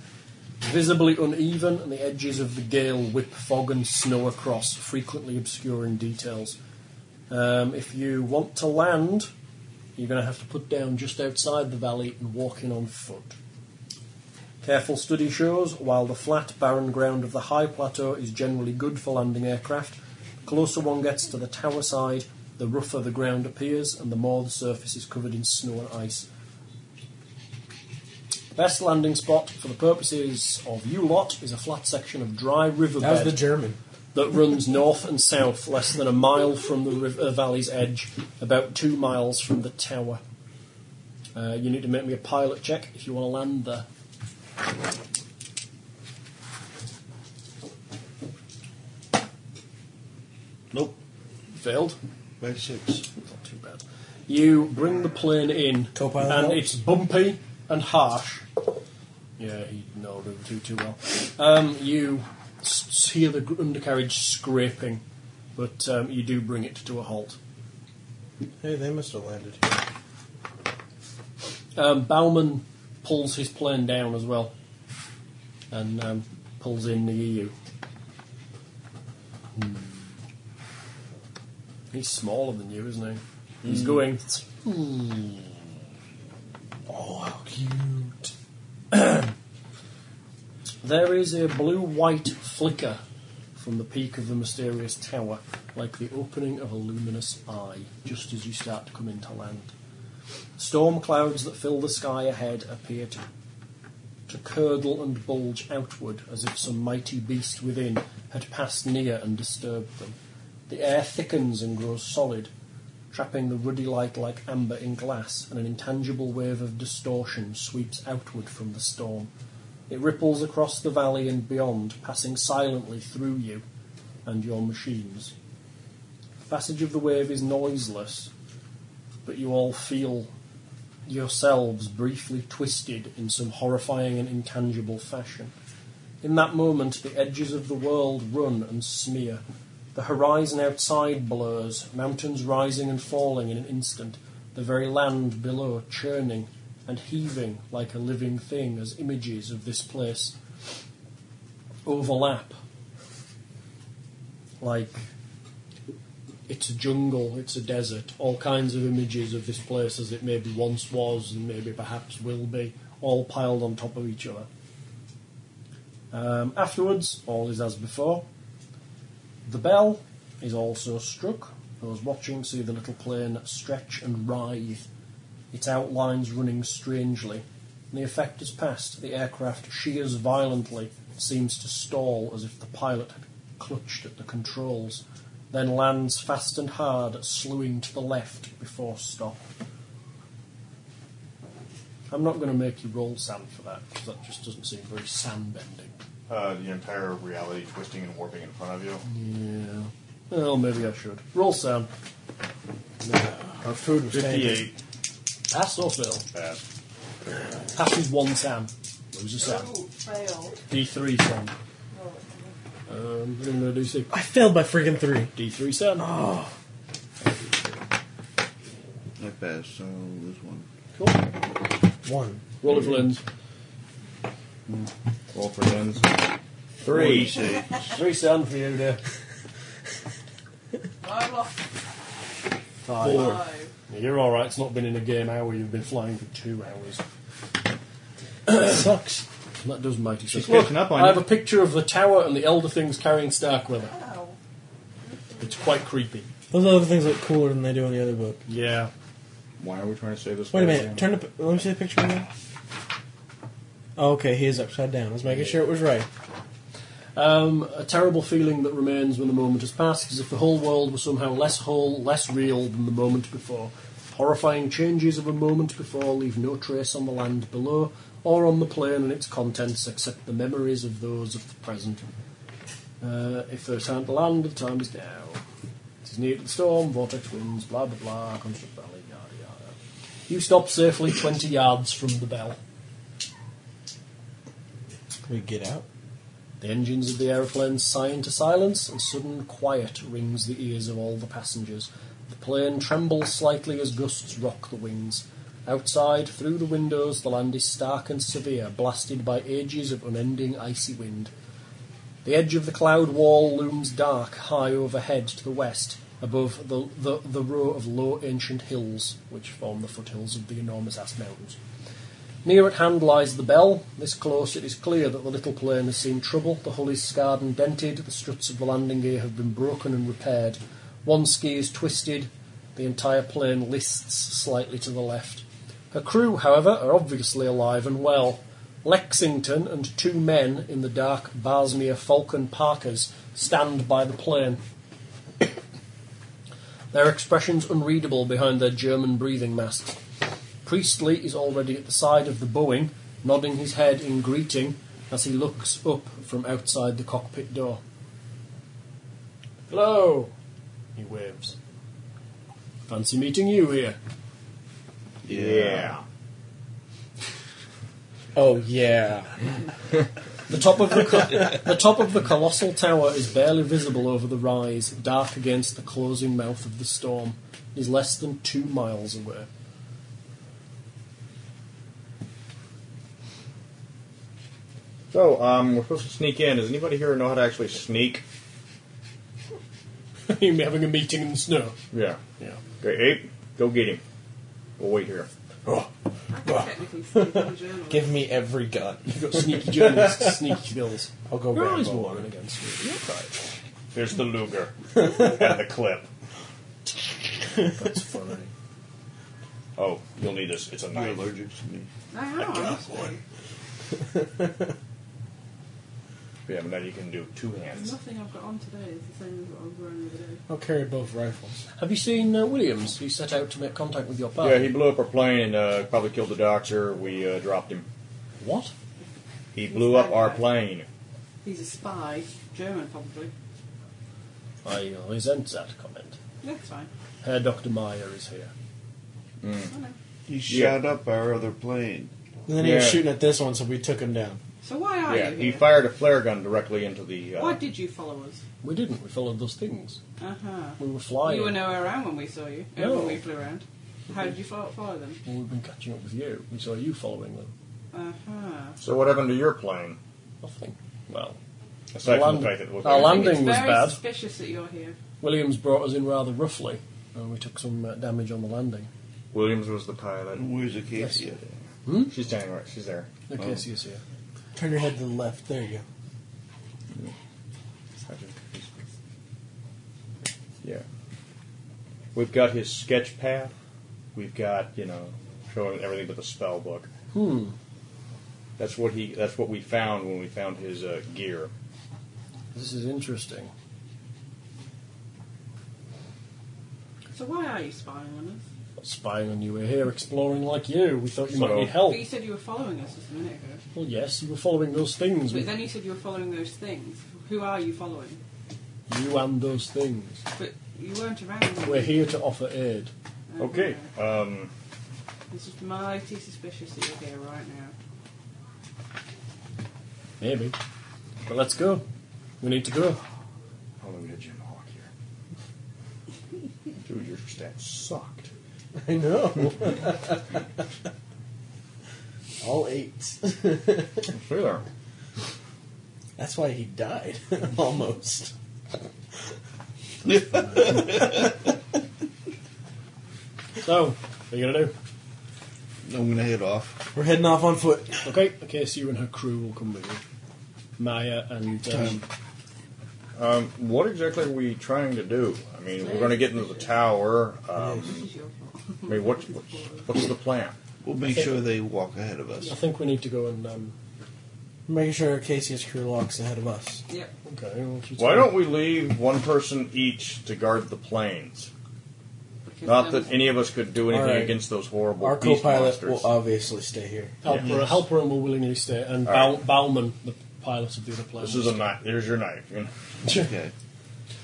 [SPEAKER 6] Visibly uneven, and the edges of the gale whip fog and snow across, frequently obscuring details. Um, if you want to land, you're going to have to put down just outside the valley and walk in on foot. Careful study shows while the flat, barren ground of the high plateau is generally good for landing aircraft, the closer one gets to the tower side, the rougher the ground appears and the more the surface is covered in snow and ice. Best landing spot for the purposes of you lot is a flat section of dry riverbed
[SPEAKER 7] That was the German.
[SPEAKER 6] that runs north and south, less than a mile from the river valley's edge, about two miles from the tower. Uh, you need to make me a pilot check if you want to land there.
[SPEAKER 10] Nope,
[SPEAKER 6] Failed.
[SPEAKER 10] by six.
[SPEAKER 6] Not too bad. You bring the plane in,
[SPEAKER 7] Co-pilot
[SPEAKER 6] and
[SPEAKER 7] help?
[SPEAKER 6] it's bumpy and harsh. Yeah, he no didn't do too well. Um, you s- s- hear the gr- undercarriage scraping, but um, you do bring it to a halt.
[SPEAKER 7] Hey, they must have landed here.
[SPEAKER 6] Um, Bauman pulls his plane down as well, and um, pulls in the EU. Hmm. He's smaller than you, isn't he? He's going. "Hmm." Oh, how cute! there is a blue-white flicker from the peak of the mysterious tower, like the opening of a luminous eye, just as you start to come into land. Storm clouds that fill the sky ahead appear to, to curdle and bulge outward as if some mighty beast within had passed near and disturbed them. The air thickens and grows solid, trapping the ruddy light like amber in glass, and an intangible wave of distortion sweeps outward from the storm. It ripples across the valley and beyond, passing silently through you and your machines. The passage of the wave is noiseless, but you all feel yourselves briefly twisted in some horrifying and intangible fashion. In that moment, the edges of the world run and smear. The horizon outside blurs, mountains rising and falling in an instant, the very land below churning and heaving like a living thing as images of this place overlap like it's a jungle, it's a desert, all kinds of images of this place as it maybe once was and maybe perhaps will be, all piled on top of each other. Um, afterwards, all is as before. The bell is also struck. Those watching see the little plane stretch and writhe, its outlines running strangely. When the effect has passed, the aircraft shears violently, seems to stall as if the pilot had clutched at the controls, then lands fast and hard, slewing to the left before stop. I'm not going to make you roll sand for that, because that just doesn't seem very sand bending.
[SPEAKER 3] Uh, the entire reality twisting and warping in front of you.
[SPEAKER 6] Yeah. Well, maybe I should. Roll sound.
[SPEAKER 7] Our food was
[SPEAKER 3] 58.
[SPEAKER 6] Pass or fail?
[SPEAKER 3] Bad.
[SPEAKER 6] Passes one Sam. Loses Sam.
[SPEAKER 2] Oh, fail.
[SPEAKER 6] D3 Sam. Um, I'm going to do C.
[SPEAKER 12] I failed by friggin' three. Ah.
[SPEAKER 6] D3 Sam.
[SPEAKER 10] I passed, so there's one.
[SPEAKER 6] Cool.
[SPEAKER 12] One.
[SPEAKER 6] Roll it for lens.
[SPEAKER 9] Roll for lens.
[SPEAKER 10] Three.
[SPEAKER 9] Three.
[SPEAKER 6] Three Sam for you there.
[SPEAKER 2] I lost
[SPEAKER 6] Five.
[SPEAKER 2] five.
[SPEAKER 6] You're alright, it's not been in a game hour, you've been flying for two hours.
[SPEAKER 12] Sucks.
[SPEAKER 6] That does mighty sense.
[SPEAKER 9] catching
[SPEAKER 6] Look,
[SPEAKER 9] up on
[SPEAKER 6] I have
[SPEAKER 9] you.
[SPEAKER 6] a picture of the tower and the elder things carrying Starkweather.
[SPEAKER 2] Wow.
[SPEAKER 6] It's quite creepy.
[SPEAKER 12] Those other things look cooler than they do in the other book.
[SPEAKER 6] Yeah.
[SPEAKER 9] Why are we trying to save this?
[SPEAKER 12] Wait a
[SPEAKER 9] guy's
[SPEAKER 12] minute.
[SPEAKER 9] hand?
[SPEAKER 12] Turn the. p- Let me see the picture again. Oh, okay, he is upside down. I was making sure it was right.
[SPEAKER 6] Um, a terrible feeling that remains when the moment has passed, as if the whole world were somehow less whole, less real than the moment before. Horrifying changes of a moment before leave no trace on the land below, or on the plain and its contents, except the memories of those of the present. Uh, if there's time to land, the time is now. It is near to the storm, vortex winds, blah blah blah, construct valley, yada yada. You stop safely 20 yards from the bell.
[SPEAKER 12] Can we get out?
[SPEAKER 6] The engines of the aeroplane sigh into silence, and sudden quiet rings the ears of all the passengers. The plane trembles slightly as gusts rock the wings. Outside, through the windows, the land is stark and severe, blasted by ages of unending icy wind. The edge of the cloud wall looms dark, high overhead to the west, above the, the, the row of low ancient hills which form the foothills of the enormous ass mountains. Near at hand lies the bell. This close, it is clear that the little plane has seen trouble. The hull is scarred and dented. The struts of the landing gear have been broken and repaired. One ski is twisted. The entire plane lists slightly to the left. Her crew, however, are obviously alive and well. Lexington and two men in the dark Basmere Falcon Parkers stand by the plane. *coughs* Their expressions unreadable behind their German breathing masks. Priestley is already at the side of the Boeing, nodding his head in greeting as he looks up from outside the cockpit door. Hello, he waves. Fancy meeting you here.
[SPEAKER 9] Yeah.
[SPEAKER 12] Oh yeah.
[SPEAKER 6] The top of the co- the top of the colossal tower is barely visible over the rise, dark against the closing mouth of the storm. It is less than two miles *laughs* away.
[SPEAKER 9] So um, we're supposed to sneak in. Does anybody here know how to actually sneak?
[SPEAKER 6] You're having a meeting in the snow.
[SPEAKER 9] Yeah.
[SPEAKER 6] Yeah.
[SPEAKER 9] Okay, ape, go get him. We'll wait here.
[SPEAKER 2] I can technically sneak on journal.
[SPEAKER 12] Give me every gun.
[SPEAKER 6] You've got sneaky journalists, sneaky bills.
[SPEAKER 12] I'll go
[SPEAKER 6] You're always
[SPEAKER 12] Rambo.
[SPEAKER 6] warning against me.
[SPEAKER 9] There's the *laughs* Luger and the clip.
[SPEAKER 6] That's funny.
[SPEAKER 9] Oh, you'll need this. It's a
[SPEAKER 10] You're
[SPEAKER 9] knife.
[SPEAKER 10] allergic
[SPEAKER 7] Oh.
[SPEAKER 10] to me.
[SPEAKER 2] I know, honestly.
[SPEAKER 9] Yeah, but now you can do two hands.
[SPEAKER 2] Nothing I've got on today is the same as what I was wearing the other day.
[SPEAKER 12] I'll carry both rifles.
[SPEAKER 6] Have you seen uh, Williams? He set out to make contact with your party.
[SPEAKER 9] Yeah, he blew up our plane and uh, probably killed the doctor. We uh, dropped him.
[SPEAKER 6] What?
[SPEAKER 9] He blew up our plane.
[SPEAKER 2] He's a spy. German, probably.
[SPEAKER 6] I resent that comment.
[SPEAKER 2] That's fine.
[SPEAKER 6] Herr Dr. Meyer is here.
[SPEAKER 2] I know.
[SPEAKER 10] He
[SPEAKER 9] Yeah.
[SPEAKER 10] shot up our other plane.
[SPEAKER 12] And then he was
[SPEAKER 9] Yeah.
[SPEAKER 12] shooting at this one, so we took him down.
[SPEAKER 2] So why are
[SPEAKER 9] Yeah,
[SPEAKER 2] you
[SPEAKER 9] he
[SPEAKER 2] here?
[SPEAKER 9] fired a flare gun directly into the.
[SPEAKER 2] Why
[SPEAKER 9] Uh,
[SPEAKER 2] did you follow us?
[SPEAKER 6] We didn't. We followed those things.
[SPEAKER 2] Uh huh.
[SPEAKER 6] We were flying.
[SPEAKER 2] You were nowhere around when we saw you. uh,
[SPEAKER 6] No.
[SPEAKER 2] When we flew around. How did you follow, follow them?
[SPEAKER 6] Well, we've been catching up with you. We saw you following them.
[SPEAKER 2] Uh huh.
[SPEAKER 9] so what happened to your plane?
[SPEAKER 6] Nothing. Well,
[SPEAKER 3] Aside
[SPEAKER 6] Our
[SPEAKER 3] from the fact that it looked
[SPEAKER 6] our
[SPEAKER 3] like-
[SPEAKER 6] landing
[SPEAKER 2] it's
[SPEAKER 6] was
[SPEAKER 2] very
[SPEAKER 6] bad.
[SPEAKER 2] suspicious that you're here.
[SPEAKER 6] Williams brought us in rather roughly, and we took some uh, damage on the landing.
[SPEAKER 3] Williams was the pilot.
[SPEAKER 10] Where's Acacia?
[SPEAKER 6] Hmm?
[SPEAKER 3] She's standing right. She's there.
[SPEAKER 6] Acacia's here.
[SPEAKER 12] Turn your head to the left. There you go.
[SPEAKER 3] Yeah. We've got his sketch pad. We've got you know showing everything but the spell book.
[SPEAKER 6] Hmm.
[SPEAKER 3] That's what he. That's what we found when we found his uh, gear.
[SPEAKER 6] This is interesting.
[SPEAKER 2] So why are you spying on us?
[SPEAKER 6] Not spying on you. We're here exploring like you. We thought you might
[SPEAKER 3] So-
[SPEAKER 6] need help.
[SPEAKER 2] But you said you were following us just a minute ago.
[SPEAKER 6] Well, yes, you were following those things.
[SPEAKER 2] But then you said you were following those things. Who are you following?
[SPEAKER 6] You and those things.
[SPEAKER 2] But you weren't around. when
[SPEAKER 6] We're
[SPEAKER 2] we-
[SPEAKER 6] here to offer aid.
[SPEAKER 2] Uh-huh.
[SPEAKER 3] Okay. Um,
[SPEAKER 2] It's just mighty suspicious that you're here right now.
[SPEAKER 6] Maybe. But let's go. We need to go.
[SPEAKER 3] Hallelujah, Jim Hawk here. Dude, your stats sucked.
[SPEAKER 12] I know. All eight.
[SPEAKER 3] Sure.
[SPEAKER 12] That's why he died. Almost.
[SPEAKER 6] So, what are you going to do?
[SPEAKER 10] I'm gonna head off.
[SPEAKER 12] We're heading off on foot.
[SPEAKER 6] Okay, okay, so you and her crew will come with you. Maya and. Um,
[SPEAKER 3] Um, what exactly are we trying to do? I mean, we're going to get into the tower. Um, I mean, what's, what's, what's the plan?
[SPEAKER 10] We'll make sure they walk ahead of us.
[SPEAKER 6] I think we need to go and. Um,
[SPEAKER 12] Making sure Casey's crew locks ahead of us.
[SPEAKER 2] Yep.
[SPEAKER 6] okay. well, she's-
[SPEAKER 3] Why don't we leave one person each to guard the planes? Not
[SPEAKER 2] um,
[SPEAKER 3] that any of us could do anything
[SPEAKER 12] All right.
[SPEAKER 3] against those horrible
[SPEAKER 12] Our
[SPEAKER 3] beast
[SPEAKER 12] co-pilot
[SPEAKER 3] monsters.
[SPEAKER 12] will uh, obviously stay here.
[SPEAKER 6] Helper,
[SPEAKER 3] Yes.
[SPEAKER 6] Helper and will willingly stay, and
[SPEAKER 3] All
[SPEAKER 6] Bow-
[SPEAKER 3] right.
[SPEAKER 6] Bowman, the pilot of the other plane.
[SPEAKER 3] this is a knife. There's your knife. You know?
[SPEAKER 10] Okay.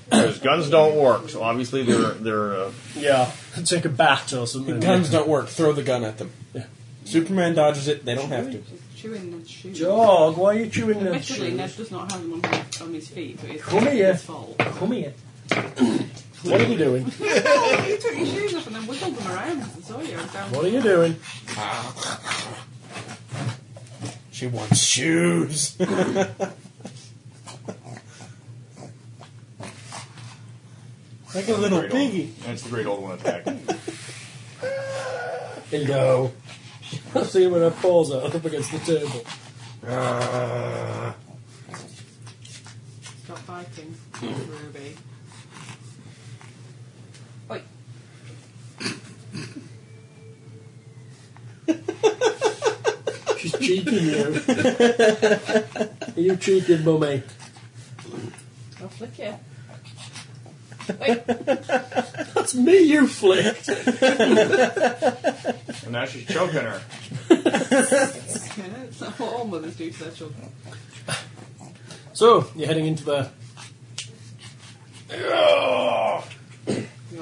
[SPEAKER 3] Because guns don't work, so obviously they're they're uh,
[SPEAKER 6] Yeah, *laughs* take a bat or something.
[SPEAKER 12] Guns don't work. Throw the gun at them.
[SPEAKER 6] Yeah.
[SPEAKER 12] Superman dodges it. They don't have to.
[SPEAKER 2] She's chewing Ned's shoe.
[SPEAKER 6] Dog, why are you chewing that
[SPEAKER 2] Admittedly,
[SPEAKER 6] shoe?
[SPEAKER 2] Ned does not have him on his, on his feet, but it's
[SPEAKER 6] Come here.
[SPEAKER 2] his fault.
[SPEAKER 6] Come here. what are you doing?
[SPEAKER 2] Oh, you took your shoes off and then wiggled them around. I saw you. I was down.
[SPEAKER 6] What are you doing?
[SPEAKER 12] She wants shoes. like a little
[SPEAKER 3] great old-
[SPEAKER 12] piggy.
[SPEAKER 3] That's the great old one attack.
[SPEAKER 6] Hello. I *laughs* see when her paws are up against the table.
[SPEAKER 2] Stop biting, Ruby. Wait.
[SPEAKER 6] She's cheeking you. are you cheeking, mummy?
[SPEAKER 2] I'll flick you. *laughs* Wait.
[SPEAKER 6] That's me you flicked.
[SPEAKER 3] and now she's choking her.
[SPEAKER 2] That's not what all mothers do to their children.
[SPEAKER 6] So, you're heading into the...
[SPEAKER 2] Go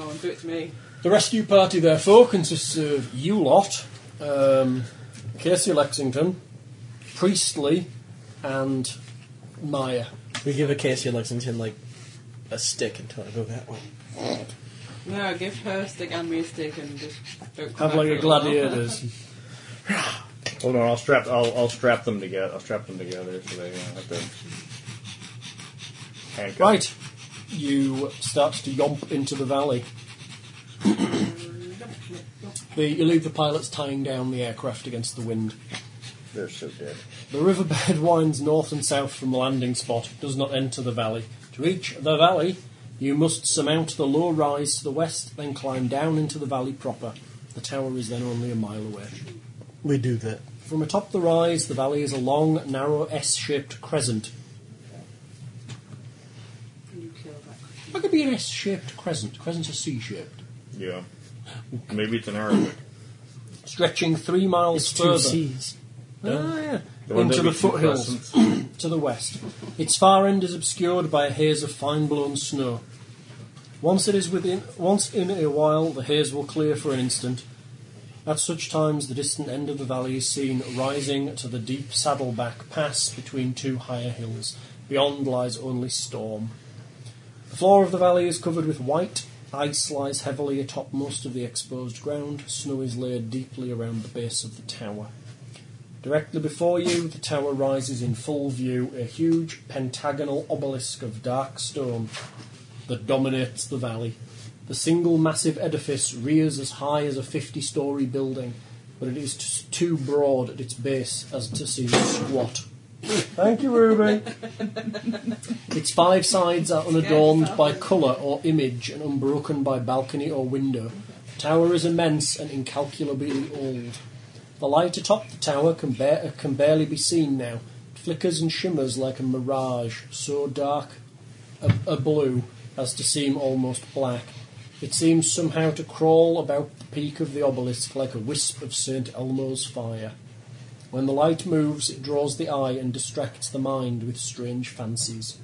[SPEAKER 2] on, do it to me.
[SPEAKER 6] The rescue party, therefore, consists of you lot, um, Casey Lexington, Priestley, and Maya.
[SPEAKER 12] We give a Casey Lexington like a stick until I go that way.
[SPEAKER 2] No, give her a stick and me a stick and just don't come
[SPEAKER 6] Have like
[SPEAKER 2] back
[SPEAKER 6] a
[SPEAKER 2] for while.
[SPEAKER 6] gladiators.
[SPEAKER 3] Hold on, I'll strap. I'll, I'll strap them together. I'll strap them together so they don't have to. handcuff.
[SPEAKER 6] Right. You start to yomp into the valley. The, you leave the pilots tying down the aircraft against the wind.
[SPEAKER 3] They're so dead.
[SPEAKER 6] The riverbed *laughs* winds north and south from the landing spot, does not enter the valley. To reach the valley, you must surmount the low rise to the west, then climb down into the valley proper. The tower is then only a mile away.
[SPEAKER 12] *laughs* We do that.
[SPEAKER 6] From atop the rise, the valley is a long, narrow S shaped crescent.
[SPEAKER 2] You kill that.
[SPEAKER 6] That could be an S shaped crescent. Crescents are C shaped.
[SPEAKER 3] Yeah. Maybe it's an Arabic.
[SPEAKER 6] Stretching three miles
[SPEAKER 12] Two
[SPEAKER 6] further.
[SPEAKER 12] C's.
[SPEAKER 6] Ah, yeah.
[SPEAKER 3] The one
[SPEAKER 6] into
[SPEAKER 3] that
[SPEAKER 6] the
[SPEAKER 3] leads to
[SPEAKER 6] foothills *clears throat* to the west. Its far end is obscured by a haze of fine blown snow. Once it is within, once in a while, the haze will clear for an instant. At such times, the distant end of the valley is seen rising to the deep saddleback pass between two higher hills. Beyond lies only storm. The floor of the valley is covered with white. Ice lies heavily atop most of the exposed ground. Snow is layered deeply around the base of the tower. Directly before you, the tower rises in full view, a huge pentagonal obelisk of dark stone that dominates the valley. The single massive edifice rears as high as a 50 story building, but it is t- too broad at its base as to seem squat. Thank you, Ruby. its five sides are unadorned by colour or image and unbroken by balcony or window. The tower is immense and incalculably old. The light atop the tower can, ba- can barely be seen now. It flickers and shimmers like a mirage, so dark a, a blue as to seem almost black. It seems somehow to crawl about the peak of the obelisk like a wisp of St. Elmo's fire. When the light moves, it draws the eye and distracts the mind with strange fancies.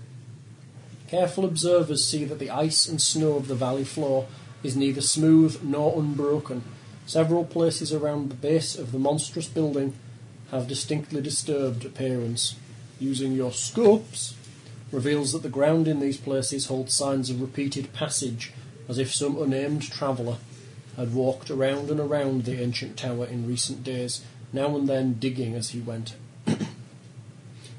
[SPEAKER 6] Careful observers see that the ice and snow of the valley floor is neither smooth nor unbroken. Several places around the base of the monstrous building have distinctly disturbed appearance. Using your scopes reveals that the ground in these places holds signs of repeated passage, as if some unnamed traveller had walked around and around the ancient tower in recent days, now and then digging as he went. *coughs*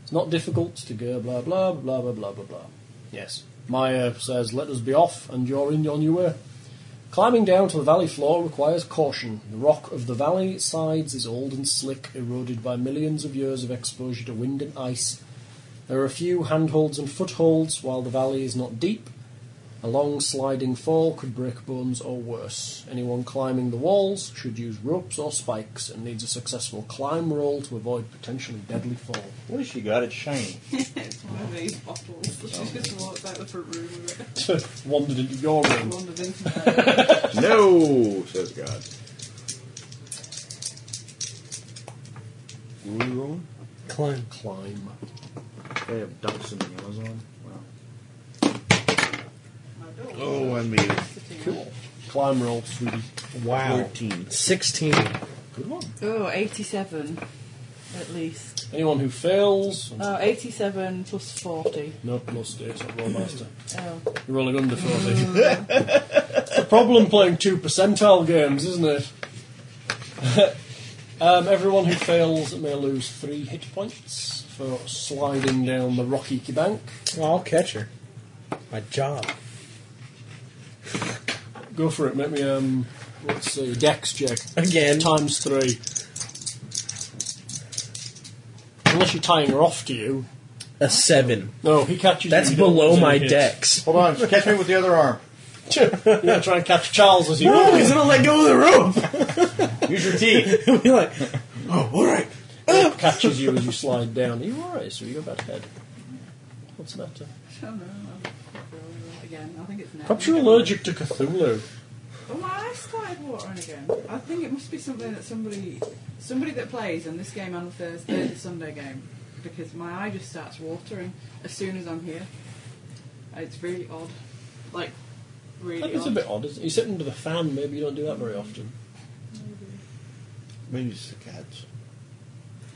[SPEAKER 6] it's not difficult to go blah blah blah blah blah blah blah. Yes. Meyer says, let us be off, and you're in on your way. Climbing down to the valley floor requires caution. The rock of the valley sides is old and slick, eroded by millions of years of exposure to wind and ice. There are a few handholds and footholds, while the valley is not deep. A long sliding fall could break bones or worse. Anyone climbing the walls should use ropes or spikes and needs a successful climb roll to avoid potentially deadly fall.
[SPEAKER 3] What has she got? It's shiny.
[SPEAKER 2] it's one of these
[SPEAKER 6] *laughs*
[SPEAKER 2] bottles. She just walked out the front room with it.
[SPEAKER 6] Wandered into your room. *laughs*
[SPEAKER 2] Wandered into there.
[SPEAKER 9] No, says God. What are we rolling?
[SPEAKER 12] Climb.
[SPEAKER 6] Climb.
[SPEAKER 9] They have ducks in the Amazon. Wow.
[SPEAKER 10] Oh, I made it.
[SPEAKER 6] Cool. Climb roll, sweetie.
[SPEAKER 12] Wow.
[SPEAKER 10] 14.
[SPEAKER 12] 16.
[SPEAKER 6] Good one.
[SPEAKER 2] Oh, 87 at least.
[SPEAKER 6] Anyone who fails,
[SPEAKER 2] Oh, 87 plus 40.
[SPEAKER 6] no plus days at Rollmaster.
[SPEAKER 2] Oh.
[SPEAKER 6] You're rolling under 40. *laughs* it's a problem playing two percentile games, isn't it? *laughs* um, everyone who fails may lose three hit points for sliding down the rocky bank.
[SPEAKER 12] Well, I'll catch her. My job.
[SPEAKER 6] Go for it, make me, um, let's see, dex check.
[SPEAKER 12] Again.
[SPEAKER 6] Times three. Unless you're tying her off to you.
[SPEAKER 12] A 7.
[SPEAKER 6] No, he catches you,
[SPEAKER 12] That's
[SPEAKER 6] you. don't
[SPEAKER 12] below
[SPEAKER 6] lose any
[SPEAKER 12] my
[SPEAKER 6] hits.
[SPEAKER 12] dex.
[SPEAKER 3] Hold on, catch me with the other
[SPEAKER 6] *laughs*
[SPEAKER 3] arm.
[SPEAKER 6] You're going to try and catch Charles as you
[SPEAKER 12] Oh, *laughs*
[SPEAKER 6] roll.
[SPEAKER 12] he's gonna let go of the rope!
[SPEAKER 3] Use your teeth.
[SPEAKER 12] He'll be like, oh, alright.
[SPEAKER 6] It catches you as you slide down. Are you alright, sir? You got a bad head. What's the matter?
[SPEAKER 2] Oh, no. I'm- Again, I think it's now.
[SPEAKER 6] Perhaps you're allergic to Cthulhu.
[SPEAKER 2] Oh, my eyes started watering again. I think it must be something that somebody somebody that plays in this game on the Thursday, the Sunday game, because my eye just starts watering as soon as I'm here. It's really odd. Like,
[SPEAKER 6] That
[SPEAKER 2] really
[SPEAKER 6] is a
[SPEAKER 2] odd.
[SPEAKER 6] bit odd, isn't it? You sit under the fan, maybe you don't do that very often.
[SPEAKER 10] Maybe it's the cats.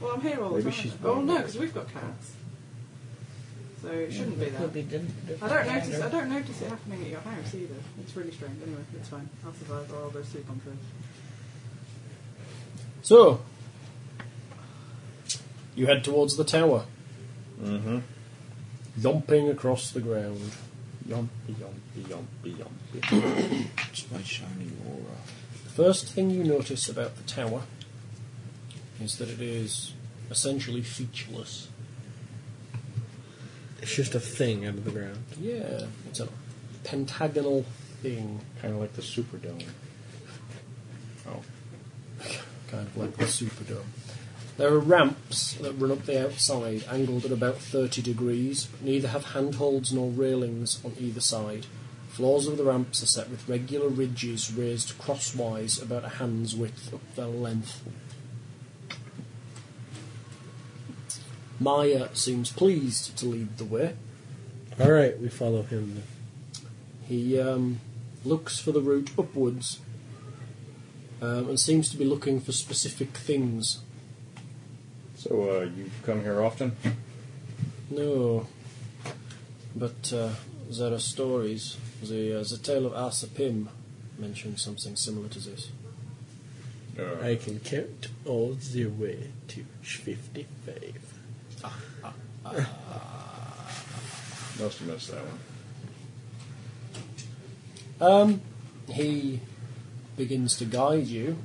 [SPEAKER 2] Well, I'm here all the
[SPEAKER 9] Maybe
[SPEAKER 2] time.
[SPEAKER 9] she's
[SPEAKER 2] oh,
[SPEAKER 9] buying
[SPEAKER 2] no,
[SPEAKER 9] it.
[SPEAKER 2] because we've got cats. So it shouldn't be that.
[SPEAKER 14] Could be different.
[SPEAKER 2] I don't notice. I don't notice it happening at your house either. It's really strange. Anyway, it's fine. I'll survive, or I'll go sleep on first.
[SPEAKER 6] So, you head towards the tower.
[SPEAKER 9] Mm-hmm.
[SPEAKER 6] Yomping across the ground.
[SPEAKER 9] Yum, yum, yum, yum.
[SPEAKER 10] *coughs* It's my shiny aura.
[SPEAKER 6] The first thing you notice about the tower is that it is essentially featureless.
[SPEAKER 12] It's just a thing out of the ground.
[SPEAKER 6] Yeah, it's a pentagonal thing.
[SPEAKER 9] kind of like the Superdome. Oh.
[SPEAKER 6] kind of like the Superdome. There are ramps that run up the outside, angled at about 30 degrees. Neither have handholds nor railings on either side. Floors of the ramps are set with regular ridges raised crosswise about a hand's width up their length. Maya seems pleased to lead the way.
[SPEAKER 12] Alright, we follow him then.
[SPEAKER 6] He um, looks for the route upwards um, and seems to be looking for specific things.
[SPEAKER 9] So, uh, you come here often?
[SPEAKER 6] No. But uh, there are stories. The, uh, the tale of Asa Pym mentions something similar to this.
[SPEAKER 12] I can count all the way to 55.
[SPEAKER 3] Must have missed that one.
[SPEAKER 6] Um, he begins to guide you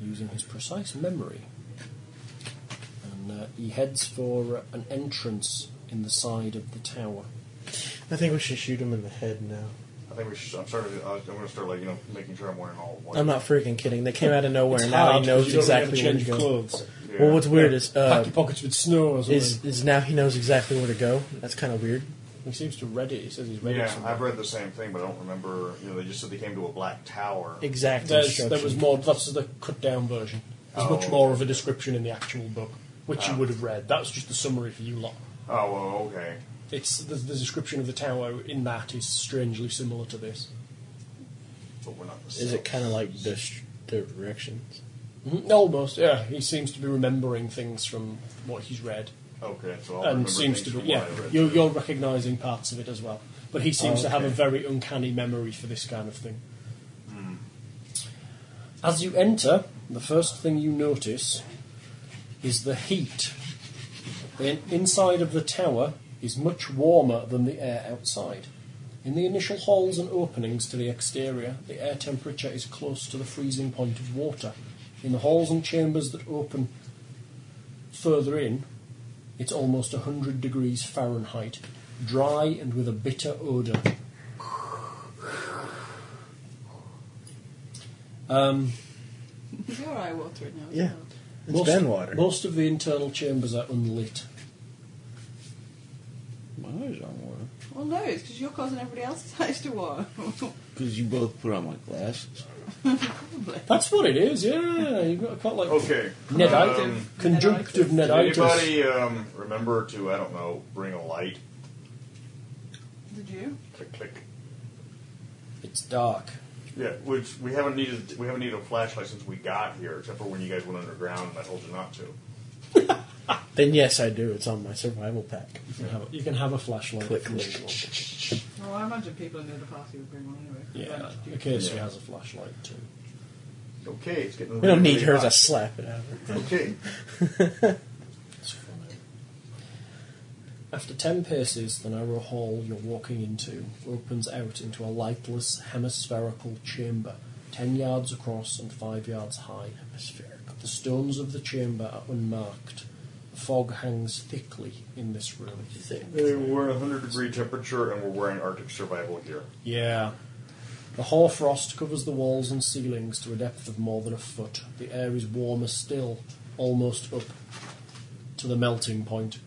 [SPEAKER 6] using his precise memory. And uh, he heads for uh, an entrance in the side of the tower.
[SPEAKER 12] I think we should shoot him in the head now.
[SPEAKER 3] I think we should. I'm starting. to- uh, I'm going to start like you know making sure I'm wearing all white.
[SPEAKER 12] I'm not freaking kidding. They came out of nowhere,
[SPEAKER 6] It's
[SPEAKER 12] and now
[SPEAKER 6] hard
[SPEAKER 12] he
[SPEAKER 6] 'cause
[SPEAKER 12] knows
[SPEAKER 6] you don't really
[SPEAKER 12] exactly
[SPEAKER 6] have
[SPEAKER 12] where
[SPEAKER 6] a
[SPEAKER 12] to
[SPEAKER 6] change
[SPEAKER 12] go.
[SPEAKER 6] of clothes.
[SPEAKER 12] Well, what's weird
[SPEAKER 6] Yeah.
[SPEAKER 12] is uh,
[SPEAKER 6] Pack your pockets with snow or something.
[SPEAKER 12] is is now he knows exactly where to go. That's kind of weird.
[SPEAKER 6] He seems to read it. He says he's read it.
[SPEAKER 3] Yeah,
[SPEAKER 6] somewhere.
[SPEAKER 3] I've read the same thing, but I don't remember. You know, they just said they came to a black tower.
[SPEAKER 12] Exact
[SPEAKER 6] There's,
[SPEAKER 12] instruction.
[SPEAKER 6] there was more. That's the cut down version. There's
[SPEAKER 3] Oh.
[SPEAKER 6] much more of a description in the actual book, which
[SPEAKER 3] Ah.
[SPEAKER 6] you would have read. That's just the summary for you lot.
[SPEAKER 3] Oh well, okay.
[SPEAKER 6] It's the, the description of the tower in that is strangely similar to this.
[SPEAKER 3] But we're not. The
[SPEAKER 12] Is it
[SPEAKER 3] same.
[SPEAKER 12] kind of like the sh- directions?
[SPEAKER 6] Mhm, Almost, yeah. He seems to be remembering things from what he's read,
[SPEAKER 3] Okay, so I'll
[SPEAKER 6] and
[SPEAKER 3] remember
[SPEAKER 6] seems
[SPEAKER 3] things
[SPEAKER 6] to be
[SPEAKER 3] from
[SPEAKER 6] yeah.
[SPEAKER 3] what I read.
[SPEAKER 6] You're, you're recognising parts of it as well, but he seems
[SPEAKER 12] Oh,
[SPEAKER 6] to have a
[SPEAKER 12] okay.
[SPEAKER 6] very uncanny memory for this kind of thing.
[SPEAKER 3] Hmm.
[SPEAKER 6] As you enter, the first thing you notice is the heat. The in- inside of the tower is much warmer than the air outside. In the initial halls and openings to the exterior, the air temperature is close to the freezing point of water. In the halls and chambers that open further in, it's almost 100 degrees Fahrenheit, dry and with a bitter odour. Um,
[SPEAKER 2] Is your eye watering now?
[SPEAKER 12] Yeah. It's
[SPEAKER 6] most-
[SPEAKER 12] been water.
[SPEAKER 6] Most of the internal chambers are unlit.
[SPEAKER 10] My eyes on water.
[SPEAKER 2] Well, no, it's because you're causing everybody else's *laughs* eyes to water.
[SPEAKER 10] Because you both put on my glasses.
[SPEAKER 2] Probably.
[SPEAKER 6] That's what it is, yeah. You've got quite like
[SPEAKER 3] Okay.
[SPEAKER 6] Nedite,
[SPEAKER 3] Oh, Um,
[SPEAKER 6] conjunctive
[SPEAKER 3] Did
[SPEAKER 6] neditis.
[SPEAKER 3] anybody um, remember to I don't know bring a light?
[SPEAKER 2] Did you?
[SPEAKER 3] Click click.
[SPEAKER 6] It's dark.
[SPEAKER 3] Yeah, which we haven't needed. We haven't needed a flashlight since we got here, except for when you guys went underground and I told you not to.
[SPEAKER 12] Then yes, I do. It's on my survival pack.
[SPEAKER 6] You can have a, you can have a flashlight.
[SPEAKER 12] Click,
[SPEAKER 6] if you
[SPEAKER 12] click.
[SPEAKER 6] want.
[SPEAKER 2] Well, I imagine people in the other party would bring one anyway.
[SPEAKER 6] Yeah,
[SPEAKER 2] Right.
[SPEAKER 6] Acacia has a flashlight too.
[SPEAKER 3] Okay, it's getting.
[SPEAKER 12] We don't
[SPEAKER 3] really
[SPEAKER 12] need hers. I
[SPEAKER 3] hot.
[SPEAKER 12] slap it out of her.
[SPEAKER 3] Okay.
[SPEAKER 6] It's funny. After ten paces, the narrow hall you're walking into opens out into a lightless hemispherical chamber, ten yards across and five yards high. Hemispherical. The stones of the chamber are unmarked. The fog hangs thickly in this room.
[SPEAKER 3] Hey, we're at 100 degree temperature and we're wearing Arctic survival gear.
[SPEAKER 6] Yeah. The hoarfrost covers the walls and ceilings to a depth of more than a foot. The air is warmer still, almost up to the melting point.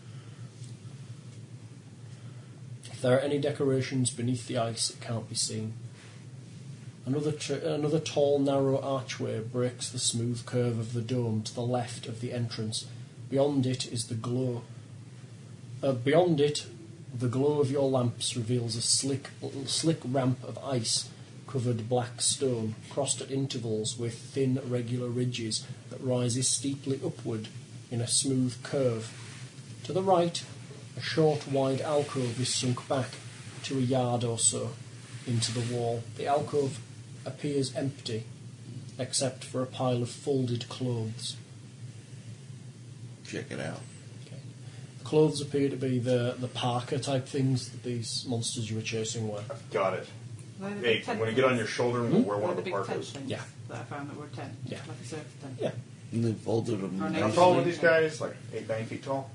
[SPEAKER 6] If there are any decorations beneath the ice, it can't be seen. Another, tr another tall, narrow archway breaks the smooth curve of the dome to the left of the entrance. Beyond it is the glow uh, beyond it, the glow of your lamps reveals a slick, slick ramp of ice covered black stone, crossed at intervals with thin, regular ridges that rises steeply upward in a smooth curve. To the right, a short, wide alcove is sunk back to a yard or so into the wall. The alcove appears empty, except for a pile of folded clothes.
[SPEAKER 10] Check it out.
[SPEAKER 6] Clothes appear to be the, the parka type things that these monsters you were chasing were.
[SPEAKER 3] Got it.
[SPEAKER 2] They're the
[SPEAKER 3] Hey,
[SPEAKER 2] big
[SPEAKER 3] I'm
[SPEAKER 2] tent
[SPEAKER 3] going to get on
[SPEAKER 2] things.
[SPEAKER 3] your shoulder and we'll wear
[SPEAKER 2] They're
[SPEAKER 3] one
[SPEAKER 2] the
[SPEAKER 3] of the
[SPEAKER 2] big tent
[SPEAKER 3] parkas.
[SPEAKER 2] things
[SPEAKER 6] Yeah.
[SPEAKER 2] that I found that were a tent.
[SPEAKER 6] Yeah.
[SPEAKER 2] Like a surf tent.
[SPEAKER 6] Yeah.
[SPEAKER 10] And they folded them.
[SPEAKER 2] Our
[SPEAKER 10] down.
[SPEAKER 3] How
[SPEAKER 2] neighbours
[SPEAKER 3] tall
[SPEAKER 2] are
[SPEAKER 3] are these guys? Like 8, 9 feet tall?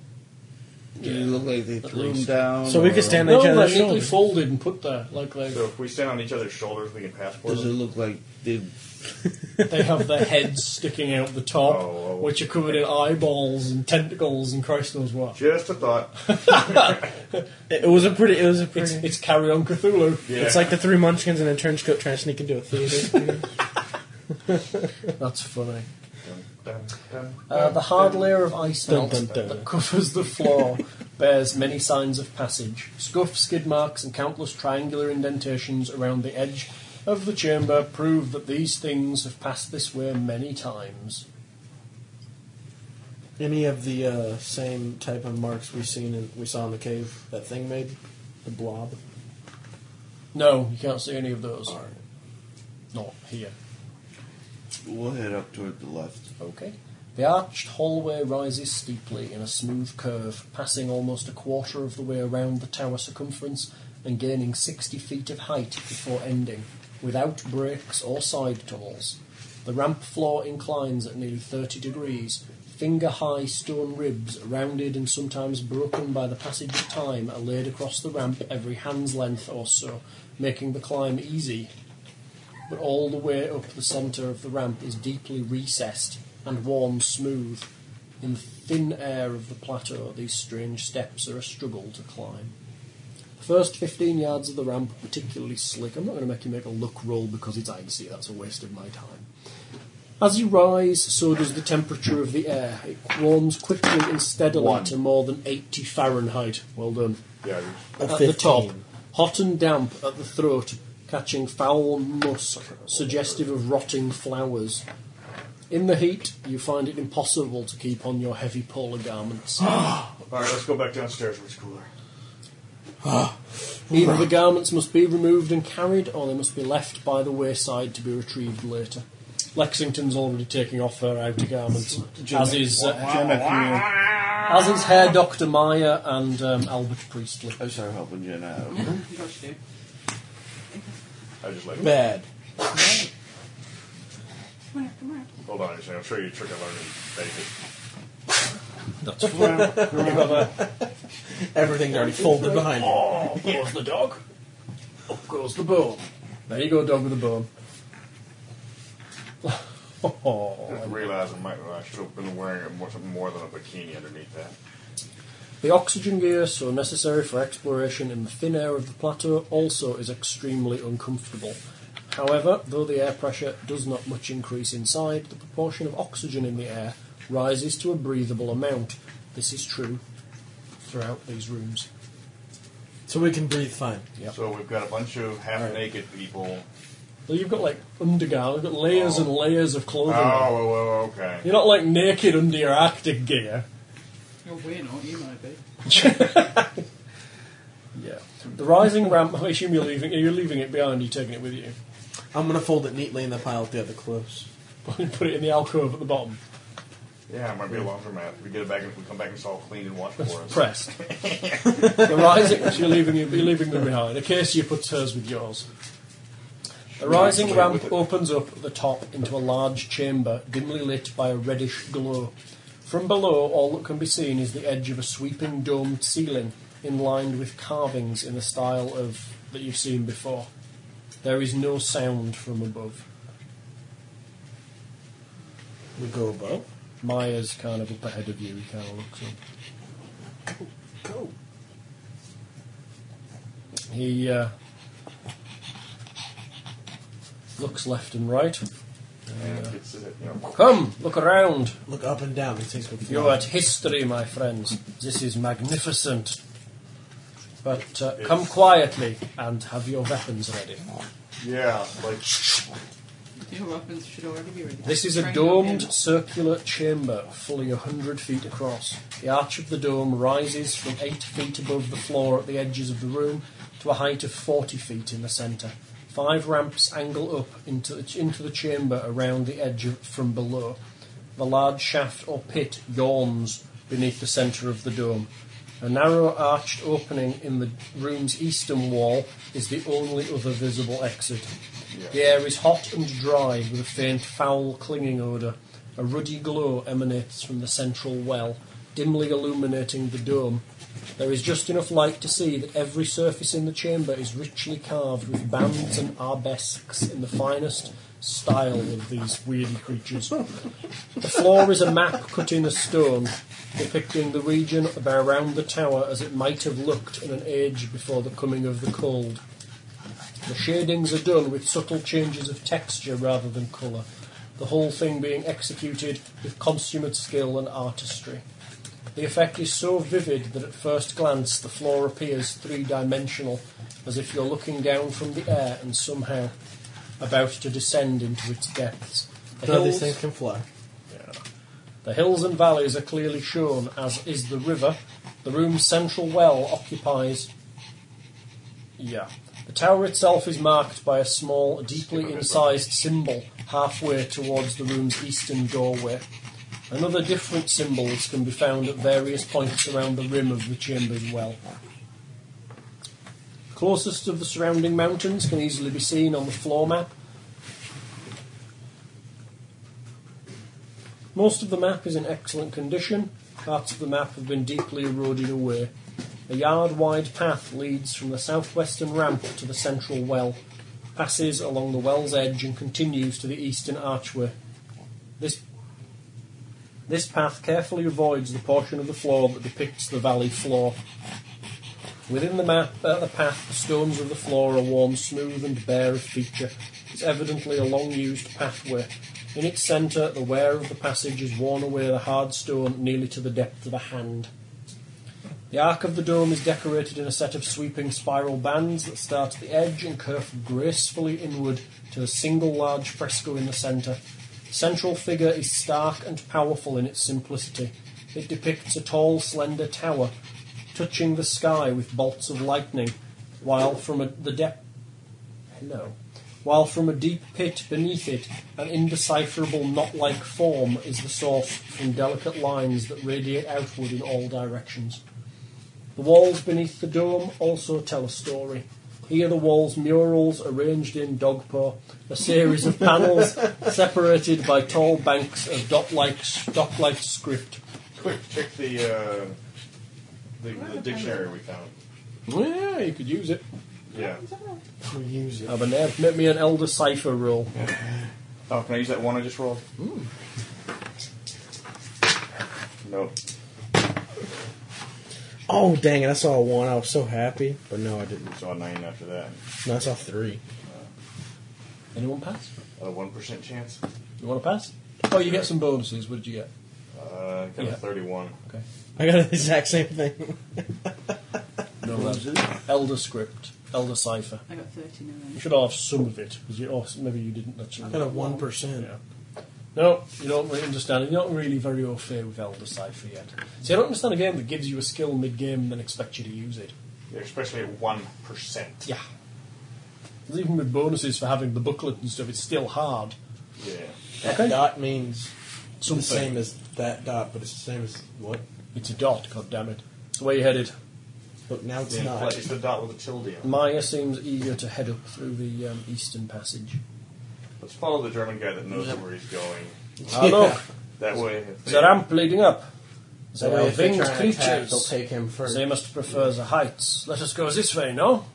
[SPEAKER 10] Do they look like they
[SPEAKER 6] At
[SPEAKER 10] threw them
[SPEAKER 6] least.
[SPEAKER 10] down?
[SPEAKER 12] So we
[SPEAKER 10] or
[SPEAKER 12] could stand on
[SPEAKER 6] No,
[SPEAKER 12] each
[SPEAKER 6] they're
[SPEAKER 12] other's
[SPEAKER 6] neatly
[SPEAKER 12] shoulders.
[SPEAKER 6] folded and put there, like they
[SPEAKER 3] So if we stand on each other's shoulders, we can passport
[SPEAKER 10] Does it
[SPEAKER 3] them?
[SPEAKER 10] look like they
[SPEAKER 6] they have their heads sticking out the top,
[SPEAKER 3] Oh, oh.
[SPEAKER 6] which are covered in eyeballs and tentacles and Christ knows what.
[SPEAKER 3] Just a *laughs* thought.
[SPEAKER 12] It was a pretty. It was a pretty.
[SPEAKER 6] It's
[SPEAKER 12] It's,
[SPEAKER 6] it's carry on Cthulhu.
[SPEAKER 3] Yeah.
[SPEAKER 12] like the three Munchkins in a trench coat trying to sneak into a theater.
[SPEAKER 6] That's funny.
[SPEAKER 3] Dun, dun, dun.
[SPEAKER 6] Uh, the hard layer of ice
[SPEAKER 12] Dun,
[SPEAKER 6] melt
[SPEAKER 12] dun, dun.
[SPEAKER 6] that covers
[SPEAKER 3] *laughs*
[SPEAKER 6] the floor bears many signs of passage scuff, skid marks, and countless triangular indentations around the edge of the chamber prove that these things have passed this way many times.
[SPEAKER 12] *laughs* Any of the uh, same type of marks we seen in, we saw in the cave that thing made the blob.
[SPEAKER 6] No, you can't see any of those. Not here.
[SPEAKER 10] We'll head up toward the left.
[SPEAKER 6] Okay. The arched hallway rises steeply in a smooth curve, passing almost a quarter of the way around the tower circumference and gaining 60 feet of height before ending, without breaks or side tunnels. The ramp floor inclines at nearly 30 degrees, finger high stone ribs, rounded and sometimes broken by the passage of time, are laid across the ramp every hand's length or so, making the climb easy but all the way up the centre of the ramp is deeply recessed and worn smooth. In the thin air of the plateau, these strange steps are a struggle to climb. The first 15 yards of the ramp are particularly slick. I'm not going to make you make a luck roll because it's icy, that's a waste of my time. As you rise, so does the temperature of the air. It warms quickly and steadily
[SPEAKER 9] One.
[SPEAKER 6] to more than 80 Fahrenheit. Well done.
[SPEAKER 9] Yeah,
[SPEAKER 6] At the top, hot and damp at the throat, catching foul musk suggestive of rotting flowers. In the heat, you find it impossible to keep on your heavy polar garments.
[SPEAKER 3] All right, let's go back downstairs where it's cooler.
[SPEAKER 6] Either the garments must be removed and carried, or they must be left by the wayside to be retrieved later. Lexington's already taking off her outer garments, as is uh, as is Hair Doctor Meyer and um, Albert Priestley.
[SPEAKER 10] I started helping Jenna out.
[SPEAKER 3] I just like
[SPEAKER 12] Bad.
[SPEAKER 2] Come on, come on.
[SPEAKER 3] Hold on a second. I'll show you a trick I learned in Vegas.
[SPEAKER 6] That's
[SPEAKER 12] Everything's already folded behind you.
[SPEAKER 6] Oh, up goes the dog. Up goes the bone. There you go, dog with a bone.
[SPEAKER 3] I realized I, might, I should have been wearing a more- something more than a bikini underneath that.
[SPEAKER 6] The oxygen gear, so necessary for exploration in the thin air of the plateau, also is extremely uncomfortable. However, though the air pressure does not much increase inside, the proportion of oxygen in the air rises to a breathable amount. This is true throughout these rooms.
[SPEAKER 12] So we can breathe fine.
[SPEAKER 6] Yep.
[SPEAKER 3] So we've got a bunch of half-naked people.
[SPEAKER 6] Well, you've got like undergarments, you've got layers and layers of
[SPEAKER 3] Oh,
[SPEAKER 6] clothing. on.
[SPEAKER 3] oh, oh, okay.
[SPEAKER 6] You're not like naked under your Arctic gear.
[SPEAKER 2] Oh, we're not. You might be.
[SPEAKER 6] Yeah. The rising ramp. I assume you're leaving. You're leaving it behind. You're taking it with you. *laughs*
[SPEAKER 12] I'm gonna fold it neatly in the pile with the other clothes.
[SPEAKER 6] Put it in the alcove at the bottom.
[SPEAKER 3] Yeah, it might be a laundromat. We get it back and we come back and it's all clean and washed for us.
[SPEAKER 6] Pressed. the rising. so You're leaving. You're leaving them behind. Acacia puts hers with yours. The rising ramp opens up at the top into a large chamber, dimly lit by a reddish glow. From below, all that can be seen is the edge of a sweeping domed ceiling, inlined with carvings in the style of that you've seen before. There is no sound from above.
[SPEAKER 12] We go above.
[SPEAKER 6] Maya's kind of up ahead of you. He kind of looks up.
[SPEAKER 12] Go.
[SPEAKER 6] He uh, looks left and right.
[SPEAKER 3] And it's, uh, you know,
[SPEAKER 6] Come, look around.
[SPEAKER 12] Look up and down. These things go flying.
[SPEAKER 6] You're at history, my friends. This is magnificent. But uh, come quietly and have your weapons ready.
[SPEAKER 3] yeah, like *laughs*
[SPEAKER 2] Your weapons should already be ready.
[SPEAKER 6] This is a
[SPEAKER 2] Trained
[SPEAKER 6] domed
[SPEAKER 2] up
[SPEAKER 6] circular chamber, fully 100 feet across. The arch of the dome rises from 8 feet above the floor at the edges of the room to a height of 40 feet in the centre. Five ramps angle up into the, into the chamber around the edge of, from below. The large shaft or pit yawns beneath the centre of the dome. A narrow arched opening in the room's eastern wall is the only other visible exit. The air is hot and dry with a faint foul clinging odour. A ruddy glow emanates from the central well, dimly illuminating the dome. There is just enough light to see that every surface in the chamber is richly carved with bands and arabesques in the finest style of these weirdy creatures. The floor is a map cut in a stone, depicting the region of around the tower as it might have looked in an age before the coming of the cold. The shadings are done with subtle changes of texture rather than colour, the whole thing being executed with consummate skill and artistry. The effect is so vivid that at first glance the floor appears three dimensional, as if you're looking down from the air and somehow about to descend into its depths. The
[SPEAKER 12] None of these
[SPEAKER 6] hills-
[SPEAKER 12] things can fly.
[SPEAKER 6] the hills and valleys are clearly shown, as is the river. The room's central well occupies. Yeah. The tower itself is marked by a small, deeply incised symbol halfway towards the room's eastern doorway. Another different symbols can be found at various points around the rim of the chamber's well. Closest of the surrounding mountains can easily be seen on the floor map. Most of the map is in excellent condition. Parts of the map have been deeply eroded away. A yard wide path leads from the southwestern ramp to the central well, passes along the well's edge, and continues to the eastern archway. This, this path carefully avoids the portion of the floor that depicts the valley floor. Within the map, uh, the path, the stones of the floor are worn smooth and bare of feature. It's evidently a long-used pathway. In its centre, the wear of the passage has worn away the hard stone nearly to the depth of a hand. The arc of the dome is decorated in a set of sweeping spiral bands that start at the edge and curve gracefully inward to a single large fresco in the centre. The central figure is stark and powerful in its simplicity. It depicts a tall, slender tower, touching the sky with bolts of lightning, while from a, the depth. Hello. While from a deep pit beneath it, an indecipherable knot like form is the source from delicate lines that radiate outward in all directions. The walls beneath the dome also tell a story. Here, the walls murals arranged in dogpaw, a series of *laughs* panels separated by tall banks of dot-like, dot-like script.
[SPEAKER 3] Quick, check the uh, the, the dictionary we found.
[SPEAKER 6] Yeah, you could use it.
[SPEAKER 3] Yeah.
[SPEAKER 6] We use it. make me an elder cipher roll.
[SPEAKER 3] Oh, can I use that one I just rolled? No.
[SPEAKER 12] Oh dang it! I saw a one. I was so happy, but no, I didn't.
[SPEAKER 3] Saw a nine after that.
[SPEAKER 12] No, I saw three.
[SPEAKER 6] Anyone pass?
[SPEAKER 3] A one percent chance.
[SPEAKER 6] You want to pass? Oh, you get some bonuses. What did you get?
[SPEAKER 3] Uh, got
[SPEAKER 6] Yeah.
[SPEAKER 3] a thirty-one.
[SPEAKER 6] Okay.
[SPEAKER 12] I got the exact same thing.
[SPEAKER 6] No, that's elder script, elder cipher.
[SPEAKER 2] I got 30
[SPEAKER 6] You
[SPEAKER 2] now.
[SPEAKER 6] should have some of it because you, or maybe you didn't actually.
[SPEAKER 12] I got a one percent.
[SPEAKER 6] Yeah. No, you don't really understand. it. You're not really very au fait with Elder Cipher yet. So I don't understand a game that gives you a skill mid-game and then expects you to use it.
[SPEAKER 3] Yeah, especially at one percent.
[SPEAKER 6] Yeah. 'Cause Even with bonuses for having the booklet and stuff, it's still hard.
[SPEAKER 3] Yeah.
[SPEAKER 12] That
[SPEAKER 6] Okay.
[SPEAKER 12] dot means it's
[SPEAKER 6] Something.
[SPEAKER 12] the same as that dot, but it's the same as what?
[SPEAKER 6] It's a dot, God damn it. So where you headed?
[SPEAKER 12] But now it's
[SPEAKER 3] Yeah,
[SPEAKER 12] not.
[SPEAKER 3] It's the dot with a tilde. on it.
[SPEAKER 6] Maya seems eager to head up through the um, eastern passage.
[SPEAKER 3] Let's follow the German guy that knows where he's going.
[SPEAKER 6] Ah, look,
[SPEAKER 3] That way, if
[SPEAKER 6] the ramp leading up. They
[SPEAKER 7] That way
[SPEAKER 6] are
[SPEAKER 7] if they
[SPEAKER 6] winged
[SPEAKER 7] try and attack, they'll
[SPEAKER 6] creatures.
[SPEAKER 7] take him first.
[SPEAKER 6] They must prefer the heights. Let us go this way, no?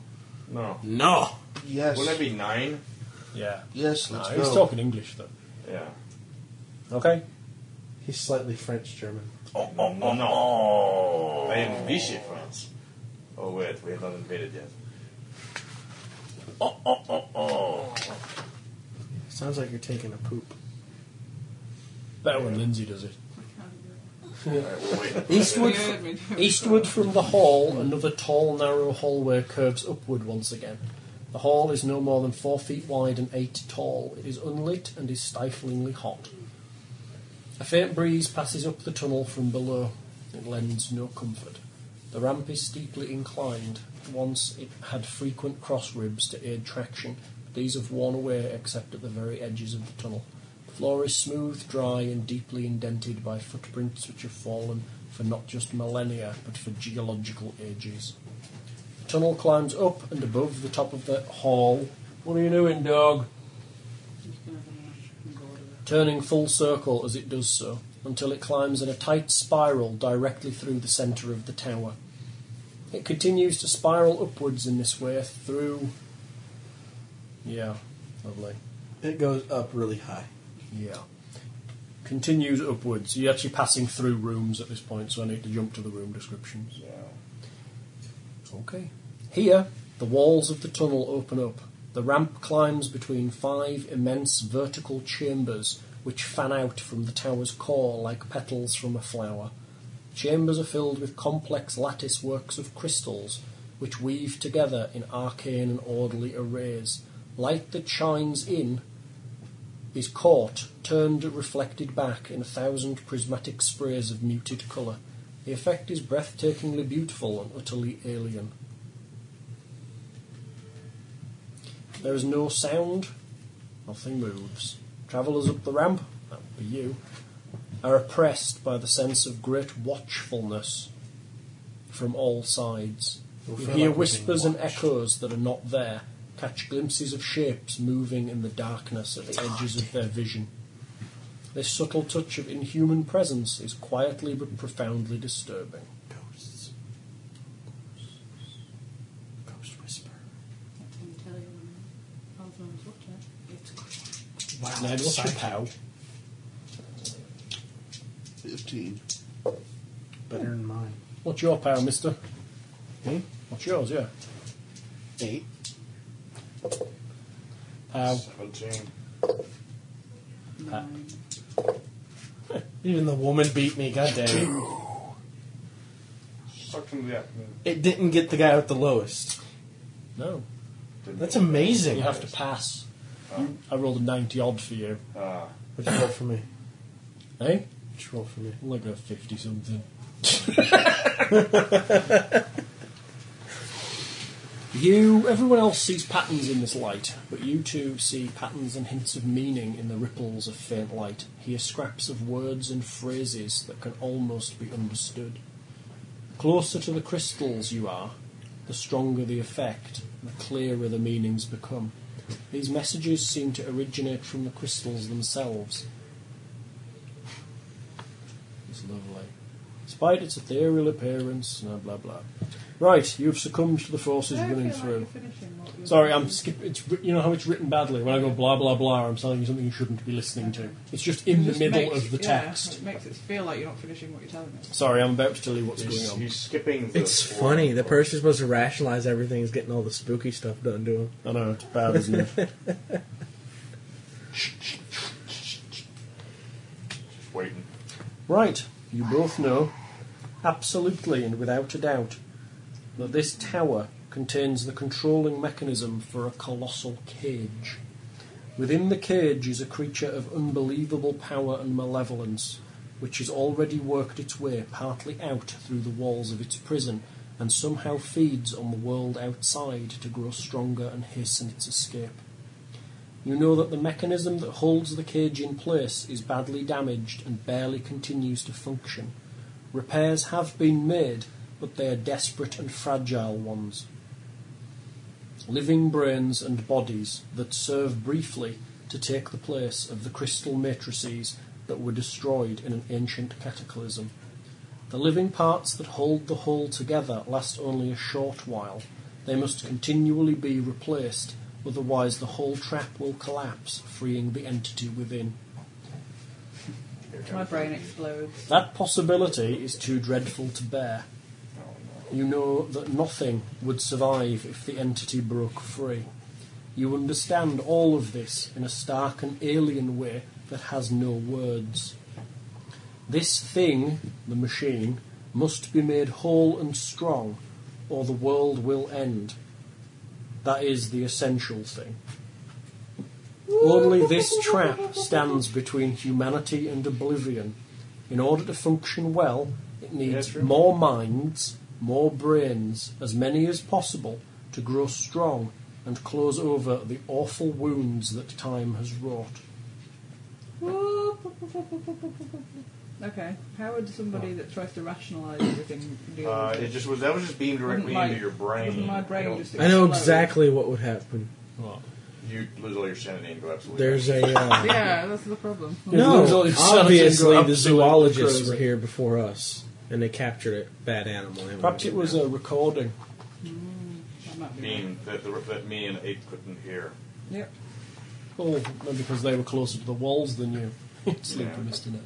[SPEAKER 3] no,
[SPEAKER 12] No.
[SPEAKER 10] Yes.
[SPEAKER 3] wouldn't that be nine?
[SPEAKER 6] Yeah.
[SPEAKER 10] Yes,
[SPEAKER 6] No,
[SPEAKER 10] let's
[SPEAKER 6] he's
[SPEAKER 10] go.
[SPEAKER 6] talking English, though.
[SPEAKER 3] Yeah.
[SPEAKER 6] Okay.
[SPEAKER 7] He's slightly French German.
[SPEAKER 3] Oh, oh, oh,
[SPEAKER 12] Oh.
[SPEAKER 3] no. I am Vichy France. Oh, wait, we have not invaded yet. Oh, oh, oh, oh.
[SPEAKER 7] Sounds like you're taking a poop.
[SPEAKER 6] Better when Lindsay does it.
[SPEAKER 3] Alright, we'll wait.
[SPEAKER 6] Eastward,
[SPEAKER 2] You heard me.
[SPEAKER 6] eastward from the hall, another tall, narrow hallway curves upward once again. The hall is no more than four feet wide and eight tall. It is unlit and is stiflingly hot. A faint breeze passes up the tunnel from below. It lends no comfort. The ramp is steeply inclined. Once it had frequent cross ribs to aid traction, but these have worn away except at the very edges of the tunnel. The floor is smooth, dry, and deeply indented by footprints which have fallen for not just millennia but for geological ages. The tunnel climbs up and above the top of the hall. What are you doing, dog? turning full circle as it does so, until it climbs in a tight spiral directly through the centre of the tower. It continues to spiral upwards in this way through. Yeah, lovely.
[SPEAKER 7] It goes up really high.
[SPEAKER 6] Yeah. Continues upwards. You're actually passing through rooms at this point, so I need to jump to the room descriptions.
[SPEAKER 3] Yeah.
[SPEAKER 6] Okay. Here, the walls of the tunnel open up. The ramp climbs between five immense vertical chambers which fan out from the tower's core like petals from a flower. Chambers are filled with complex lattice works of crystals which weave together in arcane and orderly arrays. Light that shines in is caught, turned, reflected back in a thousand prismatic sprays of muted colour. The effect is breathtakingly beautiful and utterly alien. There is no sound. Nothing moves. Travellers up the ramp, that would be you, are oppressed by the sense of great watchfulness from all sides.
[SPEAKER 12] You'll
[SPEAKER 6] You
[SPEAKER 12] feel
[SPEAKER 6] hear
[SPEAKER 12] like we're
[SPEAKER 6] whispers
[SPEAKER 12] being
[SPEAKER 6] and echoes that are not there, catch glimpses of shapes moving in the darkness at the edges of their vision. This subtle touch of inhuman presence is quietly but profoundly disturbing.
[SPEAKER 12] Ghosts. Ghost whisper.
[SPEAKER 2] didn't tell you when I was when I was watching it. It's good.
[SPEAKER 12] Wow.
[SPEAKER 6] Now, what's your
[SPEAKER 12] psychic.
[SPEAKER 6] POW?
[SPEAKER 10] 15.
[SPEAKER 12] Better than mine.
[SPEAKER 6] What's your POW, mister? What's yours, yeah?
[SPEAKER 12] Eight. Uh,
[SPEAKER 6] POW.
[SPEAKER 3] 17.
[SPEAKER 12] *laughs* Even the woman beat me. God damn it.
[SPEAKER 3] Sucked into the afternoon.
[SPEAKER 12] It didn't get the guy with the lowest.
[SPEAKER 6] No.
[SPEAKER 12] That's amazing.
[SPEAKER 6] You have to pass. I rolled a 90 odd for you.
[SPEAKER 3] Ah.
[SPEAKER 12] What'd you roll for me?
[SPEAKER 6] Eh?
[SPEAKER 12] What'd you roll for me?
[SPEAKER 6] Like a 50 something. you, everyone else sees patterns in this light, but you two see patterns and hints of meaning in the ripples of faint light. Hear scraps of words and phrases that can almost be understood. Closer to the crystals you are, the stronger the effect, the clearer the meanings become. These messages seem to originate from the crystals themselves. It's lovely. Despite its ethereal appearance, and blah blah. Right, you've succumbed to the forces
[SPEAKER 2] I feel
[SPEAKER 6] running
[SPEAKER 2] like
[SPEAKER 6] through.
[SPEAKER 2] you're finishing what you're
[SPEAKER 6] Sorry, I'm
[SPEAKER 2] doing.
[SPEAKER 6] skipping. It's writ- you know how it's written badly. When I go blah blah blah, I'm telling you something you shouldn't be listening to. It's just in
[SPEAKER 2] It
[SPEAKER 6] the
[SPEAKER 2] just
[SPEAKER 6] middle
[SPEAKER 2] makes-
[SPEAKER 6] of the
[SPEAKER 2] yeah,
[SPEAKER 6] text.
[SPEAKER 2] it makes it feel like you're not finishing what you're telling me.
[SPEAKER 6] Sorry, I'm about to tell you what's going on.
[SPEAKER 3] He's skipping the
[SPEAKER 12] It's
[SPEAKER 3] four.
[SPEAKER 12] funny. The person supposed to rationalize everything is getting all the spooky stuff done to him.
[SPEAKER 6] I know, it's bad, isn't it?
[SPEAKER 3] Just waiting.
[SPEAKER 6] Right, you both know, absolutely and without a doubt, that this tower contains the controlling mechanism for a colossal cage. Within the cage is a creature of unbelievable power and malevolence, which has already worked its way partly out through the walls of its prison and somehow feeds on the world outside to grow stronger and hasten its escape. You know that the mechanism that holds the cage in place is badly damaged and barely continues to function. Repairs have been made, but they are desperate and fragile ones. Living brains and bodies that serve briefly to take the place of the crystal matrices that were destroyed in an ancient cataclysm. The living parts that hold the whole together last only a short while. They must continually be replaced, otherwise the whole trap will collapse, freeing the entity within.
[SPEAKER 2] My brain explodes.
[SPEAKER 6] That possibility is too dreadful to bear. You know that nothing would survive if the entity broke free. You understand all of this in a stark and alien way that has no words. This thing, the machine, must be made whole and strong, or the world will end. That is the essential thing. Only this trap stands between humanity and oblivion. In order to function well, it needs more minds, more brains, as many as possible, to grow strong and close over the awful wounds that time has wrought.
[SPEAKER 2] Okay, how would somebody that tries to rationalise everything deal
[SPEAKER 3] Uh,
[SPEAKER 2] with
[SPEAKER 3] it just was that was just beamed
[SPEAKER 2] Wouldn't
[SPEAKER 3] directly
[SPEAKER 2] my-
[SPEAKER 3] into your brain.
[SPEAKER 2] wouldn't my brain
[SPEAKER 3] You don't-
[SPEAKER 2] just
[SPEAKER 12] I know
[SPEAKER 2] explode?
[SPEAKER 12] exactly what would happen.
[SPEAKER 3] you lose all your sanity and go absolutely.
[SPEAKER 12] There's a *laughs* uh,
[SPEAKER 2] Yeah, that's the problem.
[SPEAKER 6] Lose all
[SPEAKER 12] no.
[SPEAKER 6] your sanity and go
[SPEAKER 12] Obviously, the
[SPEAKER 6] absolutely
[SPEAKER 12] zoologists
[SPEAKER 6] crazy.
[SPEAKER 12] were here before us, and they captured a bad animal. They
[SPEAKER 6] Perhaps it was a recording.
[SPEAKER 2] That might be right.
[SPEAKER 3] beam that the, that me and Ape couldn't hear.
[SPEAKER 2] Yep.
[SPEAKER 6] Oh, because they were closer to the walls than you. Sleepy
[SPEAKER 3] Yeah.
[SPEAKER 6] Mr. Ned.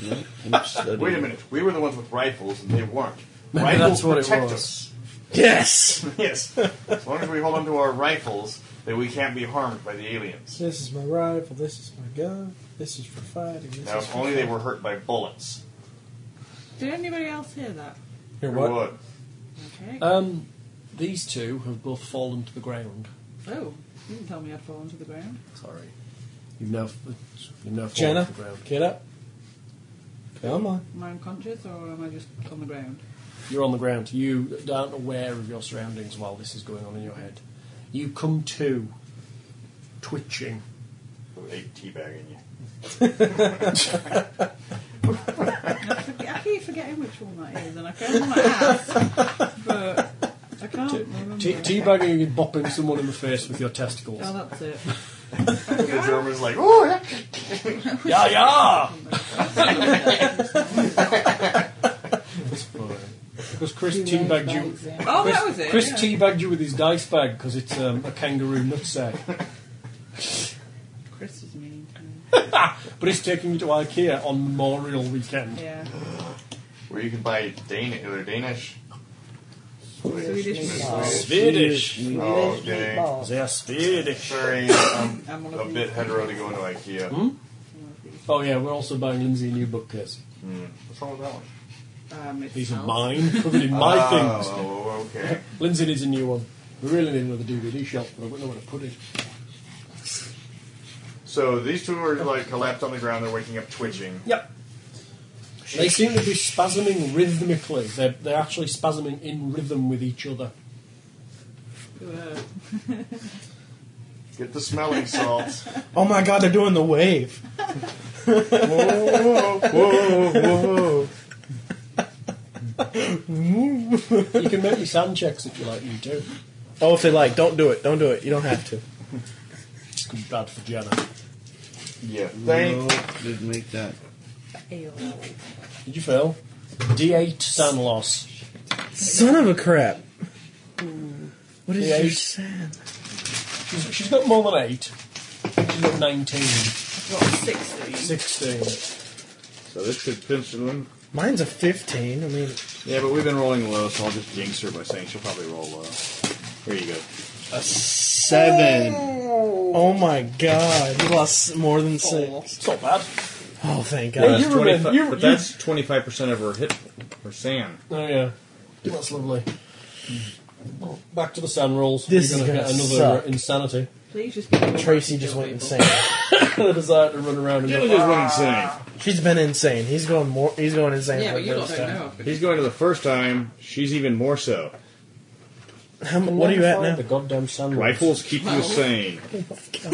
[SPEAKER 10] Yeah, I'm studying.
[SPEAKER 3] Wait a minute, we were the ones with rifles and they weren't.
[SPEAKER 6] Maybe
[SPEAKER 3] Rifles
[SPEAKER 6] *laughs* that's what it
[SPEAKER 3] protect
[SPEAKER 6] was.
[SPEAKER 3] us. *laughs*
[SPEAKER 12] yes.
[SPEAKER 3] Yes, as long as we hold on to our rifles, then we can't be harmed by the aliens.
[SPEAKER 12] This is my rifle. This is my gun. This is for fighting. This
[SPEAKER 3] Now, if only they were hurt by bullets.
[SPEAKER 2] Did anybody else hear that?
[SPEAKER 12] Here,
[SPEAKER 3] Who
[SPEAKER 12] what?
[SPEAKER 3] would?
[SPEAKER 2] Okay.
[SPEAKER 6] Um, these two have both fallen to the ground.
[SPEAKER 2] oh, you didn't tell me I'd fallen to the ground.
[SPEAKER 6] Sorry. You've now, you've now fallen
[SPEAKER 12] Jenna,
[SPEAKER 6] to the ground.
[SPEAKER 12] get up. Come on.
[SPEAKER 2] Am I unconscious or am I just on the ground?
[SPEAKER 6] You're on the ground. You aren't aware of your surroundings while this is going on in your head. You come to, twitching.
[SPEAKER 3] Eight teabagging you. *laughs*
[SPEAKER 2] I, forget, I keep forgetting which one that is, and I can't remember that. But Oh, I can't remember.
[SPEAKER 6] Te- teabagging and bopping someone in the face with your testicles.
[SPEAKER 2] Oh, that's
[SPEAKER 6] *laughs*
[SPEAKER 2] it.
[SPEAKER 3] The German's like, ooh, that-
[SPEAKER 6] Yeah, yeah. Because Chris teabagged you.
[SPEAKER 2] Oh,
[SPEAKER 6] Chris,
[SPEAKER 2] that was it,
[SPEAKER 6] Chris
[SPEAKER 2] yeah.
[SPEAKER 6] teabagged you with his dice bag because it's um, a kangaroo nutsack.
[SPEAKER 2] Chris is mean. to me.
[SPEAKER 6] but it's taking you to IKEA on Memorial Weekend.
[SPEAKER 2] Yeah.
[SPEAKER 3] Where you can buy Danish, or Danish.
[SPEAKER 2] Swedish meatballs.
[SPEAKER 6] Swedish.
[SPEAKER 3] Oh, dang.
[SPEAKER 6] They are Swedish.
[SPEAKER 3] Sorry, I'm
[SPEAKER 2] I'm one
[SPEAKER 3] a
[SPEAKER 2] of
[SPEAKER 3] bit
[SPEAKER 2] these.
[SPEAKER 3] hetero to go into IKEA.
[SPEAKER 6] Hmm? Oh yeah, we're also buying Lindsay a new bookcase.
[SPEAKER 3] What's wrong with that one?
[SPEAKER 2] Um, it
[SPEAKER 6] These are
[SPEAKER 2] smells.
[SPEAKER 6] mine, covered in my
[SPEAKER 3] oh,
[SPEAKER 6] things.
[SPEAKER 3] okay.
[SPEAKER 6] Lindsay needs a new one. We really need another DVD shelf, but I don't know where to put it.
[SPEAKER 3] So these two are like collapsed on the ground. They're waking up twitching.
[SPEAKER 6] Yep. They seem to be spasming rhythmically. They're, they're actually spasming in rhythm with each other.
[SPEAKER 2] Uh,
[SPEAKER 3] Get the smelling salts.
[SPEAKER 12] Oh my god, they're doing the wave.
[SPEAKER 3] whoa, whoa, whoa.
[SPEAKER 6] You can make me sound checks if you like, you too.
[SPEAKER 12] Oh, if they like, don't do it. Don't do it. You don't have to.
[SPEAKER 6] It's gonna be bad for Jenna.
[SPEAKER 3] Yeah.
[SPEAKER 10] No, didn't make that.
[SPEAKER 2] ale.
[SPEAKER 6] Did you fail? D8 sound loss.
[SPEAKER 12] Son of a crap. What is
[SPEAKER 6] Yeah,
[SPEAKER 12] your
[SPEAKER 6] he's-
[SPEAKER 12] sound?
[SPEAKER 6] She's, she's got more than 8. She's got 19.
[SPEAKER 2] I've got 16.
[SPEAKER 6] 16.
[SPEAKER 9] *laughs* So this should pencil them.
[SPEAKER 12] Mine's a 15. I mean,
[SPEAKER 9] Yeah, but we've been rolling low, so I'll just jinx her by saying she'll probably roll low. There you go.
[SPEAKER 10] A seven.
[SPEAKER 12] oh my god. You lost more than six.
[SPEAKER 6] It's not bad.
[SPEAKER 12] Oh, thank
[SPEAKER 6] Hey,
[SPEAKER 12] god.
[SPEAKER 6] you were in- you-
[SPEAKER 9] but
[SPEAKER 6] you-
[SPEAKER 9] that's twenty five percent of her hit her sand.
[SPEAKER 6] Oh, yeah. That's lovely. Back to the sand rolls.
[SPEAKER 12] This
[SPEAKER 6] You're
[SPEAKER 12] is gonna
[SPEAKER 6] gonna get another
[SPEAKER 12] suck.
[SPEAKER 6] insanity.
[SPEAKER 2] Please just give me one
[SPEAKER 12] Tracy
[SPEAKER 2] to
[SPEAKER 12] just
[SPEAKER 2] kill
[SPEAKER 12] went
[SPEAKER 2] people.
[SPEAKER 12] insane.
[SPEAKER 6] the desire to run around and
[SPEAKER 9] Jilly
[SPEAKER 6] go,
[SPEAKER 9] just went insane.
[SPEAKER 12] She's been insane. He's going more. He's going insane.
[SPEAKER 2] Yeah,
[SPEAKER 12] for
[SPEAKER 2] but you
[SPEAKER 12] the
[SPEAKER 2] lot
[SPEAKER 12] first
[SPEAKER 2] don't
[SPEAKER 12] time.
[SPEAKER 2] know.
[SPEAKER 9] He's going to the first time. She's even more so.
[SPEAKER 12] How, mu- what are you at
[SPEAKER 6] "Oh, The
[SPEAKER 12] now?
[SPEAKER 6] goddamn sand rolls.
[SPEAKER 9] Rifles keep you sane.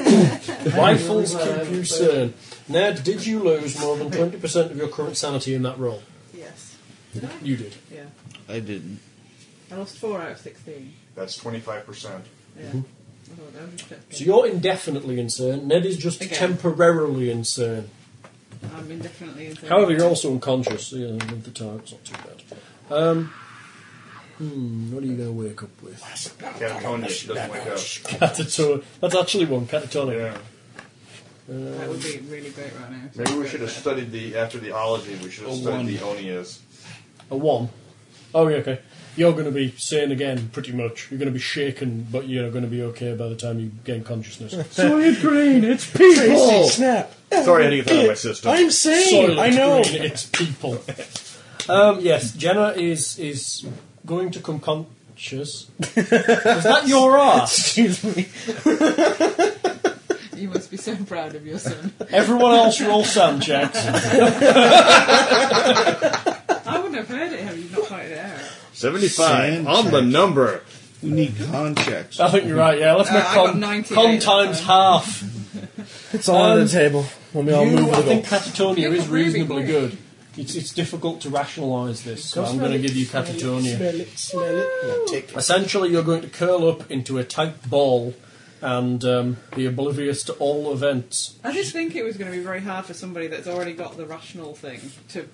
[SPEAKER 12] *laughs*
[SPEAKER 6] Rifles keep you sane. Ned, did you lose more than 20% of your current sanity in that roll?
[SPEAKER 2] Yes. Did I?
[SPEAKER 6] You did.
[SPEAKER 2] Yeah.
[SPEAKER 10] I didn't.
[SPEAKER 2] I lost 4 out of 16.
[SPEAKER 3] That's twenty five percent.
[SPEAKER 2] Yeah. I thought that was just-
[SPEAKER 6] Mhm. So you're indefinitely insane. Ned is just
[SPEAKER 2] Again.
[SPEAKER 6] temporarily insane.
[SPEAKER 2] I'm indefinitely insane.
[SPEAKER 6] However, you're also unconscious. So yeah, with the time, it's not too bad. Um, hmm, what are you going to wake up with?
[SPEAKER 3] Catatonia. She doesn't wake
[SPEAKER 6] *laughs*
[SPEAKER 3] up.
[SPEAKER 6] Catatonic. That's actually one catatonic.
[SPEAKER 3] Yeah.
[SPEAKER 2] That would be really great right now.
[SPEAKER 3] Maybe we should have studied the after the ology. We should have
[SPEAKER 10] Oh,
[SPEAKER 3] studied
[SPEAKER 10] one.
[SPEAKER 3] the onias.
[SPEAKER 6] A one. Oh, yeah, okay. You're going to be sane again, pretty much. You're going to be shaken, but you're going to be okay by the time you gain
[SPEAKER 12] *laughs*
[SPEAKER 6] consciousness.
[SPEAKER 12] Soylent Green, it's people. Snap.
[SPEAKER 9] Sorry, I had to get that out of my
[SPEAKER 12] *laughs*
[SPEAKER 9] system.
[SPEAKER 12] I'm sane.
[SPEAKER 6] Soylent
[SPEAKER 12] I know.
[SPEAKER 6] Green, it's people. um, yes, Jenna is is going to come conscious. is that your
[SPEAKER 12] *laughs*
[SPEAKER 6] ass?
[SPEAKER 12] Excuse me.
[SPEAKER 2] *laughs* You must be so proud of your son.
[SPEAKER 6] *laughs* Everyone else roll sound checks.
[SPEAKER 2] I wouldn't have heard it had you not pointed it out.
[SPEAKER 9] Seventy five
[SPEAKER 10] Sand
[SPEAKER 9] on the
[SPEAKER 10] tax.
[SPEAKER 9] number.
[SPEAKER 10] We need contracts.
[SPEAKER 6] I think you're right. Yeah, let's
[SPEAKER 2] Uh,
[SPEAKER 6] make
[SPEAKER 2] I got
[SPEAKER 6] con,
[SPEAKER 2] 98
[SPEAKER 6] con
[SPEAKER 2] that
[SPEAKER 6] times
[SPEAKER 2] time.
[SPEAKER 6] half.
[SPEAKER 12] It's all on
[SPEAKER 6] Um,
[SPEAKER 12] the table. Let me all
[SPEAKER 6] You,
[SPEAKER 12] move
[SPEAKER 6] I
[SPEAKER 12] it
[SPEAKER 6] think
[SPEAKER 12] think...
[SPEAKER 6] Catatonia
[SPEAKER 2] You're
[SPEAKER 6] is
[SPEAKER 2] really
[SPEAKER 6] reasonably
[SPEAKER 2] quick.
[SPEAKER 6] good. It's, it's difficult to rationalise this, so I'm going to give you Catatonia.
[SPEAKER 12] Smell it, smell it. No, take it.
[SPEAKER 6] Essentially, you're going to curl up into a tight ball and um, be oblivious to all events.
[SPEAKER 2] I just think it was going to be very hard for somebody that's already got the rational thing to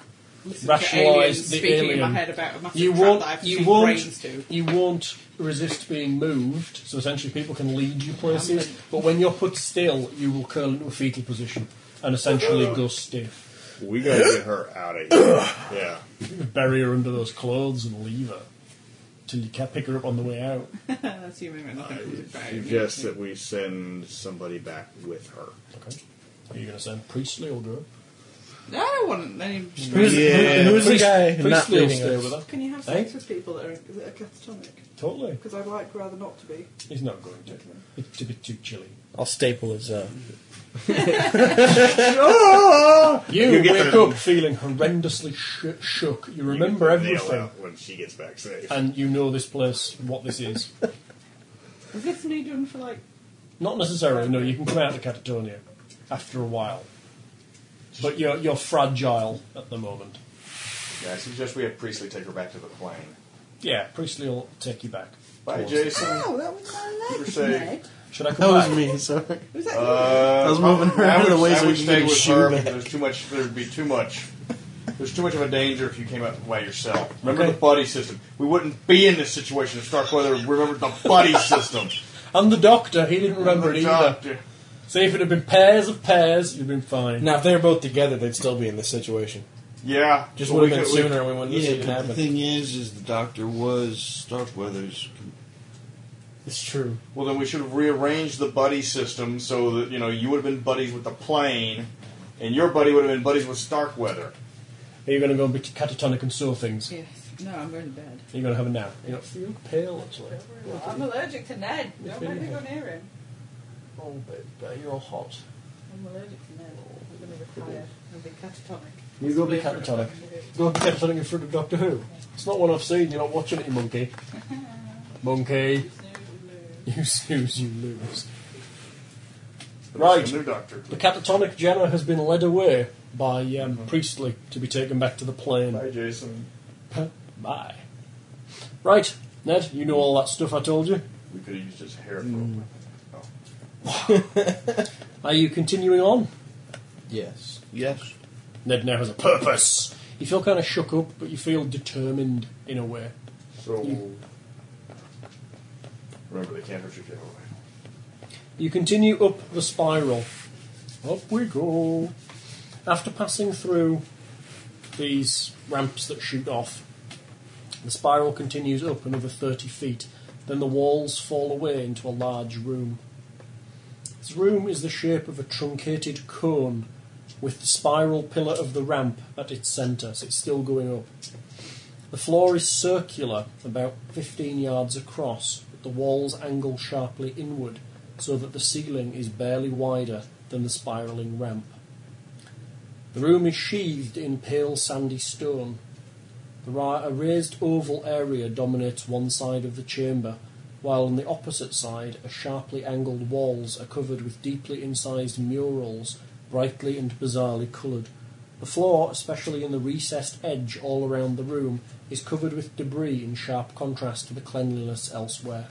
[SPEAKER 2] listen
[SPEAKER 6] Rationalise
[SPEAKER 2] to aliens
[SPEAKER 6] the
[SPEAKER 2] speaking in
[SPEAKER 6] alien.
[SPEAKER 2] my head about a massive
[SPEAKER 6] You
[SPEAKER 2] trap
[SPEAKER 6] won't.
[SPEAKER 2] that I've
[SPEAKER 6] You
[SPEAKER 2] seen brains
[SPEAKER 6] won't.
[SPEAKER 2] to.
[SPEAKER 6] You won't resist being moved. So essentially, people can lead you places. But when you're put still, you will curl into a fetal position and essentially go stiff.
[SPEAKER 9] We gotta get her out of here. Yeah.
[SPEAKER 6] Bury her under those clothes and leave her till you can pick her up on the way out.
[SPEAKER 2] Assuming that nothing comes about it.
[SPEAKER 9] Suggest that we send somebody back with her.
[SPEAKER 6] Okay. Are you going to send Priestley or go?
[SPEAKER 2] No, I don't want any.
[SPEAKER 12] Who's,
[SPEAKER 10] Yeah.
[SPEAKER 12] who, who's the guy not
[SPEAKER 6] Priestley will
[SPEAKER 12] leading
[SPEAKER 6] stay
[SPEAKER 12] us?
[SPEAKER 6] with her.
[SPEAKER 2] Can you have
[SPEAKER 6] sex
[SPEAKER 2] sex with people that are, that are catatonic?
[SPEAKER 6] Totally.
[SPEAKER 2] Because I'd like rather not to be.
[SPEAKER 6] He's not going to. It's a bit too chilly.
[SPEAKER 12] I'll staple his. Uh,
[SPEAKER 6] You,
[SPEAKER 9] You get
[SPEAKER 6] wake
[SPEAKER 9] the-
[SPEAKER 6] up feeling horrendously sh- shook. You remember
[SPEAKER 9] Nail
[SPEAKER 6] everything,
[SPEAKER 9] out when she gets back safe.
[SPEAKER 6] and you know this place, what this is.
[SPEAKER 2] Is this me done for like?
[SPEAKER 6] Not necessarily. No, you can come out of catatonia after a while, but you're you're fragile at the moment.
[SPEAKER 3] Yeah, I suggest we have Priestley take her back to the plane.
[SPEAKER 6] Yeah, Priestley will take you back.
[SPEAKER 3] Bye,
[SPEAKER 6] Towards-
[SPEAKER 3] Jason.
[SPEAKER 2] Oh, that was my
[SPEAKER 3] You're
[SPEAKER 2] leg.
[SPEAKER 3] safe.
[SPEAKER 2] Ned.
[SPEAKER 6] Should I come
[SPEAKER 12] That was
[SPEAKER 6] back?
[SPEAKER 12] me, sorry.
[SPEAKER 2] Was that
[SPEAKER 3] Uh,
[SPEAKER 12] I was moving
[SPEAKER 3] I
[SPEAKER 12] around
[SPEAKER 3] would-
[SPEAKER 12] in a way
[SPEAKER 3] I
[SPEAKER 12] so
[SPEAKER 3] would
[SPEAKER 12] you
[SPEAKER 3] stay
[SPEAKER 12] could
[SPEAKER 3] with
[SPEAKER 12] shoot
[SPEAKER 3] her,
[SPEAKER 12] back.
[SPEAKER 3] but There's too much. There'd be too much. There's too much of a danger if you came up by yourself. Remember
[SPEAKER 6] Okay.
[SPEAKER 3] the buddy system. We wouldn't be in this situation if Starkweather remembered the
[SPEAKER 12] *laughs*
[SPEAKER 3] buddy system.
[SPEAKER 6] And the doctor, he didn't remember it
[SPEAKER 3] The
[SPEAKER 6] either.
[SPEAKER 3] doctor.
[SPEAKER 6] See, if it had been pairs of pairs, you'd been fine.
[SPEAKER 7] Now, if they were both together, they'd still be in this situation.
[SPEAKER 3] Yeah,
[SPEAKER 7] Just
[SPEAKER 3] but
[SPEAKER 7] would
[SPEAKER 3] we
[SPEAKER 7] have been
[SPEAKER 3] could- we-
[SPEAKER 7] sooner, and we wouldn't have
[SPEAKER 10] Yeah,
[SPEAKER 7] seen it
[SPEAKER 10] but the
[SPEAKER 7] happen.
[SPEAKER 10] thing is, is the doctor was Starkweather's.
[SPEAKER 7] It's true.
[SPEAKER 3] Well, then we should have rearranged the buddy system so that you know you would have been buddies with the plane, and your buddy would have been buddies with Starkweather.
[SPEAKER 6] Are you going to go and be catatonic and sore things?
[SPEAKER 2] Yes. No, I'm going to bed.
[SPEAKER 6] Are you going to have a nap? You're not you're pale, actually.
[SPEAKER 2] I'm allergic to Ned. Don't let me go near him.
[SPEAKER 6] Oh, babe, uh, you're all hot.
[SPEAKER 2] I'm allergic to Ned. I'm going to retire. I'll be catatonic.
[SPEAKER 6] You go be catatonic. Go and be catatonic in front of Doctor Who. It's not one I've seen. You're not watching it, you monkey. Monkey. *laughs* You snooze, you lose. Right.
[SPEAKER 3] New doctor.
[SPEAKER 6] The catatonic Jenna has been led away by um, Priestley to be taken back to the plane.
[SPEAKER 3] Hi, Jason.
[SPEAKER 6] Bye. Right, Ned, you know all that stuff I told you.
[SPEAKER 3] We could have used his hair for a
[SPEAKER 9] Mm.
[SPEAKER 3] weapon. Oh.
[SPEAKER 6] Are you continuing on?
[SPEAKER 10] Yes. Yes.
[SPEAKER 6] Ned now has a purpose. You feel kind of shook up, but you feel determined in a way.
[SPEAKER 3] So remember, they can't hurt you if you have a rifle.
[SPEAKER 6] You continue up the spiral. Up we go. After passing through these ramps that shoot off, the spiral continues up another 30 feet. Then the walls fall away into a large room. This room is the shape of a truncated cone with the spiral pillar of the ramp at its centre, so it's still going up. The floor is circular, about 15 yards across, but the walls angle sharply inward so that the ceiling is barely wider than the spiralling ramp. The room is sheathed in pale sandy stone. The ra- a raised oval area dominates one side of the chamber, while on the opposite side, a sharply angled walls are covered with deeply incised murals, brightly and bizarrely coloured. The floor, especially in the recessed edge all around the room, is covered with debris in sharp contrast to the cleanliness elsewhere.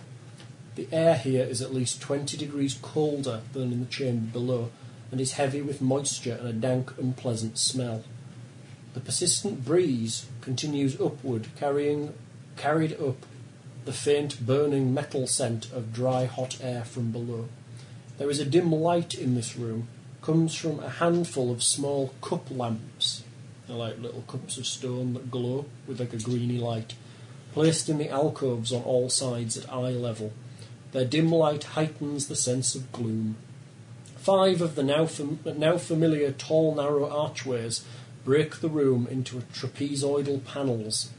[SPEAKER 6] The air here is at least 20 degrees colder than in the chamber below, and is heavy with moisture and a dank, unpleasant smell. The persistent breeze continues upward, carrying, carried up, the faint burning metal scent of dry, hot air from below. There is a dim light in this room, comes from a handful of small cup lamps. They're like little cups of stone that glow with like a greeny light, placed in the alcoves on all sides at eye level. Their dim light heightens the sense of gloom. Five of the now, fam- now familiar tall, narrow archways break the room into a trapezoidal panels.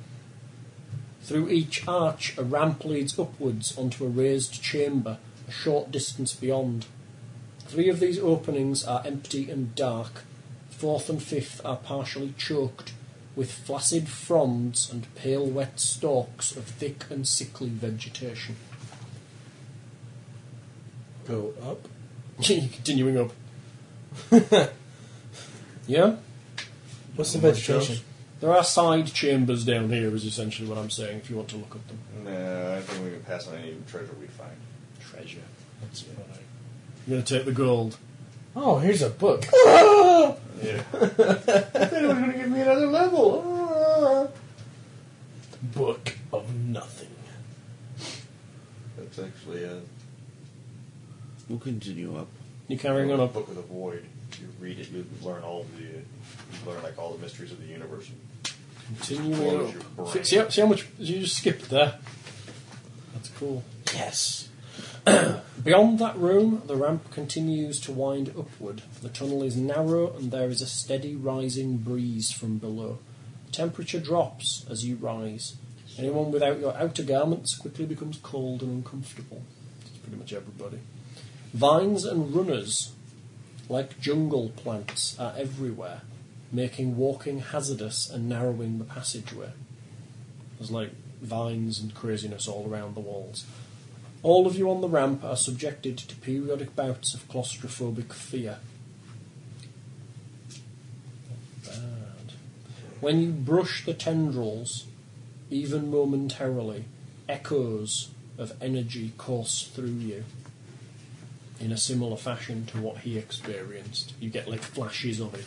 [SPEAKER 6] Through each arch, a ramp leads upwards onto a raised chamber a short distance beyond. Three of these openings are empty and dark. Fourth and fifth are partially choked with flaccid fronds and pale, wet stalks of thick and sickly vegetation.
[SPEAKER 7] Go up.
[SPEAKER 6] Continuing up. *laughs* yeah?
[SPEAKER 7] What's the vegetation?
[SPEAKER 6] There are side chambers down here, is essentially what I'm saying, if you want to look at them.
[SPEAKER 3] Nah, I think we can pass on any treasure we find.
[SPEAKER 6] Treasure. That's it. You're going to take the gold.
[SPEAKER 7] Oh, here's a book.
[SPEAKER 9] *laughs*
[SPEAKER 3] Yeah.
[SPEAKER 9] Anyone's going to give me another level. Ah.
[SPEAKER 7] book of nothing.
[SPEAKER 3] That's actually a
[SPEAKER 10] We'll continue up.
[SPEAKER 6] You're carrying on
[SPEAKER 3] a
[SPEAKER 6] up.
[SPEAKER 3] book of the void. You read it, you learn all of the, you learn like all the mysteries of the universe.
[SPEAKER 6] Continuing
[SPEAKER 3] Blows your
[SPEAKER 6] up.
[SPEAKER 3] brain.
[SPEAKER 6] See, see how much you just skipped there? That's cool.
[SPEAKER 7] Yes.
[SPEAKER 6] *clears throat* Beyond that room, the ramp continues to wind upward. The tunnel is narrow and there is a steady rising breeze from below. The temperature drops as you rise. Anyone without your outer garments quickly becomes cold and uncomfortable. It's pretty much everybody. Vines and runners, like jungle plants, are everywhere, making walking hazardous and narrowing the passageway. There's like vines and craziness all around the walls. All of you on the ramp are subjected to periodic bouts of claustrophobic fear. Not bad. When you brush the tendrils, even momentarily, echoes of energy course through you in a similar fashion to what he experienced. You get like flashes of it.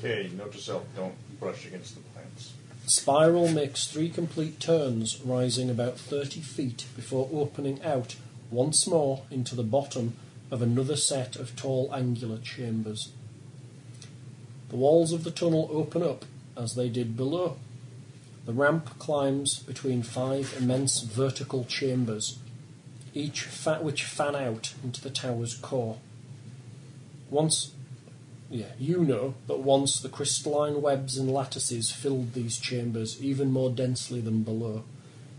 [SPEAKER 3] Okay, note to self, don't brush against the plants.
[SPEAKER 6] Spiral makes three complete turns, rising about 30 feet before opening out once more into the bottom of another set of tall angular chambers. The walls of the tunnel open up as they did below. The ramp climbs between five immense vertical chambers, each fa- which fan out into the tower's core. Once yeah, you know that once the crystalline webs and lattices filled these chambers even more densely than below.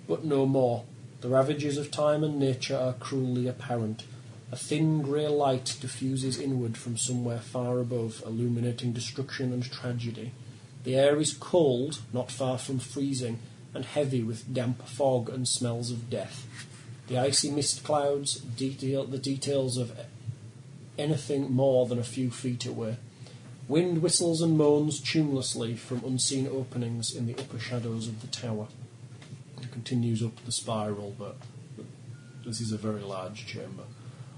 [SPEAKER 6] But no more. The ravages of time and nature are cruelly apparent. A thin grey light diffuses inward from somewhere far above, illuminating destruction and tragedy. The air is cold, not far from freezing, and heavy with damp fog and smells of death. The icy mist clouds detail the details of anything more than a few feet away. Wind whistles and moans tunelessly from unseen openings in the upper shadows of the tower. It continues up the spiral, but this is a very large chamber.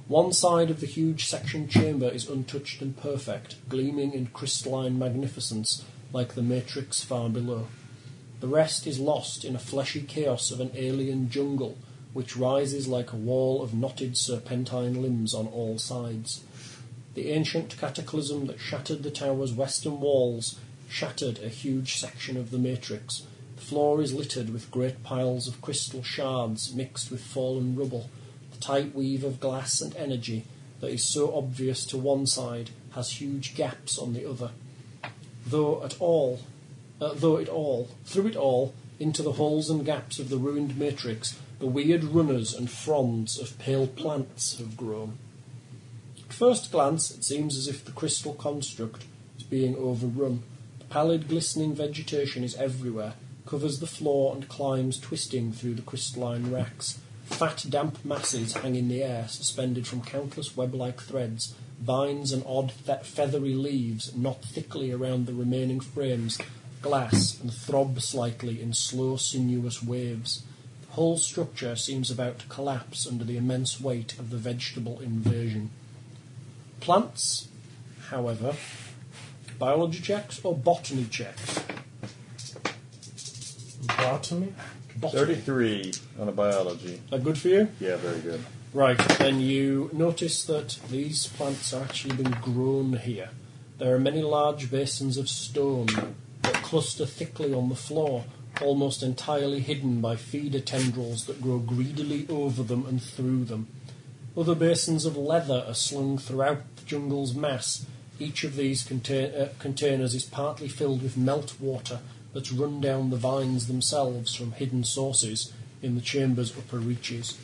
[SPEAKER 6] One side of the huge section chamber is untouched and perfect, gleaming in crystalline magnificence like the matrix far below. The rest is lost in a fleshy chaos of an alien jungle, which rises like a wall of knotted serpentine limbs on all sides. The ancient cataclysm that shattered the tower's western walls shattered a huge section of the matrix. The floor is littered with great piles of crystal shards mixed with fallen rubble. The tight weave of glass and energy that is so obvious to one side has huge gaps on the other. Though at all, uh, though it all, through it all, into the holes and gaps of the ruined matrix, the weird runners and fronds of pale plants have grown. At first glance, it seems as if the crystal construct is being overrun. The pallid, glistening vegetation is everywhere, covers the floor, and climbs twisting through the crystalline racks. Fat, damp masses hang in the air, suspended from countless web like threads, vines and odd, fe- feathery leaves knot thickly around the remaining frames of glass and throb slightly in slow, sinuous waves whole structure seems about to collapse under the immense weight of the vegetable invasion. Plants, however, biology checks or botany checks?
[SPEAKER 12] Botany?
[SPEAKER 6] Botany.
[SPEAKER 9] 33 on a biology.
[SPEAKER 6] Are good for you?
[SPEAKER 9] Yeah, very good.
[SPEAKER 6] Right, then you notice that these plants are actually been grown here. There are many large basins of stone that cluster thickly on the floor, almost entirely hidden by feeder tendrils that grow greedily over them and through them. Other basins of leather are slung throughout the jungle's mass. Each of these contain- uh, containers is partly filled with melt water that's run down the vines themselves from hidden sources in the chamber's upper reaches.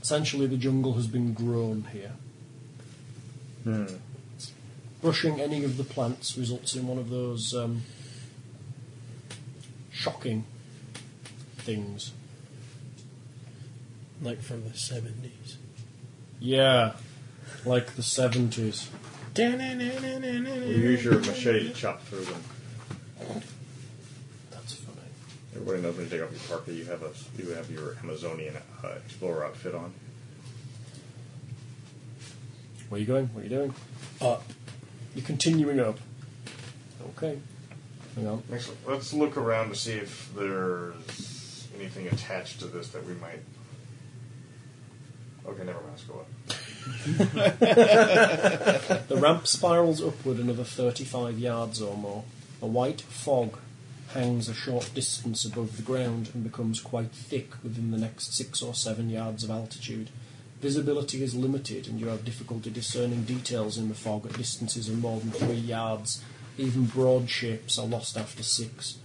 [SPEAKER 6] Essentially, the jungle has been grown here. Brushing any of the plants results in one of those um, shocking things.
[SPEAKER 12] Like from the 70s.
[SPEAKER 6] Yeah, like the 70s.
[SPEAKER 3] You use your machete to chop through them.
[SPEAKER 6] That's funny.
[SPEAKER 3] Everybody knows when you take off your parka, you have a you have your Amazonian uh, explorer outfit on.
[SPEAKER 6] Where are you going? What are you doing?
[SPEAKER 12] Up.
[SPEAKER 6] You're continuing up. Okay. Hang on.
[SPEAKER 3] Next, let's look around to see if there's anything attached to this that we might. Okay, never mind. Let's go up.
[SPEAKER 6] The ramp spirals upward another 35 yards or more. A white fog hangs a short distance above the ground and becomes quite thick within the next six or seven yards of altitude. Visibility is limited, and you have difficulty discerning details in the fog at distances of more than three yards. Even broad shapes are lost after six.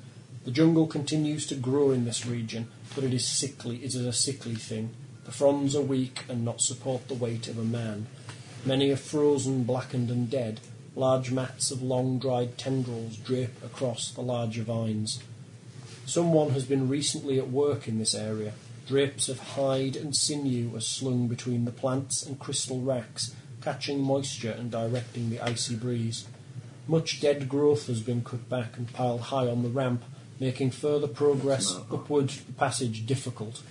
[SPEAKER 6] The jungle continues to grow in this region, but it is sickly. It is a sickly thing. The fronds are weak and not support the weight of a man. Many are frozen, blackened, and dead. Large mats of long dried tendrils drape across the larger vines. Someone has been recently at work in this area. Drapes of hide and sinew are slung between the plants and crystal racks, catching moisture and directing the icy breeze. Much dead growth has been cut back and piled high on the ramp, making further progress upward passage difficult.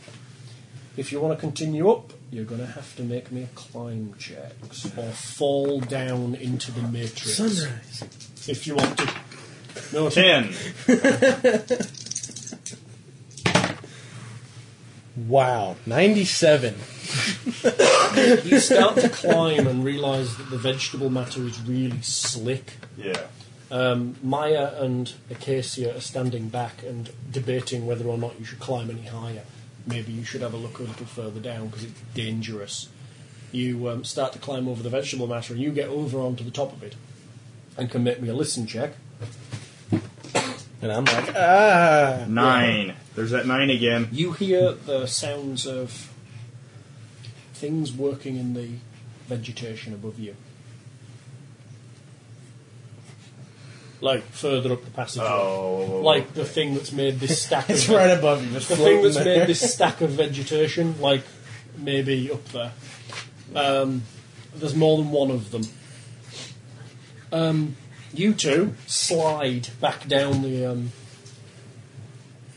[SPEAKER 6] If you want to continue up, you're going to have to make me a climb check or fall down into the matrix.
[SPEAKER 12] Sunrise.
[SPEAKER 6] If you want to. No,
[SPEAKER 3] ten.
[SPEAKER 12] Wow, 97.
[SPEAKER 6] you start to climb and realise that the vegetable matter is really slick.
[SPEAKER 3] Yeah.
[SPEAKER 6] Um, Maya and Acacia are standing back and debating whether or not you should climb any higher. Maybe you should have a look a little further down because it's dangerous. You um, start to climb over the vegetable matter and you get over onto the top of it and can make me a listen check.
[SPEAKER 12] And I'm like, ah.
[SPEAKER 3] Nine. There's that nine again.
[SPEAKER 6] You hear the sounds of things working in the vegetation above you. Like further up the passageway.
[SPEAKER 3] Oh.
[SPEAKER 6] Like the thing that's made this stack
[SPEAKER 12] It's
[SPEAKER 6] of
[SPEAKER 12] right above you, just
[SPEAKER 6] the thing that's
[SPEAKER 12] floating there.
[SPEAKER 6] made this stack of vegetation, like maybe up there. Um, there's more than one of them. Um, you two slide back down the um,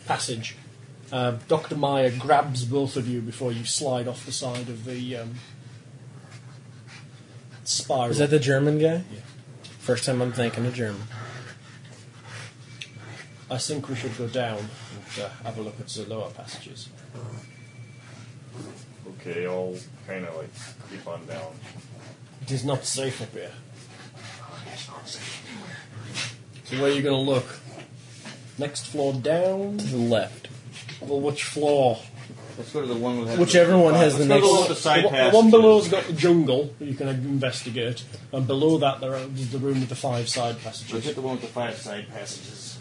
[SPEAKER 6] passage. Uh, Dr. Meyer grabs both of you before you slide off the side of the um, spiral.
[SPEAKER 12] Is that the German guy? Yeah. First time I'm thinking of German.
[SPEAKER 6] I think we should go down and uh, have a look at the lower passages.
[SPEAKER 3] Okay, I'll kind of like creep on down.
[SPEAKER 6] It is not safe up here. So where are you going to look? Next floor down? To
[SPEAKER 12] the left.
[SPEAKER 6] Well, which floor?
[SPEAKER 3] Let's go to the one with
[SPEAKER 12] Whichever one has the
[SPEAKER 3] Let's
[SPEAKER 12] next-
[SPEAKER 3] go to one with the side
[SPEAKER 6] The one-
[SPEAKER 3] pass.
[SPEAKER 6] the one below's got the jungle that you can investigate, and below that there are, there's the room with the five side
[SPEAKER 3] Let's
[SPEAKER 6] passages.
[SPEAKER 3] hit the one with the five side passages.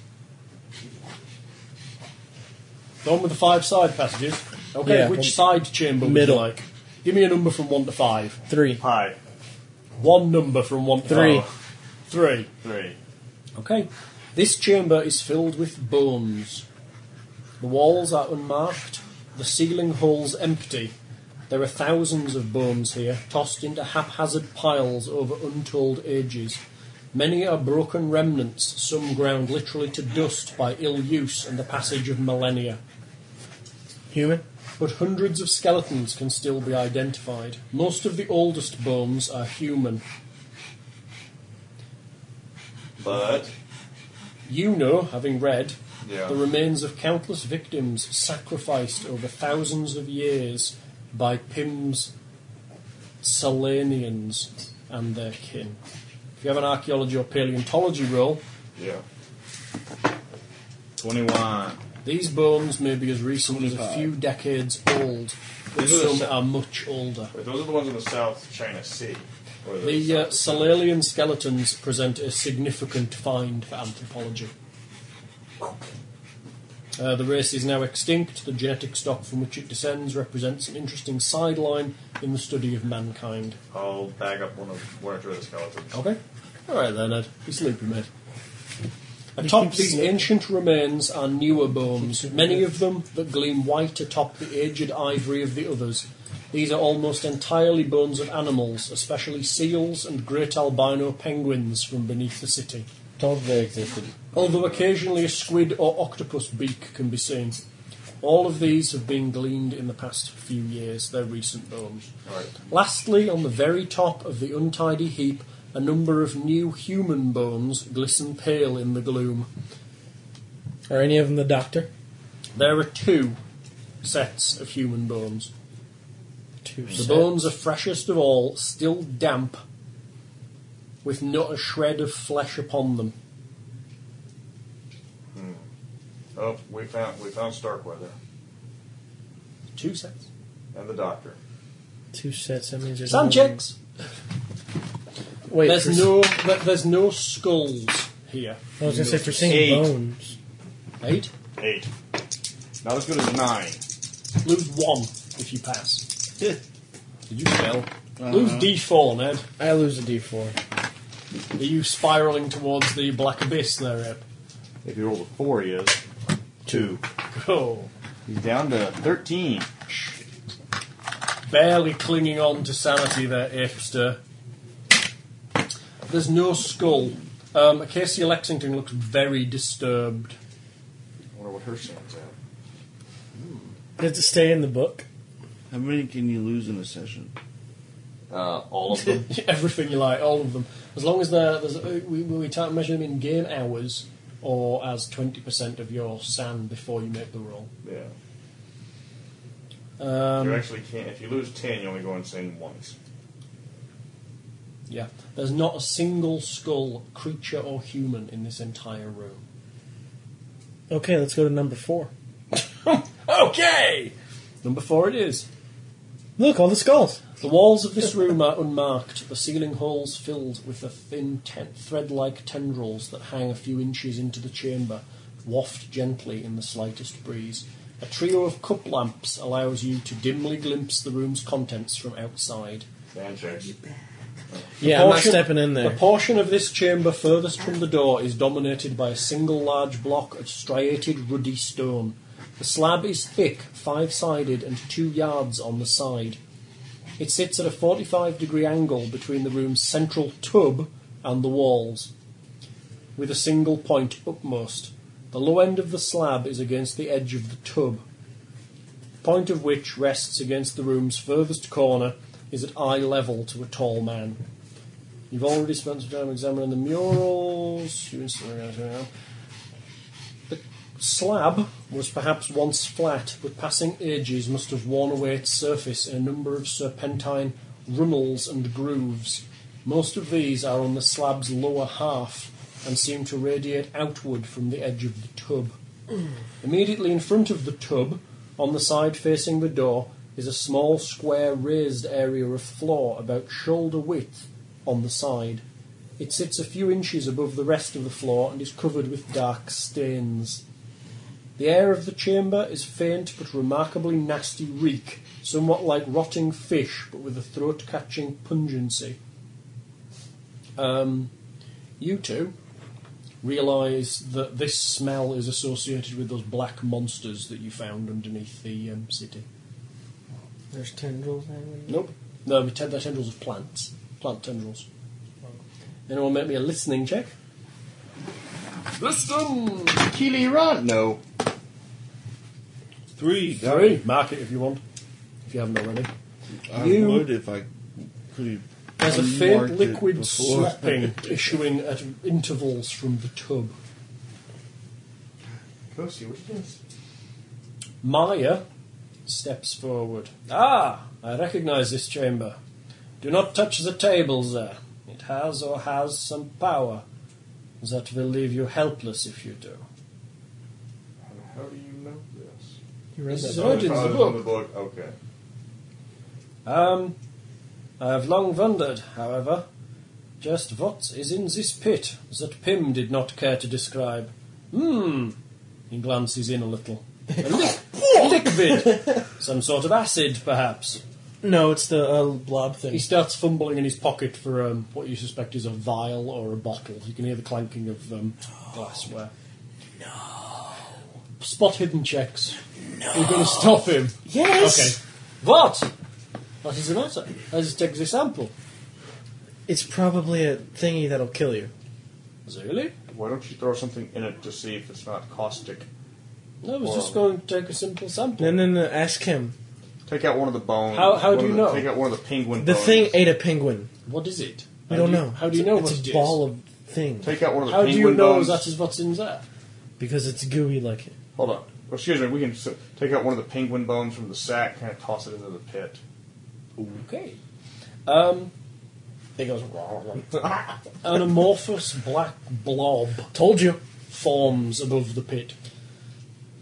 [SPEAKER 6] The one with the five side passages. Okay,
[SPEAKER 12] Yeah.
[SPEAKER 6] which side chamber
[SPEAKER 12] Middle.
[SPEAKER 6] would you like? Give me a number from one to five.
[SPEAKER 12] Three.
[SPEAKER 3] Pi.
[SPEAKER 6] One number from one to
[SPEAKER 12] Three.
[SPEAKER 6] five. Three.
[SPEAKER 3] Three.
[SPEAKER 6] Okay. This chamber is filled with bones. The walls are unmarked, the ceiling holes empty. There are thousands of bones here, tossed into haphazard piles over untold ages. Many are broken remnants, some ground literally to dust by ill use and the passage of millennia.
[SPEAKER 12] Human?
[SPEAKER 6] But hundreds of skeletons can still be identified. Most of the oldest bones are human,
[SPEAKER 3] But
[SPEAKER 6] You know, having read,
[SPEAKER 3] Yeah.
[SPEAKER 6] the remains of countless victims sacrificed over thousands of years by Pym's Salanians and their kin. If you have an archaeology or paleontology role,
[SPEAKER 3] yeah. Twenty-one.
[SPEAKER 6] these bones may be as recent as a
[SPEAKER 3] 25.
[SPEAKER 6] few decades old, but
[SPEAKER 3] These are the
[SPEAKER 6] some
[SPEAKER 3] sa-
[SPEAKER 6] are much older.
[SPEAKER 3] Wait, those are the ones in the South China Sea. Or
[SPEAKER 6] The uh, Salalian skeletons present a significant find for anthropology. Uh, the race is now extinct. The genetic stock from which it descends represents an interesting sideline in the study of mankind.
[SPEAKER 3] I'll bag up one of one or two of the skeletons.
[SPEAKER 6] Okay. All right then, Ed. Be sleepy, mate. Atop these ancient remains are newer bones, many of them that gleam white atop the aged ivory of the others. These are almost entirely bones of animals, especially seals and great albino penguins from beneath the city.
[SPEAKER 12] Told they existed.
[SPEAKER 6] Although occasionally a squid or octopus beak can be seen. All of these have been gleaned in the past few years, they're recent bones.
[SPEAKER 3] All right.
[SPEAKER 6] Lastly, on the very top of the untidy heap, a number of new human bones glisten pale in the gloom.
[SPEAKER 12] Are any of them the doctor?
[SPEAKER 6] There are two sets of human bones.
[SPEAKER 12] Two
[SPEAKER 6] The bones are freshest of all, still damp, with not a shred of flesh upon them.
[SPEAKER 3] Oh, we found we found Starkweather
[SPEAKER 6] Two sets.
[SPEAKER 3] and the Doctor.
[SPEAKER 12] Two sets. That means there's
[SPEAKER 6] Sanchez!
[SPEAKER 12] only- Wait,
[SPEAKER 6] there's
[SPEAKER 12] for-
[SPEAKER 6] no th- there's no skulls here.
[SPEAKER 12] I was gonna say for seeing
[SPEAKER 3] Eight.
[SPEAKER 12] bones.
[SPEAKER 6] Eight.
[SPEAKER 3] Eight. Not as good as nine.
[SPEAKER 6] Lose one if you pass. Did you fail?
[SPEAKER 12] Uh-huh.
[SPEAKER 6] Lose D4, Ned.
[SPEAKER 12] I lose a D4.
[SPEAKER 6] Are you spiraling towards the black abyss there, Ed?
[SPEAKER 12] Oh.
[SPEAKER 3] If you roll a four, he is two.
[SPEAKER 6] Go.
[SPEAKER 9] He's down to 13.
[SPEAKER 6] Barely clinging on to sanity there, Apester. There's no skull. Um, Acacia Lexington looks very disturbed.
[SPEAKER 3] I wonder what her sounds at.
[SPEAKER 12] Does it stay in the book?
[SPEAKER 10] How many can you lose in a session?
[SPEAKER 3] Uh, all of them.
[SPEAKER 6] *laughs* Everything you like, all of them. As long as they're, there's, uh, we, we try to measure them in game hours or as 20% of your sand before you make the roll.
[SPEAKER 3] Yeah.
[SPEAKER 6] Um,
[SPEAKER 3] you actually can't. If you lose 10, you only go insane once.
[SPEAKER 6] Yeah, there's not a single skull, creature or human in this entire room.
[SPEAKER 12] Okay, let's go to number four.
[SPEAKER 6] Okay! Number four it is.
[SPEAKER 12] Look, all the skulls.
[SPEAKER 6] The walls of this room are unmarked, the ceiling holes filled with the thin ten- thread like tendrils that hang a few inches into the chamber, waft gently in the slightest breeze. A trio of cup lamps allows you to dimly glimpse the room's contents from outside.
[SPEAKER 3] Band checks.
[SPEAKER 6] The
[SPEAKER 12] Yeah, I'm not stepping in there.
[SPEAKER 6] The portion of this chamber furthest from the door is dominated by a single large block of striated ruddy stone. The slab is thick, five sided, and two yards on the side. It sits at a 45 degree angle between the room's central tub and the walls, with a single point upmost. The low end of the slab is against the edge of the tub, the point of which rests against the room's furthest corner is at eye level to a tall man. You've already spent some time examining the murals. You instantly realise where you are. The slab was perhaps once flat, but passing ages must have worn away its surface in a number of serpentine runnels and grooves. Most of these are on the slab's lower half and seem to radiate outward from the edge of the tub. *clears throat* Immediately in front of the tub, on the side facing the door, is a small square raised area of floor about shoulder width on the side. It sits a few inches above the rest of the floor and is covered with dark stains. The air of the chamber is faint but remarkably nasty reek, somewhat like rotting fish but with a throat catching pungency. Um, you two realise that this smell is associated with those black monsters that you found underneath the um, city.
[SPEAKER 12] There's tendrils hanging.
[SPEAKER 6] Nope. No, they're ten- they're tendrils of plants. Plant tendrils. Anyone make me a listening check? Listen!
[SPEAKER 9] Keely Run? No.
[SPEAKER 10] Three.
[SPEAKER 6] Three. Mark it if you want. If you haven't already.
[SPEAKER 10] I
[SPEAKER 6] You-
[SPEAKER 10] would if I could.
[SPEAKER 6] There's a faint liquid
[SPEAKER 10] before.
[SPEAKER 6] slapping issuing at intervals from the tub.
[SPEAKER 9] Go see what it is.
[SPEAKER 6] Maya steps forward. Ah, I recognize this chamber. Do not touch the tables there. It has or has some power that will leave you helpless if you do.
[SPEAKER 3] How do you know this?
[SPEAKER 12] You read
[SPEAKER 6] This is
[SPEAKER 12] that?
[SPEAKER 6] all right in the
[SPEAKER 3] Oh, it's
[SPEAKER 6] book.
[SPEAKER 3] in the book. Okay.
[SPEAKER 6] Um, I have long wondered, however, just what is in this pit that Pym did not care to describe. Hmm. He glances in a little. *laughs* A li- liquid! Some sort of acid, perhaps.
[SPEAKER 12] No, it's the uh, blob
[SPEAKER 6] He
[SPEAKER 12] thing.
[SPEAKER 6] starts fumbling in his pocket for um, what you suspect is a vial or a bottle. You can hear the clanking of um, glassware. No. Spot hidden checks. No. You're going to stop him.
[SPEAKER 12] Yes.
[SPEAKER 6] Okay. What? What is the matter? Let's take the sample.
[SPEAKER 12] It's probably a thingy that'll kill you.
[SPEAKER 6] Really?
[SPEAKER 3] Why don't you throw something in it to see if it's not caustic?
[SPEAKER 6] No, I was
[SPEAKER 3] Or-
[SPEAKER 6] just going to take a simple sample.
[SPEAKER 12] No, no, no. Ask him.
[SPEAKER 3] Take out one of the bones.
[SPEAKER 6] How- how
[SPEAKER 3] One
[SPEAKER 6] do
[SPEAKER 3] of
[SPEAKER 6] you
[SPEAKER 3] the-
[SPEAKER 6] know?
[SPEAKER 3] Take out one of the penguin
[SPEAKER 12] The
[SPEAKER 3] bones.
[SPEAKER 12] thing ate a penguin.
[SPEAKER 6] What is it?
[SPEAKER 12] We
[SPEAKER 6] How
[SPEAKER 12] don't
[SPEAKER 6] do you-
[SPEAKER 12] know.
[SPEAKER 6] How do you know
[SPEAKER 12] It's
[SPEAKER 6] what
[SPEAKER 12] a
[SPEAKER 6] it is?
[SPEAKER 12] ball of thing
[SPEAKER 3] Take out one of the
[SPEAKER 6] How do
[SPEAKER 3] penguin
[SPEAKER 6] you know
[SPEAKER 3] bones.
[SPEAKER 6] that is what's in there?
[SPEAKER 12] because it's gooey like it.
[SPEAKER 3] Hold on. Excuse me. We can s- take out one of the penguin bones from the sack, kind of toss it into the pit.
[SPEAKER 6] Okay. Um,
[SPEAKER 12] It goes. *laughs* "Rah, rah, rah."
[SPEAKER 6] an amorphous black blob
[SPEAKER 12] Told you.
[SPEAKER 6] forms above the pit.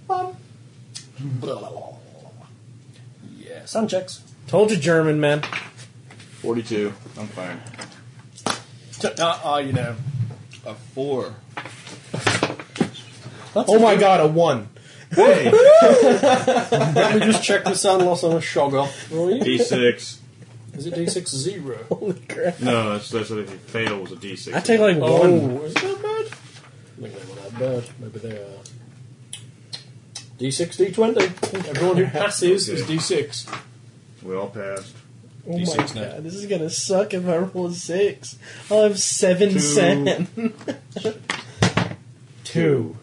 [SPEAKER 6] Blah, blah, blah, blah, blah. Yeah, sound checks.
[SPEAKER 12] Told you, German man.
[SPEAKER 9] Forty-two. I'm fine.
[SPEAKER 6] Ah, uh, you know.
[SPEAKER 10] A four.
[SPEAKER 6] That's
[SPEAKER 12] Oh my god, a one.
[SPEAKER 3] *laughs*
[SPEAKER 6] Let me just check the sound loss on a shoggoth for you.
[SPEAKER 9] D6.
[SPEAKER 6] Is it D6 zero?
[SPEAKER 12] *laughs* Holy crap!
[SPEAKER 9] no, that's, that's what if you fail was a D6.
[SPEAKER 12] I take like
[SPEAKER 6] Oh,
[SPEAKER 12] one.
[SPEAKER 6] is that bad? I think they were not bad. Maybe they are. D6, D20. Everyone who passes is
[SPEAKER 3] Okay.
[SPEAKER 6] D6.
[SPEAKER 3] We all passed.
[SPEAKER 7] Oh
[SPEAKER 6] D6
[SPEAKER 7] my
[SPEAKER 6] now.
[SPEAKER 7] god, this is gonna suck if I roll a six. I'll have seven
[SPEAKER 6] Two.
[SPEAKER 7] sand. Two.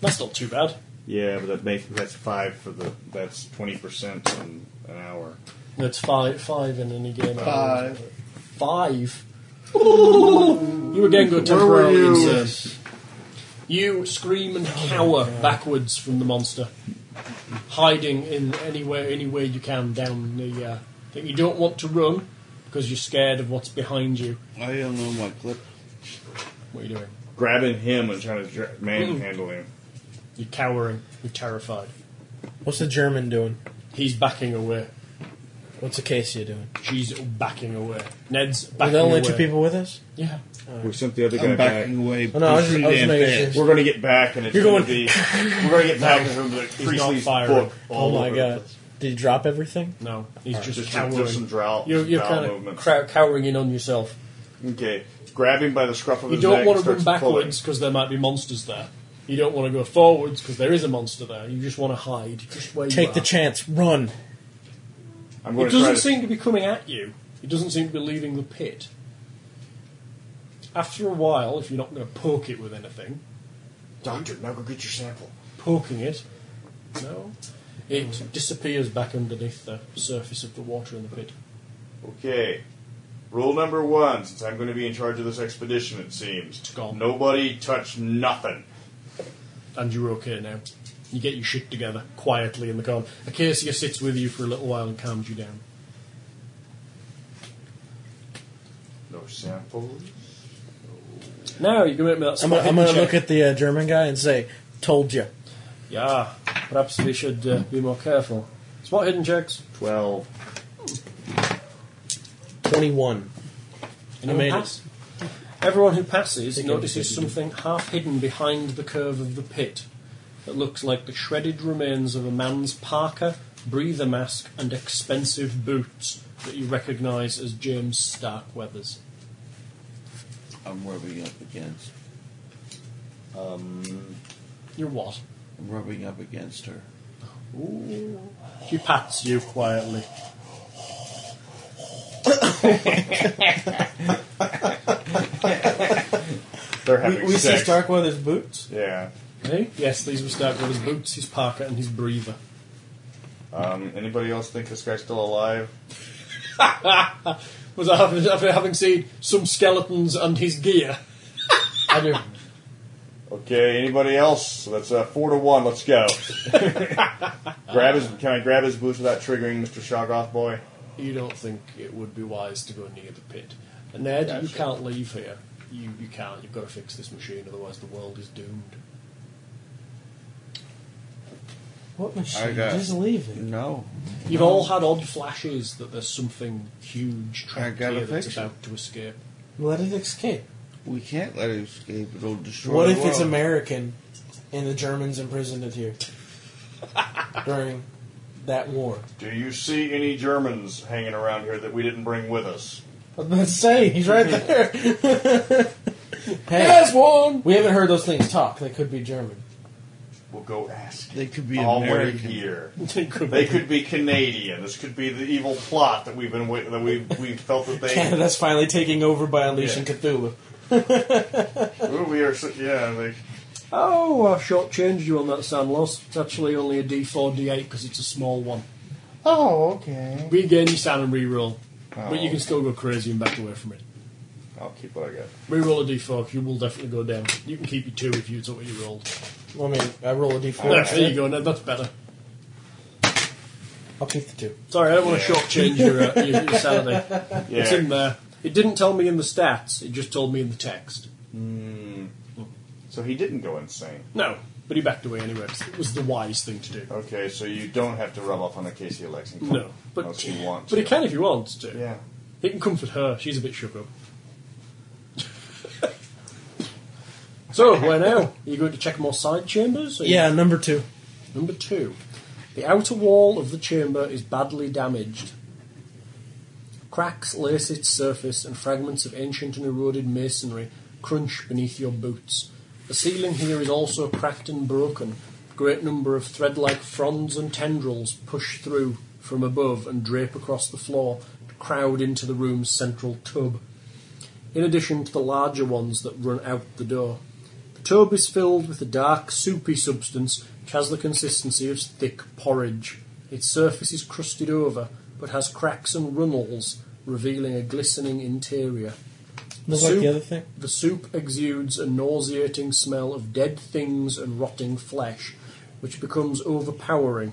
[SPEAKER 6] That's not too bad.
[SPEAKER 3] Yeah, but that makes that's five for the that's twenty percent in an hour.
[SPEAKER 6] That's five, five in any game.
[SPEAKER 10] Uh,
[SPEAKER 3] Five.
[SPEAKER 6] Five. *laughs* you again go temporarily
[SPEAKER 3] Where were you?
[SPEAKER 6] insane. You scream and cower backwards from the monster, hiding in anywhere, any way you can down the uh, thing. You don't want to run because you're scared of what's behind you.
[SPEAKER 5] I don't know my clip.
[SPEAKER 6] What are you doing?
[SPEAKER 3] Grabbing him and trying to dra- manhandle him.
[SPEAKER 6] You're cowering. You're terrified.
[SPEAKER 7] What's the German doing?
[SPEAKER 6] He's backing away.
[SPEAKER 7] What's Acacia doing?
[SPEAKER 6] She's backing away. Ned's
[SPEAKER 7] Are
[SPEAKER 6] backing
[SPEAKER 7] there only
[SPEAKER 6] away.
[SPEAKER 7] two people with us?
[SPEAKER 6] Yeah.
[SPEAKER 3] We sent the other guy
[SPEAKER 5] I'm backing
[SPEAKER 3] back.
[SPEAKER 5] away.
[SPEAKER 7] Oh, no, I was just- I was
[SPEAKER 5] pretty damn
[SPEAKER 7] making
[SPEAKER 5] fast.
[SPEAKER 7] sure.
[SPEAKER 3] We're gonna get back, and it's
[SPEAKER 7] You're
[SPEAKER 3] gonna
[SPEAKER 7] going-
[SPEAKER 3] be we're gonna get back from the
[SPEAKER 6] He's not
[SPEAKER 3] Priestley's
[SPEAKER 6] firing.
[SPEAKER 3] book.
[SPEAKER 7] Oh
[SPEAKER 3] all
[SPEAKER 7] my
[SPEAKER 3] over
[SPEAKER 7] god. Did he drop everything?
[SPEAKER 6] No, he's
[SPEAKER 3] the-
[SPEAKER 6] just,
[SPEAKER 3] Just,
[SPEAKER 6] cowering.
[SPEAKER 3] just some drow-
[SPEAKER 6] You're, you're
[SPEAKER 3] drow
[SPEAKER 6] kind of
[SPEAKER 3] movements.
[SPEAKER 6] crow- cowering in on yourself.
[SPEAKER 3] Okay, grab him by the scruff of
[SPEAKER 6] You
[SPEAKER 3] his
[SPEAKER 6] don't
[SPEAKER 3] neck.
[SPEAKER 6] want
[SPEAKER 3] and
[SPEAKER 6] to run
[SPEAKER 3] starts pulling.
[SPEAKER 6] backwards because there might be monsters there. You don't want to go forwards because there is a monster there. You just want to hide, just where you
[SPEAKER 7] Take
[SPEAKER 6] are.
[SPEAKER 7] the chance. Run.
[SPEAKER 3] I'm
[SPEAKER 6] It
[SPEAKER 3] going to try
[SPEAKER 6] doesn't
[SPEAKER 3] to
[SPEAKER 6] seem to be coming at you. It doesn't seem to be leaving the pit. After a while, if you're not going to poke it with anything,
[SPEAKER 3] Doctor, now go get your sample.
[SPEAKER 6] poking it, no, it disappears back underneath the surface of the water in the pit.
[SPEAKER 3] Okay. Rule number one, since I'm going to be in charge of this expedition, it seems.
[SPEAKER 6] gone.
[SPEAKER 3] Nobody touch nothing.
[SPEAKER 6] and you're okay now. You get your shit together quietly in the corner. Acacia sits with you for a little while and calms you down.
[SPEAKER 3] No samples.
[SPEAKER 6] Now you can make me that
[SPEAKER 7] I'm
[SPEAKER 6] spot
[SPEAKER 7] gonna, I'm
[SPEAKER 6] hidden
[SPEAKER 7] gonna
[SPEAKER 6] check.
[SPEAKER 7] look at the uh, German guy and say, "Told you."
[SPEAKER 6] Yeah, perhaps we should uh, be more careful. Spot hidden checks.
[SPEAKER 3] Twelve.
[SPEAKER 7] Twenty-one.
[SPEAKER 6] Anyone
[SPEAKER 7] made
[SPEAKER 6] pass? Everyone who passes
[SPEAKER 7] Think I
[SPEAKER 6] notices
[SPEAKER 7] did it.
[SPEAKER 6] something half hidden behind the curve of the pit that looks like the shredded remains of a man's parka, breather mask, and expensive boots that you recognise as James Starkweather's.
[SPEAKER 5] I'm rubbing up against.
[SPEAKER 3] Um,
[SPEAKER 6] You're what?
[SPEAKER 5] I'm rubbing up against her.
[SPEAKER 6] She pats you quietly.
[SPEAKER 3] they're having sex.
[SPEAKER 7] Starkweather's boots.
[SPEAKER 3] yeah.
[SPEAKER 6] Hey? Yes, these were Starkweather's boots, his parka, and his breather.
[SPEAKER 3] Um, anybody else think this guy's still alive?
[SPEAKER 6] Was I having, after having seen some skeletons and his
[SPEAKER 5] *laughs*
[SPEAKER 6] gear?
[SPEAKER 7] I do.
[SPEAKER 3] Okay, anybody else? So that's uh, four to one. Let's
[SPEAKER 5] *laughs*
[SPEAKER 3] go. grab his. Can I grab his boots without triggering Mr. Shoggoth boy?
[SPEAKER 6] You don't think it would be wise to go near the pit. Ned, you
[SPEAKER 3] Gotcha.
[SPEAKER 6] can't leave here. You, you can't. You've got to fix this machine, otherwise the world is doomed.
[SPEAKER 7] What machine?
[SPEAKER 5] got-
[SPEAKER 7] Just leave it.
[SPEAKER 5] No.
[SPEAKER 6] You've all had odd flashes that there's something huge
[SPEAKER 5] I
[SPEAKER 6] trapped
[SPEAKER 5] gotta
[SPEAKER 6] here that's
[SPEAKER 5] fix it.
[SPEAKER 6] about to escape.
[SPEAKER 7] Let it escape.
[SPEAKER 5] We can't let it escape. It'll destroy
[SPEAKER 7] What
[SPEAKER 5] the
[SPEAKER 7] if it's
[SPEAKER 5] world.
[SPEAKER 7] American and the Germans imprisoned it *laughs* here during that war?
[SPEAKER 3] Do you see any Germans hanging around here that we didn't bring with us?
[SPEAKER 7] I was about to say he's *laughs* right there. hey,
[SPEAKER 6] There's *laughs* one!
[SPEAKER 7] we haven't heard those things talk. They could be *laughs* German.
[SPEAKER 3] We'll go ask.
[SPEAKER 5] They could be
[SPEAKER 3] all way
[SPEAKER 5] American.
[SPEAKER 3] here.
[SPEAKER 6] They could
[SPEAKER 3] They
[SPEAKER 6] be.
[SPEAKER 3] could be Canadian. This could be the evil plot that we've been wait- that we we felt
[SPEAKER 12] *laughs*
[SPEAKER 3] that they.
[SPEAKER 7] Canada's finally taking over by unleashing Cthulhu.
[SPEAKER 3] Ooh, we are so- yeah. They,
[SPEAKER 6] Oh, I've shortchanged you on that sound loss. It's actually only a D4, D8 because it's a small one.
[SPEAKER 15] Oh, okay.
[SPEAKER 6] Regain your sound and reroll. But you
[SPEAKER 3] Oh.
[SPEAKER 6] can still go crazy and back away from it.
[SPEAKER 3] I'll keep what I got.
[SPEAKER 6] Reroll a d4, you will definitely go down. You can keep your two if you it's what you rolled.
[SPEAKER 7] Well, I mean, I roll a d4.
[SPEAKER 6] There, there you go, Ned, that's better.
[SPEAKER 7] I'll keep the two.
[SPEAKER 6] Sorry, I don't want to shortchange your, uh, your, your sanity.
[SPEAKER 3] Yeah.
[SPEAKER 6] It's in there. It didn't tell me in the stats, it just told me in the text.
[SPEAKER 3] So he didn't go insane.
[SPEAKER 6] No, but he backed away anyway, 'cause it was the wise thing to do.
[SPEAKER 3] Okay, so you don't have to rub off on Acacia Lexington.
[SPEAKER 6] No, but,
[SPEAKER 3] unless you want.
[SPEAKER 6] but he
[SPEAKER 3] to.
[SPEAKER 6] can if he wants to.
[SPEAKER 3] Yeah.
[SPEAKER 6] He can comfort her, she's a bit shook up. so, where now? Are you going to check more side chambers? Are you-
[SPEAKER 7] Yeah, number two.
[SPEAKER 6] Number two, the outer wall of the chamber is badly damaged. Cracks lace its surface, and fragments of ancient and eroded masonry crunch beneath your boots. The ceiling here is also cracked and broken, great number of thread-like fronds and tendrils push through from above and drape across the floor to crowd into the room's central tub. In addition to the larger ones that run out the door, the tub is filled with a dark, soupy substance which has the consistency of thick porridge. Its surface is crusted over, but has cracks and runnels, revealing a glistening interior.
[SPEAKER 12] Looks like the other thing.
[SPEAKER 6] The soup exudes a nauseating smell of dead things and rotting flesh, which becomes overpowering.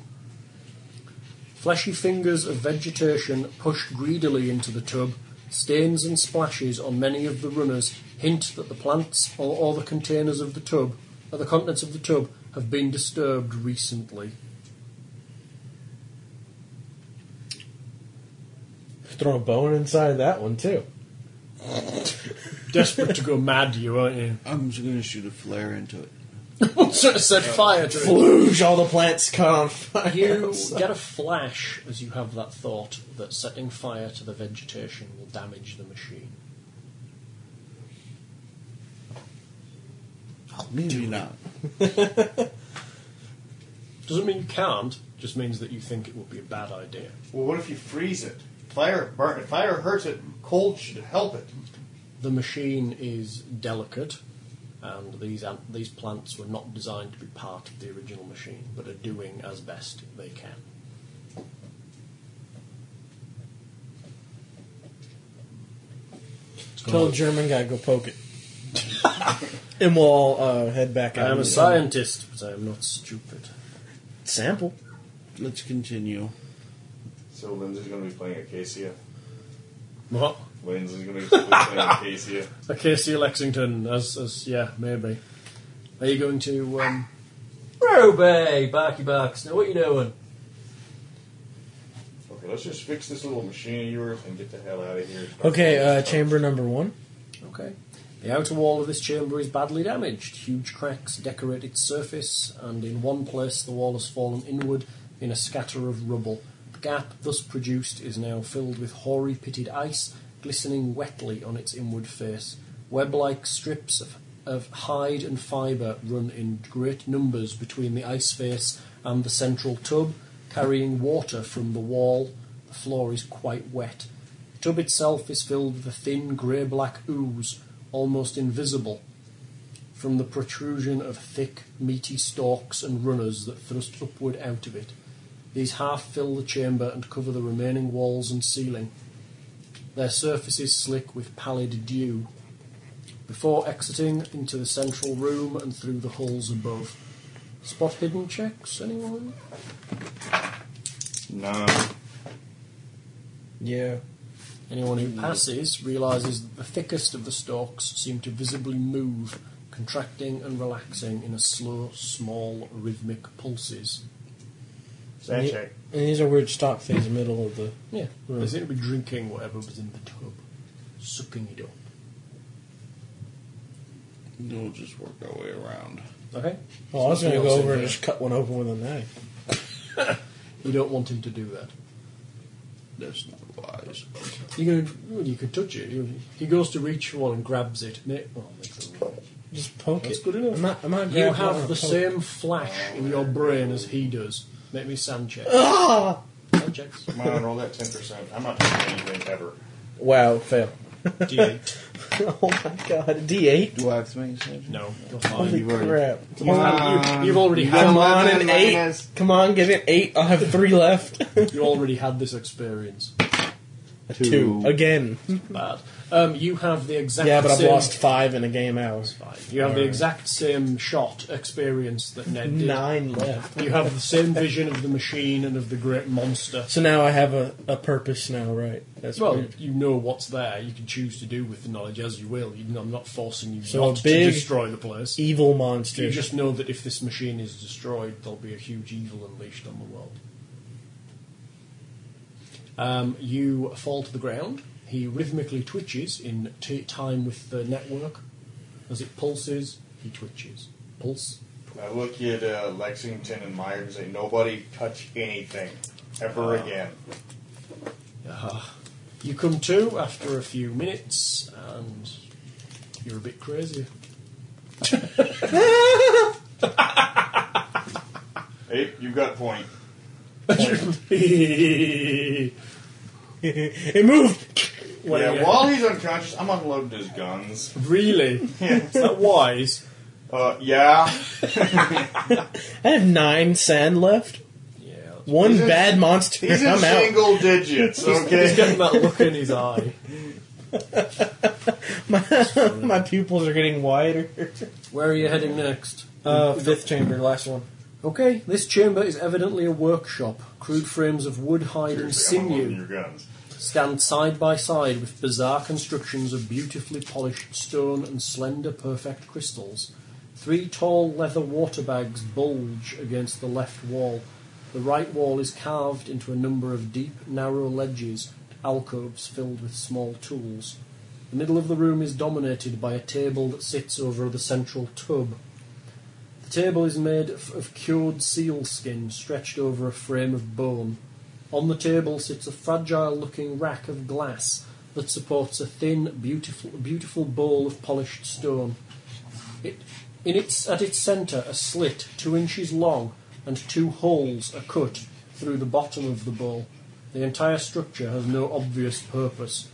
[SPEAKER 6] Fleshy fingers of vegetation push greedily into the tub. Stains and splashes on many of the runners hint that the plants or, or the containers of the tub, or the contents of the tub, have been disturbed recently.
[SPEAKER 12] Throw a bone inside of that one too.
[SPEAKER 6] Desperate to go mad, you aren't you?
[SPEAKER 10] I'm just going to shoot a flare into it.
[SPEAKER 6] Should have *laughs* set fire to it.
[SPEAKER 12] Flooge! All the plants caught on fire.
[SPEAKER 6] *laughs* You get a flash as you have that thought that setting fire to the vegetation will damage the machine.
[SPEAKER 10] Maybe not.
[SPEAKER 6] *laughs* Doesn't mean you can't, just means that you think it would be a bad idea.
[SPEAKER 3] Well, what if you freeze it? Fire, burn, if fire hurts it, cold should help it.
[SPEAKER 6] The machine is delicate, and these ant- these plants were not designed to be part of the original machine, but are doing as best they can.
[SPEAKER 12] Tell the German guy go poke
[SPEAKER 7] *laughs*
[SPEAKER 12] it, and we'll all uh, head back out.
[SPEAKER 6] I am a
[SPEAKER 12] of the-
[SPEAKER 6] scientist, but I am not stupid.
[SPEAKER 12] Sample.
[SPEAKER 10] Let's continue.
[SPEAKER 3] So Lindsay's going to be playing Acacia.
[SPEAKER 6] What?
[SPEAKER 3] Lindsay's going to be playing Acacia.
[SPEAKER 6] Acacia Lexington, as, as yeah, maybe. Are you going to um
[SPEAKER 14] Robey, barky barks. Now what you doing?
[SPEAKER 3] Okay, let's just fix this little machine of yours and get the hell out of here.
[SPEAKER 12] Okay, uh, chamber number one.
[SPEAKER 6] Okay. The outer wall of this chamber is badly damaged. Huge cracks decorate its surface, and in one place the wall has fallen inward in a scatter of rubble. The gap thus produced is now filled with hoary pitted ice, glistening wetly on its inward face. Web like strips of, of hide and fibre run in great numbers between the ice face and the central tub, carrying water from the wall. The floor is quite wet. The tub itself is filled with a thin grey black ooze, almost invisible, from the protrusion of thick, meaty stalks and runners that thrust upward out of it. These half fill the chamber and cover the remaining walls and ceiling. Their surface is slick with pallid dew. Before exiting into the central room and through the halls above. Spot hidden checks, anyone?
[SPEAKER 3] No.
[SPEAKER 12] Yeah.
[SPEAKER 6] Anyone who passes realizes that the thickest of the stalks seem to visibly move, contracting and relaxing in a slow, small, rhythmic pulses.
[SPEAKER 3] Sand check.
[SPEAKER 12] And these are weird stop things in the middle of the.
[SPEAKER 6] Yeah,
[SPEAKER 12] Right.
[SPEAKER 6] they seem to be drinking whatever was in the tub, sucking it up.
[SPEAKER 10] We'll just work our way around.
[SPEAKER 6] Okay?
[SPEAKER 12] Oh, I was going to
[SPEAKER 6] Something
[SPEAKER 12] go
[SPEAKER 6] else
[SPEAKER 12] over
[SPEAKER 6] in
[SPEAKER 12] and
[SPEAKER 6] there.
[SPEAKER 12] just cut one open with a knife.
[SPEAKER 6] You don't want him to do that.
[SPEAKER 10] That's not wise.
[SPEAKER 6] You could, well, you could touch it. You- He goes to reach for one and grabs it. Make, well, make a roll.
[SPEAKER 12] Just poke
[SPEAKER 6] That's
[SPEAKER 12] it.
[SPEAKER 6] good enough.
[SPEAKER 12] I'm not. I'm not
[SPEAKER 6] you
[SPEAKER 12] grabbing one,
[SPEAKER 6] have
[SPEAKER 12] I'm
[SPEAKER 6] the
[SPEAKER 12] poking.
[SPEAKER 6] same flash in your brain as he does. Make me sand check.
[SPEAKER 12] Ah!
[SPEAKER 6] Sand checks.
[SPEAKER 3] Come on, roll that 10%. I'm not taking anything ever.
[SPEAKER 12] Wow, fail.
[SPEAKER 6] D8.
[SPEAKER 12] *laughs* oh my god, D eight.
[SPEAKER 10] Do I have to make a save?
[SPEAKER 6] No.
[SPEAKER 12] Holy
[SPEAKER 10] you've already-
[SPEAKER 12] crap!
[SPEAKER 6] You've, had- you- you've already had
[SPEAKER 12] Come on, an eight. Come on, give it eight. I'll have three left.
[SPEAKER 6] you already had this experience.
[SPEAKER 12] A *laughs* two again.
[SPEAKER 6] Bad. Um, you have the exact
[SPEAKER 12] Yeah, but I've
[SPEAKER 6] same
[SPEAKER 12] lost five in a game hours.
[SPEAKER 6] You have the
[SPEAKER 12] Alright.
[SPEAKER 6] exact same shot experience that Ned did.
[SPEAKER 12] Nine left.
[SPEAKER 6] You have the same vision of the machine and of the great monster.
[SPEAKER 12] So now I have a, a purpose now, right? That's
[SPEAKER 6] well,
[SPEAKER 12] weird.
[SPEAKER 6] you know what's there. You can choose to do with the knowledge as you will. You, I'm not forcing you
[SPEAKER 12] So
[SPEAKER 6] not
[SPEAKER 12] a big
[SPEAKER 6] to destroy the place.
[SPEAKER 12] evil monster.
[SPEAKER 6] You just know that if this machine is destroyed, there'll be a huge evil unleashed on the world. Um, you fall to the ground. He rhythmically twitches in t- time with the network. As it pulses, he twitches. Pulse.
[SPEAKER 3] I look at uh, Lexington and Myers and say, nobody touch anything ever again.
[SPEAKER 6] You come to after a few minutes, and *laughs* you're a bit crazy.
[SPEAKER 3] Hey, you've got point.
[SPEAKER 12] *laughs* it moved.
[SPEAKER 3] yeah, while he's unconscious, I'm unloading his guns.
[SPEAKER 6] Really? Is that wise?
[SPEAKER 3] Uh, yeah.
[SPEAKER 12] I have nine sand left. Yeah. One
[SPEAKER 3] He's in-
[SPEAKER 12] bad monster.
[SPEAKER 3] He's
[SPEAKER 12] *laughs*
[SPEAKER 3] in
[SPEAKER 12] I'm out. *laughs*
[SPEAKER 3] single digits, okay?
[SPEAKER 6] He's getting that look in his eye.
[SPEAKER 12] my, *laughs* my pupils are getting wider.
[SPEAKER 6] Where are you heading next?
[SPEAKER 12] Uh, fifth chamber, last one.
[SPEAKER 6] Okay, this chamber is evidently a workshop. Crude frames of wood, hide, and
[SPEAKER 3] Seriously, I'm unloading
[SPEAKER 6] sinew
[SPEAKER 3] your guns.
[SPEAKER 6] stand side by side with bizarre constructions of beautifully polished stone and slender, perfect crystals. Three tall leather water bags bulge against the left wall. The right wall is carved into a number of deep, narrow ledges, alcoves filled with small tools. The middle of the room is dominated by a table that sits over the central tub. The table is made of of cured seal skin stretched over a frame of bone. On the table sits a fragile looking rack of glass that supports a thin, beautiful, beautiful bowl of polished stone. It, in its, at its centre, a slit two inches long and two holes are cut through the bottom of the bowl. The entire structure has no obvious purpose.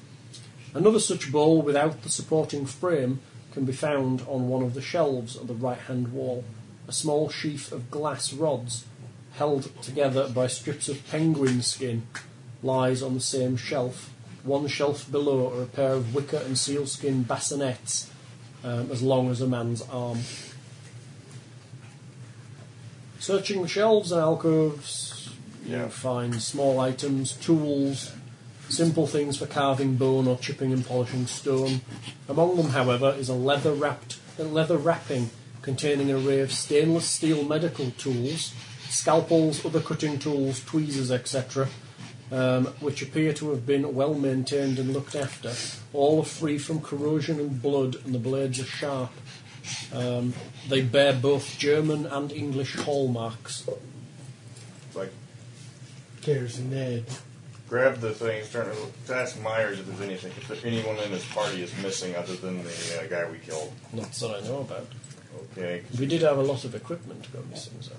[SPEAKER 6] Another such bowl without the supporting frame can be found on one of the shelves at the right hand wall. A small sheaf of glass rods, held together by strips of penguin skin, lies on the same shelf. One shelf below are a pair of wicker and sealskin bassinets, um, as long as a man's arm. Searching the shelves and alcoves, you find small items, tools, simple things for carving bone or chipping and polishing stone. Among them, however, is a leather wrapped a leather wrapping containing an array of stainless steel medical tools, scalpels, other cutting tools, tweezers, etc., um, which appear to have been well maintained and looked after. All are free from corrosion and blood, and the blades are sharp. Um, they bear both German and English hallmarks.
[SPEAKER 3] Like,
[SPEAKER 12] There's Ned.
[SPEAKER 3] grab the thing, turn it- ask Myers if there's anything, if there- anyone in his party is missing other than the uh, guy we killed.
[SPEAKER 6] Not that I know about.
[SPEAKER 3] Okay,
[SPEAKER 6] We did have a lot of equipment go missing, so.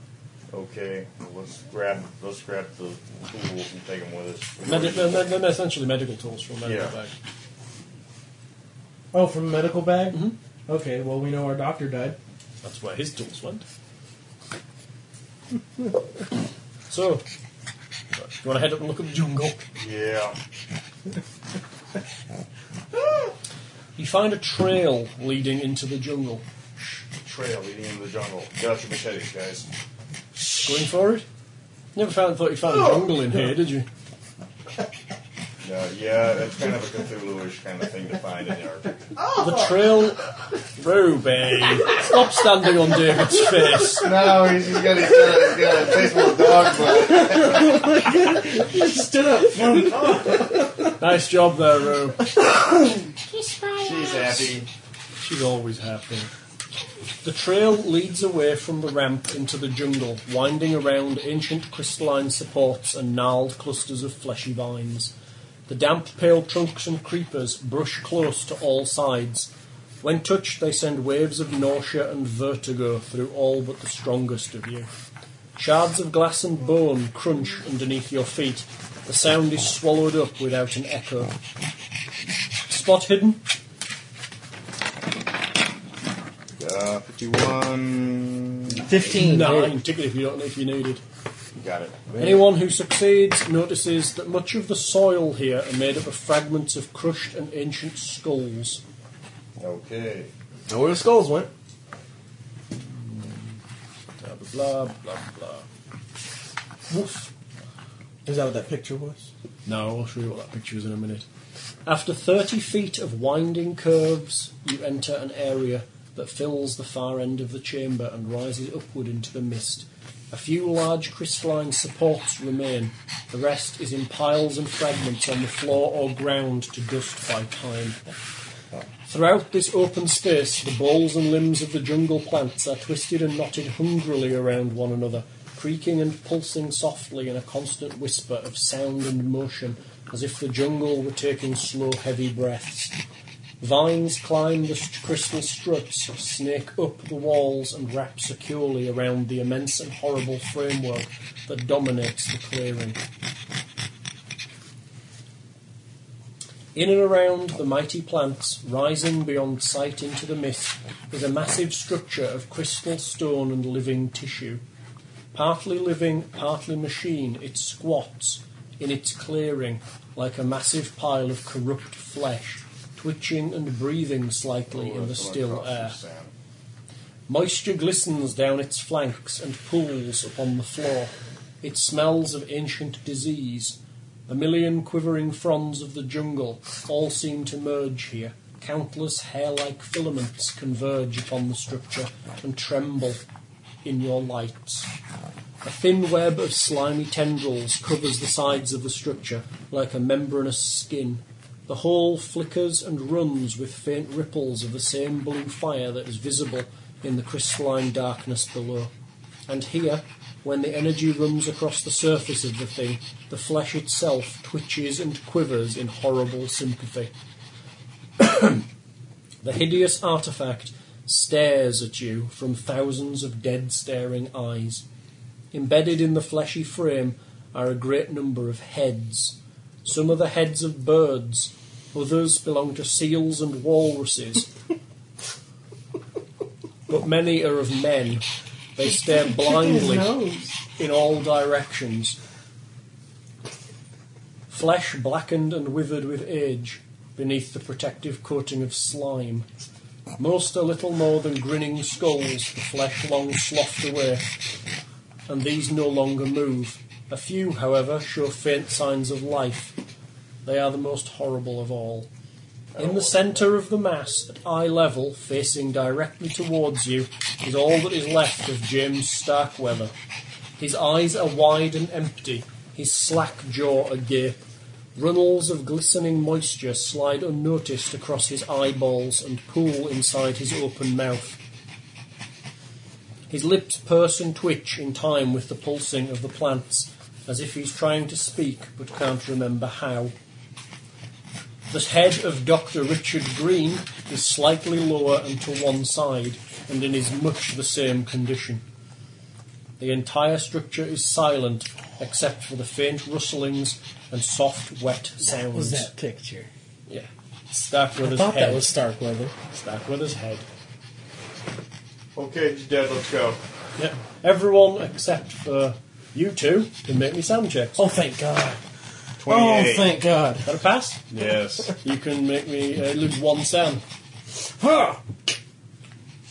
[SPEAKER 3] okay. well, let's grab, let's grab the tools and take them with us.
[SPEAKER 6] Medi- they're, they're- they're essentially medical tools from a medical
[SPEAKER 3] Yeah.
[SPEAKER 6] bag.
[SPEAKER 12] Oh, from a medical bag? Okay, well, we know our doctor died.
[SPEAKER 6] That's where his tools went. *laughs* so, do you want to head up and look at the jungle?
[SPEAKER 3] Yeah.
[SPEAKER 6] You find a trail leading into the jungle.
[SPEAKER 3] Trail leading into the jungle. Get out your machetes, guys.
[SPEAKER 6] Going for it? Never found, thought you found a jungle in here, did you?
[SPEAKER 3] Uh, yeah, that's kind of a Cthulhu-ish kind of thing to find in the Arctic.
[SPEAKER 6] The trail. Ruby! Stop standing on David's face!
[SPEAKER 3] No, he's, he's got his, uh, he's got a baseball dog
[SPEAKER 12] you stood up for him.
[SPEAKER 6] Nice job there, Rue.
[SPEAKER 3] She's happy.
[SPEAKER 6] She's always happy. The trail leads away from the ramp into the jungle, winding around ancient crystalline supports and gnarled clusters of fleshy vines. The damp, pale trunks and creepers brush close to all sides. When touched, they send waves of nausea and vertigo through all but the strongest of you. Shards of glass and bone crunch underneath your feet. The sound is swallowed up without an echo. Spot hidden?
[SPEAKER 3] Uh, 51.
[SPEAKER 6] Nine, particularly if you don't know if you need it.
[SPEAKER 3] Got it.
[SPEAKER 6] Anyone who succeeds notices that much of the soil here are made up of fragments of crushed and ancient skulls.
[SPEAKER 3] Okay.
[SPEAKER 7] Know where the skulls went?
[SPEAKER 6] Blah, blah, blah, blah, blah. Woof.
[SPEAKER 12] Is that what that picture was?
[SPEAKER 6] No, I'll show you what that picture is in a minute. After 30 feet of winding curves, you enter an area that fills the far end of the chamber and rises upward into the mist. A few large crystalline supports remain. The rest is in piles and fragments on the floor or ground to dust by time. Throughout this open space, the balls and limbs of the jungle plants are twisted and knotted hungrily around one another, creaking and pulsing softly in a constant whisper of sound and motion, as if the jungle were taking slow, heavy breaths. Vines climb the st- crystal struts, snake up the walls, and wrap securely around the immense and horrible framework that dominates the clearing. In and around the mighty plants, rising beyond sight into the mist, is a massive structure of crystal stone and living tissue. Partly living, partly machine, it squats in its clearing like a massive pile of corrupt flesh, twitching and breathing slightly in Oh, the still air. Moisture glistens down its flanks and pools upon the floor. It smells of ancient disease. A million quivering fronds of the jungle all seem to merge here. Countless hair like filaments converge upon the structure and tremble in your lights. A thin web of slimy tendrils covers the sides of the structure like a membranous skin. The whole flickers and runs with faint ripples of the same blue fire that is visible in the crystalline darkness below. And here, when the energy runs across the surface of the thing, the flesh itself twitches and quivers in horrible sympathy. *coughs* The hideous artifact stares at you from thousands of dead staring eyes. Embedded in the fleshy frame are a great number of heads. Some are the heads of birds, others belong to seals and walruses. but many are of men. They stare blindly in all directions. Flesh blackened and withered with age beneath the protective coating of slime. Most are little more than grinning skulls, the flesh long sloughed away, and these no longer move. A few, however, show faint signs of life. They are the most horrible of all. In the centre of the mass, at eye level, facing directly towards you, is all that is left of James Starkweather. His eyes are wide and empty, his slack jaw agape. Runnels of glistening moisture slide unnoticed across his eyeballs and pool inside his open mouth. His lips purse and twitch in time with the pulsing of the plants, as if he's trying to speak but can't remember how. The head of Dr. Richard Green is slightly lower and to one side, and in is much the same condition. The entire structure is silent, except for the faint rustlings and soft, wet sounds.
[SPEAKER 12] What was that picture?
[SPEAKER 6] Yeah. Starkweather's
[SPEAKER 12] I thought
[SPEAKER 6] head.
[SPEAKER 12] that was Starkweather.
[SPEAKER 6] Starkweather's head.
[SPEAKER 3] Okay, it's dead. Let's go.
[SPEAKER 6] Yep. Everyone except for you two can make me sound checks.
[SPEAKER 12] Oh, thank God. Oh,
[SPEAKER 6] 28.
[SPEAKER 12] thank God.
[SPEAKER 6] Got a pass? *laughs*
[SPEAKER 3] Yes.
[SPEAKER 6] You can make me uh, lose one sound.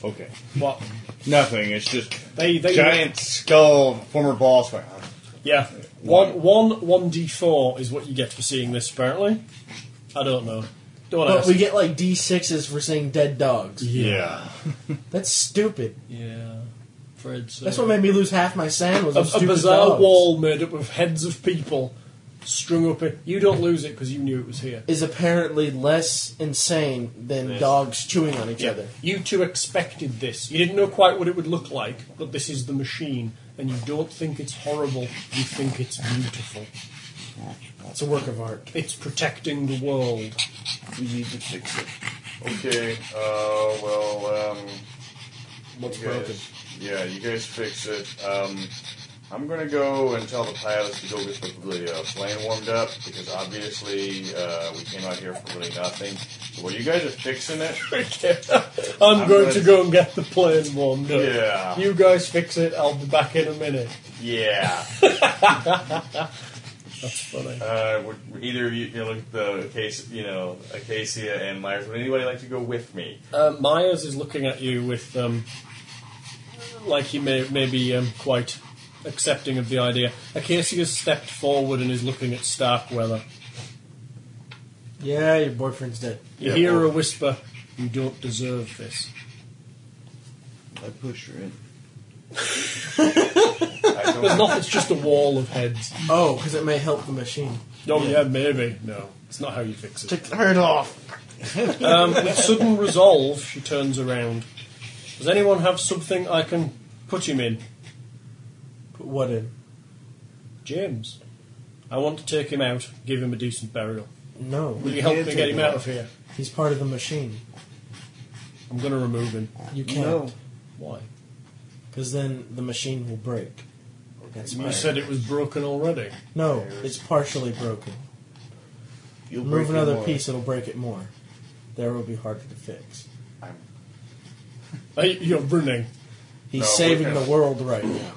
[SPEAKER 3] Okay.
[SPEAKER 6] What?
[SPEAKER 3] Nothing. It's just
[SPEAKER 6] They- they-
[SPEAKER 3] giant skull, former boss. Like,
[SPEAKER 6] Yeah. One, one, one d4 is what you get for seeing this, apparently. I don't know. Don't
[SPEAKER 12] But
[SPEAKER 6] ask.
[SPEAKER 12] we get like D6s for saying dead dogs.
[SPEAKER 6] Yeah.
[SPEAKER 12] That's stupid.
[SPEAKER 6] Yeah. Fred said-
[SPEAKER 12] That's what made me lose half my sand was
[SPEAKER 6] a,
[SPEAKER 12] those
[SPEAKER 6] a
[SPEAKER 12] stupid
[SPEAKER 6] bizarre
[SPEAKER 12] dogs.
[SPEAKER 6] wall made up of heads of people strung up it. You don't lose it because you knew it was here.
[SPEAKER 12] Is apparently less insane than
[SPEAKER 6] Yes.
[SPEAKER 12] dogs chewing on each
[SPEAKER 6] Yeah.
[SPEAKER 12] other.
[SPEAKER 6] You two expected this. You didn't know quite what it would look like, but this is the machine, and you don't think it's horrible. You think it's beautiful.
[SPEAKER 12] It's a work of art.
[SPEAKER 6] It's protecting the world.
[SPEAKER 10] We need to fix it.
[SPEAKER 3] Okay. Uh, well, um,
[SPEAKER 12] What's
[SPEAKER 3] you guys-
[SPEAKER 12] broken?
[SPEAKER 3] Yeah, you guys fix it. Um, I'm gonna go and tell the pilots to go get the, the uh, plane warmed up because obviously uh, we came out here for really nothing. So while you guys are fixing
[SPEAKER 6] *laughs*
[SPEAKER 3] it,
[SPEAKER 6] I'm,
[SPEAKER 3] I'm
[SPEAKER 6] going
[SPEAKER 3] gonna-
[SPEAKER 6] to go and get the plane warmed up.
[SPEAKER 3] Yeah.
[SPEAKER 6] You guys fix it. I'll be back in a minute.
[SPEAKER 3] yeah.
[SPEAKER 6] That's funny.
[SPEAKER 3] Uh, would would either of you, you know, look at the case, you know, Acacia and Myers. Would anybody like to go with me?
[SPEAKER 6] Uh, Myers is looking at you with, um, like he may, may be um, quite accepting of the idea. Acacia has stepped forward and is looking at Starkweather.
[SPEAKER 12] Yeah, your boyfriend's dead.
[SPEAKER 6] You hear a whisper, you don't deserve this.
[SPEAKER 10] I push her
[SPEAKER 6] *laughs*
[SPEAKER 10] in.
[SPEAKER 6] There's not, it's just a wall of heads.
[SPEAKER 12] Oh, because it may help the machine.
[SPEAKER 6] Oh, yeah, maybe. No, it's not how you fix it.
[SPEAKER 12] Take the hurt off.
[SPEAKER 6] *laughs* Um, with sudden resolve, she turns around. Does anyone have something I can put him in?
[SPEAKER 12] Put what in?
[SPEAKER 6] James. I want to take him out, give him a decent burial.
[SPEAKER 12] No.
[SPEAKER 6] Will you help me get him out of here?
[SPEAKER 7] He's part of the machine.
[SPEAKER 6] I'm going to remove him.
[SPEAKER 7] You can't.
[SPEAKER 6] No. Why?
[SPEAKER 7] Because then the machine will break. That's
[SPEAKER 6] You
[SPEAKER 7] right.
[SPEAKER 6] said it was broken already.
[SPEAKER 7] No, it's partially broken.
[SPEAKER 6] You'll
[SPEAKER 7] Move
[SPEAKER 6] break it
[SPEAKER 7] another
[SPEAKER 6] more.
[SPEAKER 7] piece, it'll break it more. There will be harder to fix.
[SPEAKER 6] Hey, you're running.
[SPEAKER 7] He's saving the world right now.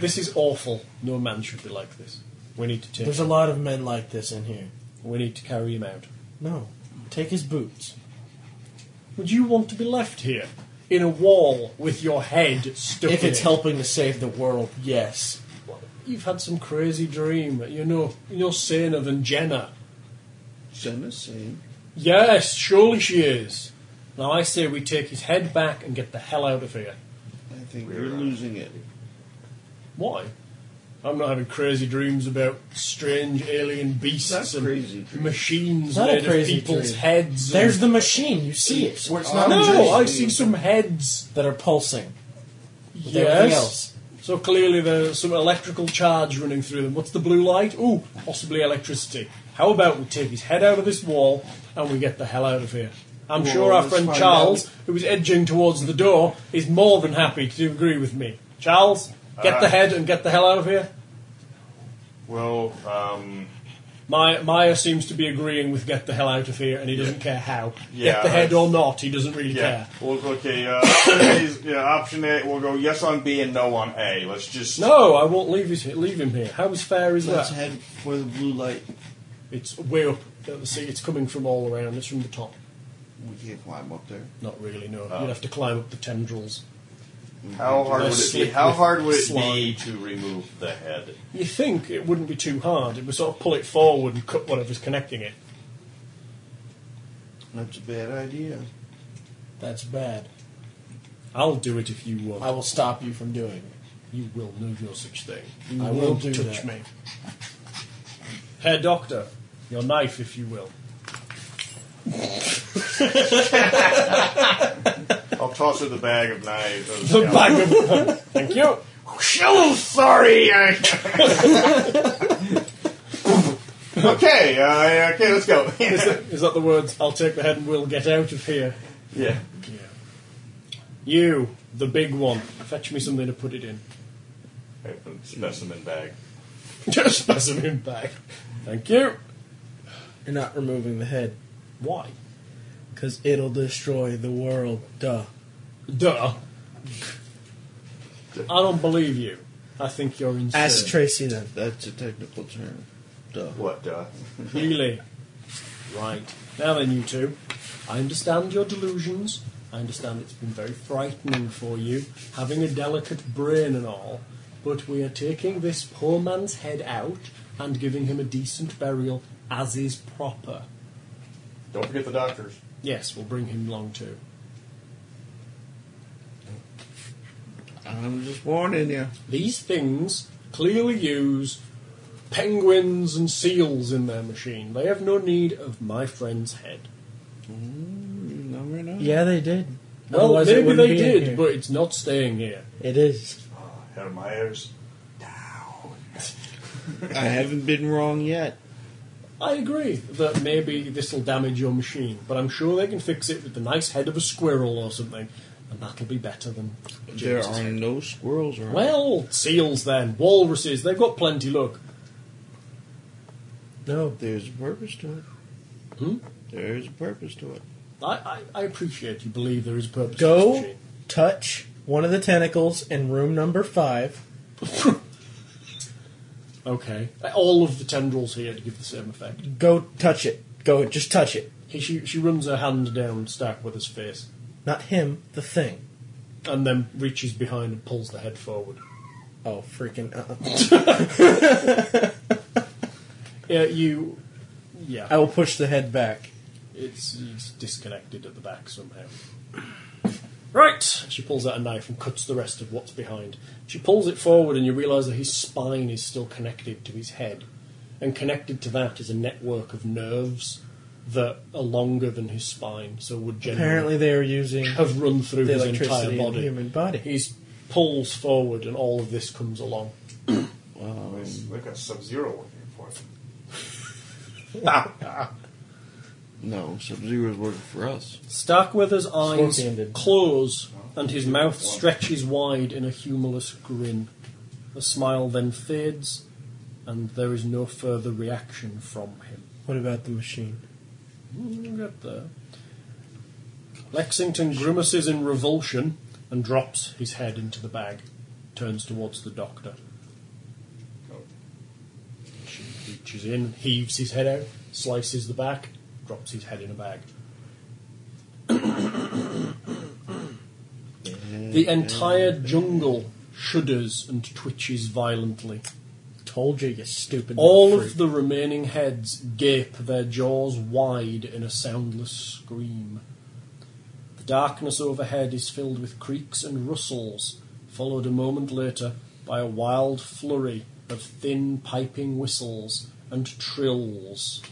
[SPEAKER 6] this is awful. No man should be like this. We need to take.
[SPEAKER 7] There's a lot of men like this in here.
[SPEAKER 6] We need to carry him out.
[SPEAKER 7] No. Take his boots.
[SPEAKER 6] Would you want to be left here in a wall with your head stuck?
[SPEAKER 7] If
[SPEAKER 6] in
[SPEAKER 7] it's
[SPEAKER 6] it?
[SPEAKER 7] helping to save the world, yes.
[SPEAKER 6] You've had some crazy dream. You know, you know, saner than Jenna. Jenna's sane. Yes, surely she is. Now I say we take his head back and get the hell out of here.
[SPEAKER 5] I think you're losing it.
[SPEAKER 6] Why? I'm not having crazy dreams about strange alien beasts and machines
[SPEAKER 7] It's not a
[SPEAKER 6] made of
[SPEAKER 7] crazy
[SPEAKER 6] people's
[SPEAKER 7] dream.
[SPEAKER 6] heads.
[SPEAKER 7] There's
[SPEAKER 6] and-
[SPEAKER 7] the machine. You see it.
[SPEAKER 6] Well, it's not No, a machine. I see some heads
[SPEAKER 7] that are pulsing. with everything
[SPEAKER 6] yes.
[SPEAKER 7] else.
[SPEAKER 6] So clearly there's some electrical charge running through them. What's the blue light? Ooh, possibly electricity. How about we take his head out of this wall and we get the hell out of here? I'm
[SPEAKER 7] Well,
[SPEAKER 6] sure our
[SPEAKER 7] let's
[SPEAKER 6] friend
[SPEAKER 7] find
[SPEAKER 6] Charles,
[SPEAKER 7] out.
[SPEAKER 6] who is edging towards the door, is more than happy to agree with me. Charles, get
[SPEAKER 3] Uh.
[SPEAKER 6] the head and get the hell out of here.
[SPEAKER 3] Well, um,
[SPEAKER 6] My, Maya seems to be agreeing with get the hell out of here, and he doesn't care how.
[SPEAKER 3] Yeah,
[SPEAKER 6] get the head
[SPEAKER 3] I-
[SPEAKER 6] or not, he doesn't really care.
[SPEAKER 3] yeah. Well, okay. Uh, *coughs* option A's- yeah, option A. We'll go yes on B and no on A. Let's just.
[SPEAKER 6] No, I won't leave, his, leave him here. How is fair is
[SPEAKER 3] Let's
[SPEAKER 6] that? head for the blue light. It's way up. at the sea. It's coming from all around. It's from the top.
[SPEAKER 5] We can't climb up there.
[SPEAKER 6] Not really, no.
[SPEAKER 5] Oh.
[SPEAKER 6] You'd have to climb up the tendrils.
[SPEAKER 3] How hard
[SPEAKER 6] They're
[SPEAKER 3] would it be?
[SPEAKER 6] slick
[SPEAKER 3] How
[SPEAKER 6] with
[SPEAKER 3] hard would it
[SPEAKER 6] slime.
[SPEAKER 3] be to remove the head?
[SPEAKER 6] You think it wouldn't be too hard. It would sort of pull it forward and cut whatever's connecting it.
[SPEAKER 5] That's a bad idea.
[SPEAKER 7] That's bad.
[SPEAKER 6] I'll do it if you want.
[SPEAKER 7] I will stop you from doing it.
[SPEAKER 6] You will know no such thing. You
[SPEAKER 7] I will
[SPEAKER 6] won't
[SPEAKER 7] do
[SPEAKER 6] touch
[SPEAKER 7] that.
[SPEAKER 6] me. Herr Doctor, your knife, if you will.
[SPEAKER 3] I'll toss her the bag of knives.
[SPEAKER 6] The bag of- *laughs* Thank you.
[SPEAKER 3] So *laughs* sorry. I... okay. Uh, okay. Let's go.
[SPEAKER 6] is, that, is that the words? I'll take the head and we'll get out of here.
[SPEAKER 3] *laughs* *laughs* Yeah.
[SPEAKER 6] You, the big one, fetch me something to put it in. *laughs*
[SPEAKER 3] Open specimen bag.
[SPEAKER 6] Just specimen bag. Thank you.
[SPEAKER 7] You're not removing the head.
[SPEAKER 6] Why?
[SPEAKER 7] Because it'll destroy the world. Duh.
[SPEAKER 6] Duh. I don't believe you. I think you're insane.
[SPEAKER 7] Ask Tracy then.
[SPEAKER 5] That's a technical term. Duh.
[SPEAKER 3] What uh, duh?
[SPEAKER 6] Really? Right. Now then, you two. I understand your delusions. I understand it's been very frightening for you, having a delicate brain and all. But we are taking this poor man's head out and giving him a decent burial as is proper.
[SPEAKER 3] Don't forget the doctors.
[SPEAKER 6] Yes, we'll bring him along too.
[SPEAKER 5] I'm just warning you.
[SPEAKER 6] These things clearly use penguins and seals in their machine. They have no need of my friend's head.
[SPEAKER 7] Yeah, they did.
[SPEAKER 6] Well,
[SPEAKER 7] Otherwise it
[SPEAKER 6] maybe
[SPEAKER 7] wouldn't
[SPEAKER 6] they
[SPEAKER 7] be in
[SPEAKER 6] did,
[SPEAKER 7] here.
[SPEAKER 6] but it's not staying here.
[SPEAKER 7] It is.
[SPEAKER 3] Herr Myers.
[SPEAKER 5] I haven't been wrong yet.
[SPEAKER 6] I agree that maybe this will damage your machine, but I'm sure they can fix it with the nice head of a squirrel or something, and that'll be better than
[SPEAKER 5] There
[SPEAKER 6] James's
[SPEAKER 5] are
[SPEAKER 6] head.
[SPEAKER 5] no squirrels around.
[SPEAKER 6] Well, seals then, walruses, they've got plenty. Look,
[SPEAKER 5] no, there's a purpose to it.
[SPEAKER 6] Hmm?
[SPEAKER 5] There is a purpose to it.
[SPEAKER 6] I, I, I appreciate you believe there is purpose. to this
[SPEAKER 7] Go
[SPEAKER 6] machine.
[SPEAKER 7] touch one of the tentacles in room number five.
[SPEAKER 6] Okay, all of the tendrils here to give the same effect.
[SPEAKER 7] Go touch it. Go, just touch it.
[SPEAKER 6] He, she, she runs her hand down Starkweather's face
[SPEAKER 7] Not him, the thing.
[SPEAKER 6] and then reaches behind and pulls the head forward.
[SPEAKER 7] Oh, freaking. Uh-uh.
[SPEAKER 6] Yeah, you. Yeah.
[SPEAKER 7] I will push the head back.
[SPEAKER 6] It's, it's disconnected at the back somehow. Right! She pulls out a knife and cuts the rest of what's behind. She pulls it forward, and you realise that his spine is still connected to his head. And connected to that is a network of nerves that are longer than his spine, so would generally
[SPEAKER 7] Apparently, they are using
[SPEAKER 6] have run through
[SPEAKER 7] the
[SPEAKER 6] his
[SPEAKER 7] electricity
[SPEAKER 6] entire
[SPEAKER 7] in
[SPEAKER 6] body.
[SPEAKER 7] the human body.
[SPEAKER 6] He pulls forward, and all of this comes along.
[SPEAKER 3] Look at Sub Zero working for him.
[SPEAKER 10] No, Sub Zero is working for us.
[SPEAKER 6] Starkweather's eyes
[SPEAKER 10] Scorpion did.
[SPEAKER 6] close and his mouth stretches wide in a humorless grin. The smile then fades, and there is no further reaction from him.
[SPEAKER 12] What about the machine?
[SPEAKER 6] We'll Mm, get there. Lexington grimaces in revulsion and drops his head into the bag, turns towards the doctor. She reaches in, heaves his head out, slices the back, drops his head in a bag. The entire jungle shudders and twitches violently.
[SPEAKER 12] Told you, you stupid.
[SPEAKER 6] All
[SPEAKER 12] freak.
[SPEAKER 6] of the remaining heads gape their jaws wide in a soundless scream. The darkness overhead is filled with creaks and rustles, followed a moment later by a wild flurry of thin piping whistles and trills.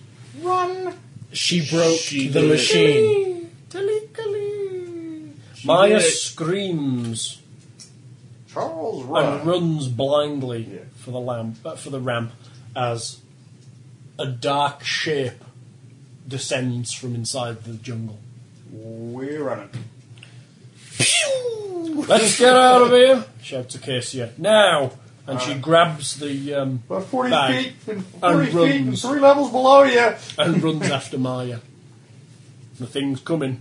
[SPEAKER 8] Run!
[SPEAKER 12] She broke the
[SPEAKER 6] did.
[SPEAKER 12] machine.
[SPEAKER 6] Maya
[SPEAKER 12] did it.
[SPEAKER 6] screams
[SPEAKER 3] Charles
[SPEAKER 12] Ah.
[SPEAKER 6] and runs blindly for the lamp uh, for the ramp as a dark shape descends from inside the jungle.
[SPEAKER 3] We're running.
[SPEAKER 6] Let's get out of here! shouts Acacia. Now! And she grabs the um,
[SPEAKER 3] About 40
[SPEAKER 6] bag
[SPEAKER 3] feet and
[SPEAKER 6] and
[SPEAKER 3] 40 feet and
[SPEAKER 6] runs
[SPEAKER 3] three levels below you. *laughs*
[SPEAKER 6] and runs after Maya. The thing's coming.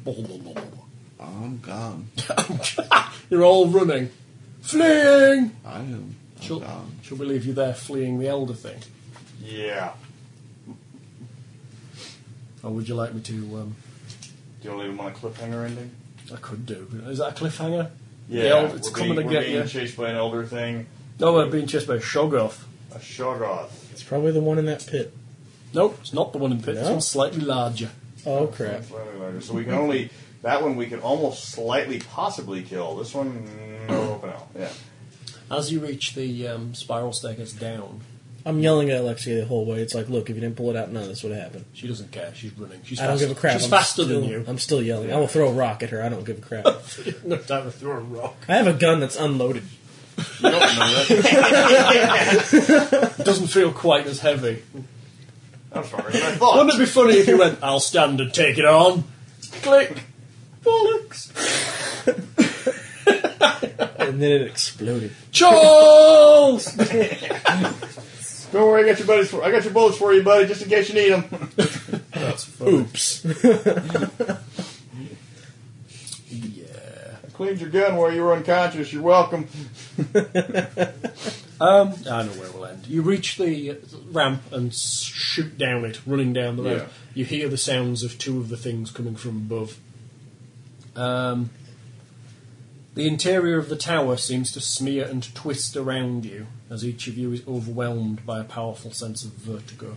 [SPEAKER 6] *laughs*
[SPEAKER 10] I'm gone.
[SPEAKER 6] You're all running, fleeing.
[SPEAKER 10] I am.
[SPEAKER 6] She'll, she'll believe you there fleeing the elder thing.
[SPEAKER 3] Yeah.
[SPEAKER 6] Or would you like me to? Um,
[SPEAKER 3] Do you only want a cliffhanger ending?
[SPEAKER 6] I could do. Is that a cliffhanger?
[SPEAKER 3] Yeah.
[SPEAKER 6] The elder, it's
[SPEAKER 3] we're
[SPEAKER 6] coming
[SPEAKER 3] being,
[SPEAKER 6] to
[SPEAKER 3] we're
[SPEAKER 6] get
[SPEAKER 3] being
[SPEAKER 6] you.
[SPEAKER 3] chased by an elder thing.
[SPEAKER 6] No, we're being chased by a Shoggoth.
[SPEAKER 3] A Shoggoth.
[SPEAKER 12] It's probably the one in that pit.
[SPEAKER 6] Nope, it's not the one in the pit. It's
[SPEAKER 12] No?
[SPEAKER 6] one slightly larger.
[SPEAKER 12] Oh crap!
[SPEAKER 3] Slightly larger. So *laughs* we can only that one we can almost slightly possibly kill. This one no open out. *laughs* Yeah.
[SPEAKER 6] As you reach the um, spiral staircase down,
[SPEAKER 12] I'm yelling at Alexia the whole way. It's like, look, if you didn't pull it out, none of this would happen.
[SPEAKER 6] she doesn't care. She's running. She's
[SPEAKER 12] I don't
[SPEAKER 6] fast-
[SPEAKER 12] give a crap.
[SPEAKER 6] She's
[SPEAKER 12] I'm
[SPEAKER 6] faster
[SPEAKER 12] still-
[SPEAKER 6] than you.
[SPEAKER 12] I'm still yelling. I will throw a rock at her. I don't give a crap.
[SPEAKER 6] no *laughs* time to throw a rock.
[SPEAKER 12] I have a gun that's unloaded.
[SPEAKER 3] You don't know that.
[SPEAKER 6] Doesn't feel quite as heavy.
[SPEAKER 3] I'm sorry. I thought
[SPEAKER 6] *laughs* Wouldn't it be funny if you went, *laughs* I'll stand and take it on? Click. Bollocks.
[SPEAKER 12] And then it exploded.
[SPEAKER 6] Charles!
[SPEAKER 3] Don't worry, I got your buddies. For, I got your bullets for you, buddy, just in case you need them.
[SPEAKER 12] Oops.
[SPEAKER 6] yeah.
[SPEAKER 3] I *laughs* cleaned your gun while you were unconscious. You're welcome.
[SPEAKER 6] Um, I know where we'll end. You reach the ramp and shoot down it, running down the road.
[SPEAKER 3] Yeah.
[SPEAKER 6] You hear the sounds of two of the things coming from above. Um, the interior of the tower seems to smear and twist around you as each of you is overwhelmed by a powerful sense of vertigo.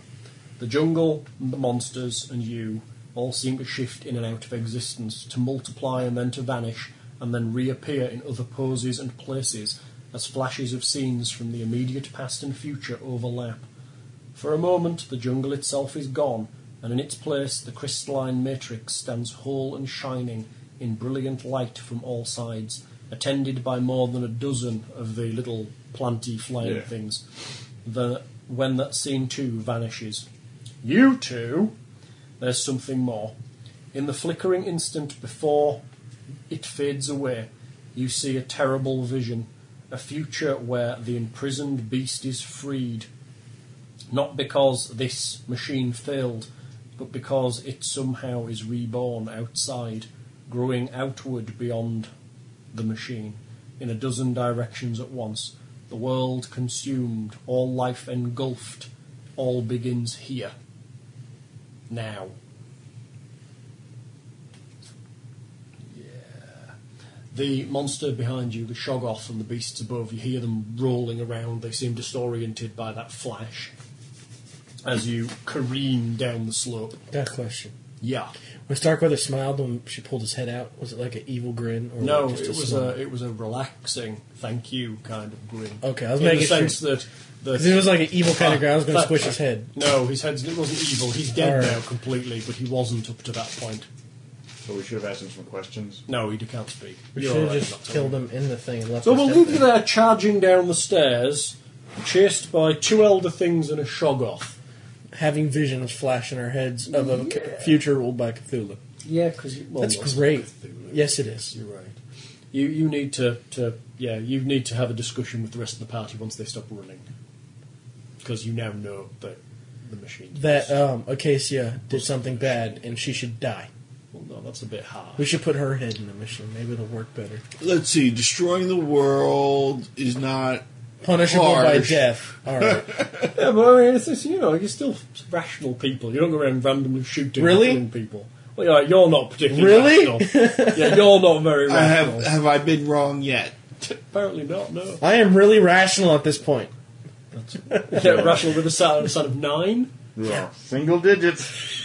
[SPEAKER 6] The jungle, the monsters, and you all seem to shift in and out of existence, to multiply and then to vanish, and then reappear in other poses and places as flashes of scenes from the immediate past and future overlap. For a moment, the jungle itself is gone, and in its place, the crystalline matrix stands whole and shining in brilliant light from all sides, attended by more than a dozen of the little planty flying
[SPEAKER 3] Yeah.
[SPEAKER 6] things. The, when that scene too vanishes, you two, there's something more. In the flickering instant before it fades away, you see a terrible vision, a future where the imprisoned beast is freed not because this machine failed, but because it somehow is reborn outside, growing outward beyond the machine, in a dozen directions at once. The world consumed, all life engulfed, all begins here. Now. The monster behind you, the Shoggoth and the beasts above, you hear them rolling around. They seem disoriented by that flash as you careen down the slope.
[SPEAKER 12] Got a question.
[SPEAKER 6] Yeah.
[SPEAKER 12] When Starkweather smiled when she pulled his head out, was it like an evil grin? Or
[SPEAKER 6] No,
[SPEAKER 12] just
[SPEAKER 6] it was
[SPEAKER 12] smile?
[SPEAKER 6] a it was a relaxing thank you kind of grin.
[SPEAKER 12] Okay, I was
[SPEAKER 6] in
[SPEAKER 12] making
[SPEAKER 6] the sense
[SPEAKER 12] sure.
[SPEAKER 6] that
[SPEAKER 12] *laughs*
[SPEAKER 6] the,
[SPEAKER 12] 'Cause it was like an evil kind of grin. I was going to
[SPEAKER 6] That-
[SPEAKER 12] squish his head.
[SPEAKER 6] No, his head's it wasn't evil. He's dead
[SPEAKER 12] Alright.
[SPEAKER 6] now completely, but he wasn't up to that point.
[SPEAKER 3] So we should have asked him some questions.
[SPEAKER 6] No, he can't speak.
[SPEAKER 12] We
[SPEAKER 6] You're
[SPEAKER 12] should have
[SPEAKER 6] alright,
[SPEAKER 12] just
[SPEAKER 6] not to
[SPEAKER 12] killed him in the thing and left.
[SPEAKER 6] So
[SPEAKER 12] his
[SPEAKER 6] we'll
[SPEAKER 12] head
[SPEAKER 6] leave
[SPEAKER 12] there.
[SPEAKER 6] you there charging down the stairs, chased by two elder things and a shoggoth.
[SPEAKER 7] having visions flash in our heads of a c- future ruled by Cthulhu.
[SPEAKER 6] Yeah, because well,
[SPEAKER 7] that's
[SPEAKER 6] it's
[SPEAKER 7] great.
[SPEAKER 6] Cthulhu.
[SPEAKER 7] Yes, it is.
[SPEAKER 6] You're right. You you need to, to yeah you need to have a discussion with the rest of the party once they stop running, because you now know that the machine
[SPEAKER 7] That um, Acacia did something bad and she should die.
[SPEAKER 6] Well, no, that's a bit harsh.
[SPEAKER 7] We should put her head in the machine. Maybe it'll work better.
[SPEAKER 5] Let's see. Destroying the world is not
[SPEAKER 7] Punishable by
[SPEAKER 5] harsh. *laughs*
[SPEAKER 7] death. All right.
[SPEAKER 6] yeah, but I mean, it's just, you know, you're still rational people. You don't go around randomly shooting and
[SPEAKER 7] Really?
[SPEAKER 6] killing people. Well, yeah, you're not particularly
[SPEAKER 7] Really?
[SPEAKER 6] rational. yeah, you're not
[SPEAKER 7] *laughs*
[SPEAKER 6] very
[SPEAKER 5] I have
[SPEAKER 6] rational.
[SPEAKER 5] have I been wrong yet?
[SPEAKER 6] Apparently not. No,
[SPEAKER 7] I am really rational at this point.
[SPEAKER 6] yeah, rational with a sound, a sound of nine.
[SPEAKER 3] Yeah. Single digits. *laughs*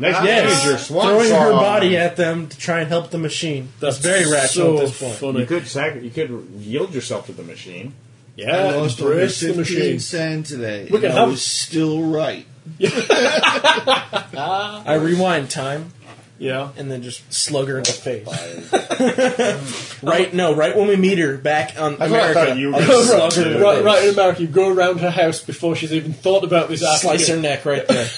[SPEAKER 3] Next
[SPEAKER 7] yes,
[SPEAKER 3] page, your swan
[SPEAKER 7] throwing her
[SPEAKER 3] song.
[SPEAKER 7] body at them to try and help the machine. That's, very rational at this point.
[SPEAKER 3] You could sac- you could yield yourself to the machine.
[SPEAKER 5] I lost over
[SPEAKER 6] embrace the
[SPEAKER 5] fifteen
[SPEAKER 6] machine.
[SPEAKER 5] cents today.
[SPEAKER 6] We can
[SPEAKER 5] and I
[SPEAKER 6] have-
[SPEAKER 5] was still right.
[SPEAKER 7] I rewind time.
[SPEAKER 6] Yeah.
[SPEAKER 7] And then just slug her in the *laughs* face. right, no, right when we meet her back on
[SPEAKER 6] That's what I
[SPEAKER 7] America.
[SPEAKER 6] thought
[SPEAKER 3] *laughs*
[SPEAKER 6] you were
[SPEAKER 7] I'll
[SPEAKER 6] gonna
[SPEAKER 7] just slug her in the
[SPEAKER 6] right,
[SPEAKER 7] face.
[SPEAKER 6] right in America, you go around her house before she's even thought about this.
[SPEAKER 7] Slice her
[SPEAKER 6] afternoon.
[SPEAKER 7] neck right there.
[SPEAKER 3] I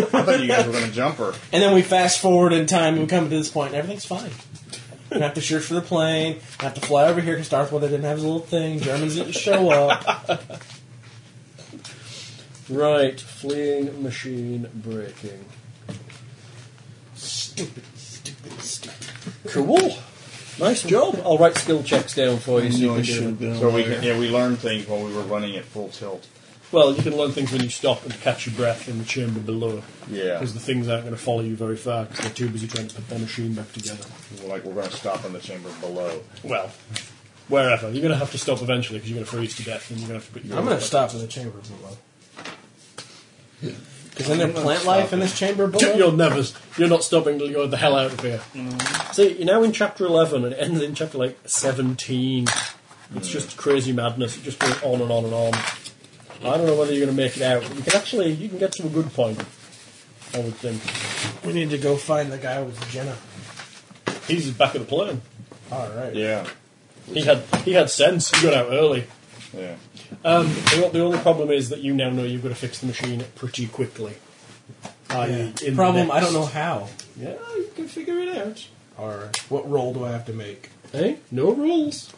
[SPEAKER 3] thought you guys were going to jump her.
[SPEAKER 7] And then we fast forward in time and we come to this point and everything's fine. We have to search for the plane. We have to fly over here because Darth Vader didn't have his little thing. Germans didn't show up.
[SPEAKER 6] Right, fleeing machine breaking.
[SPEAKER 7] Stupid, stupid, stupid.
[SPEAKER 6] Cool. Nice job. I'll write skill checks down for you so you
[SPEAKER 5] I
[SPEAKER 6] can
[SPEAKER 5] should
[SPEAKER 6] do
[SPEAKER 5] have been
[SPEAKER 6] them.
[SPEAKER 3] So we can, yeah we learned things while we were running at full tilt.
[SPEAKER 6] Well, you can learn things when you stop and catch your breath in the chamber below.
[SPEAKER 3] Yeah.
[SPEAKER 6] Because the things aren't going to follow you very far because they're too busy trying to put their machine back together.
[SPEAKER 3] Like we're going to stop in the chamber below.
[SPEAKER 6] Well, wherever. You're going to have to stop eventually because you're going to freeze to death and you're going to have to put your.
[SPEAKER 7] I'm going to stop in the chamber below. Because then there's plant life in this chamber below.
[SPEAKER 6] You're never. You're not stopping till you're the hell out of here. See, you're now in chapter 11 and it ends in chapter like 17. It's just crazy madness. It just goes on and on and on. I don't know whether you're going to make it out, but you can actually you can get to a good point. I would think
[SPEAKER 7] We need to go find the guy with Jenna.
[SPEAKER 6] he's back at the plane.
[SPEAKER 7] All right.
[SPEAKER 3] Yeah.
[SPEAKER 6] He had he had sense. He got out early.
[SPEAKER 3] Yeah.
[SPEAKER 6] Um, the, the only problem is that you now know you've got to fix the machine pretty quickly. I.e., in the
[SPEAKER 7] Problem, I
[SPEAKER 6] next-
[SPEAKER 7] don't know how.
[SPEAKER 6] Yeah, you can figure it out.
[SPEAKER 7] All right. What role do I have to make?
[SPEAKER 6] Hey, no rules.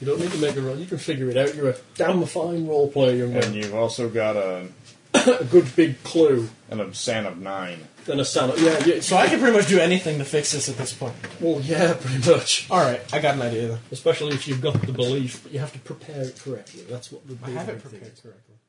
[SPEAKER 6] You don't need to make a run. You can figure it out. You're a damn fine role player, young
[SPEAKER 3] And
[SPEAKER 6] man.
[SPEAKER 3] you've also got a
[SPEAKER 6] a good big clue
[SPEAKER 3] an obscene of nine.
[SPEAKER 6] and a salad. Yeah, yeah.
[SPEAKER 7] So I can pretty much do anything to fix this at this point.
[SPEAKER 6] Well, yeah, pretty much.
[SPEAKER 7] All right, I got an idea.
[SPEAKER 6] Especially if you've got the belief, but you have to prepare it correctly. That's what the
[SPEAKER 7] I have it
[SPEAKER 6] big thing is.
[SPEAKER 7] prepared correctly.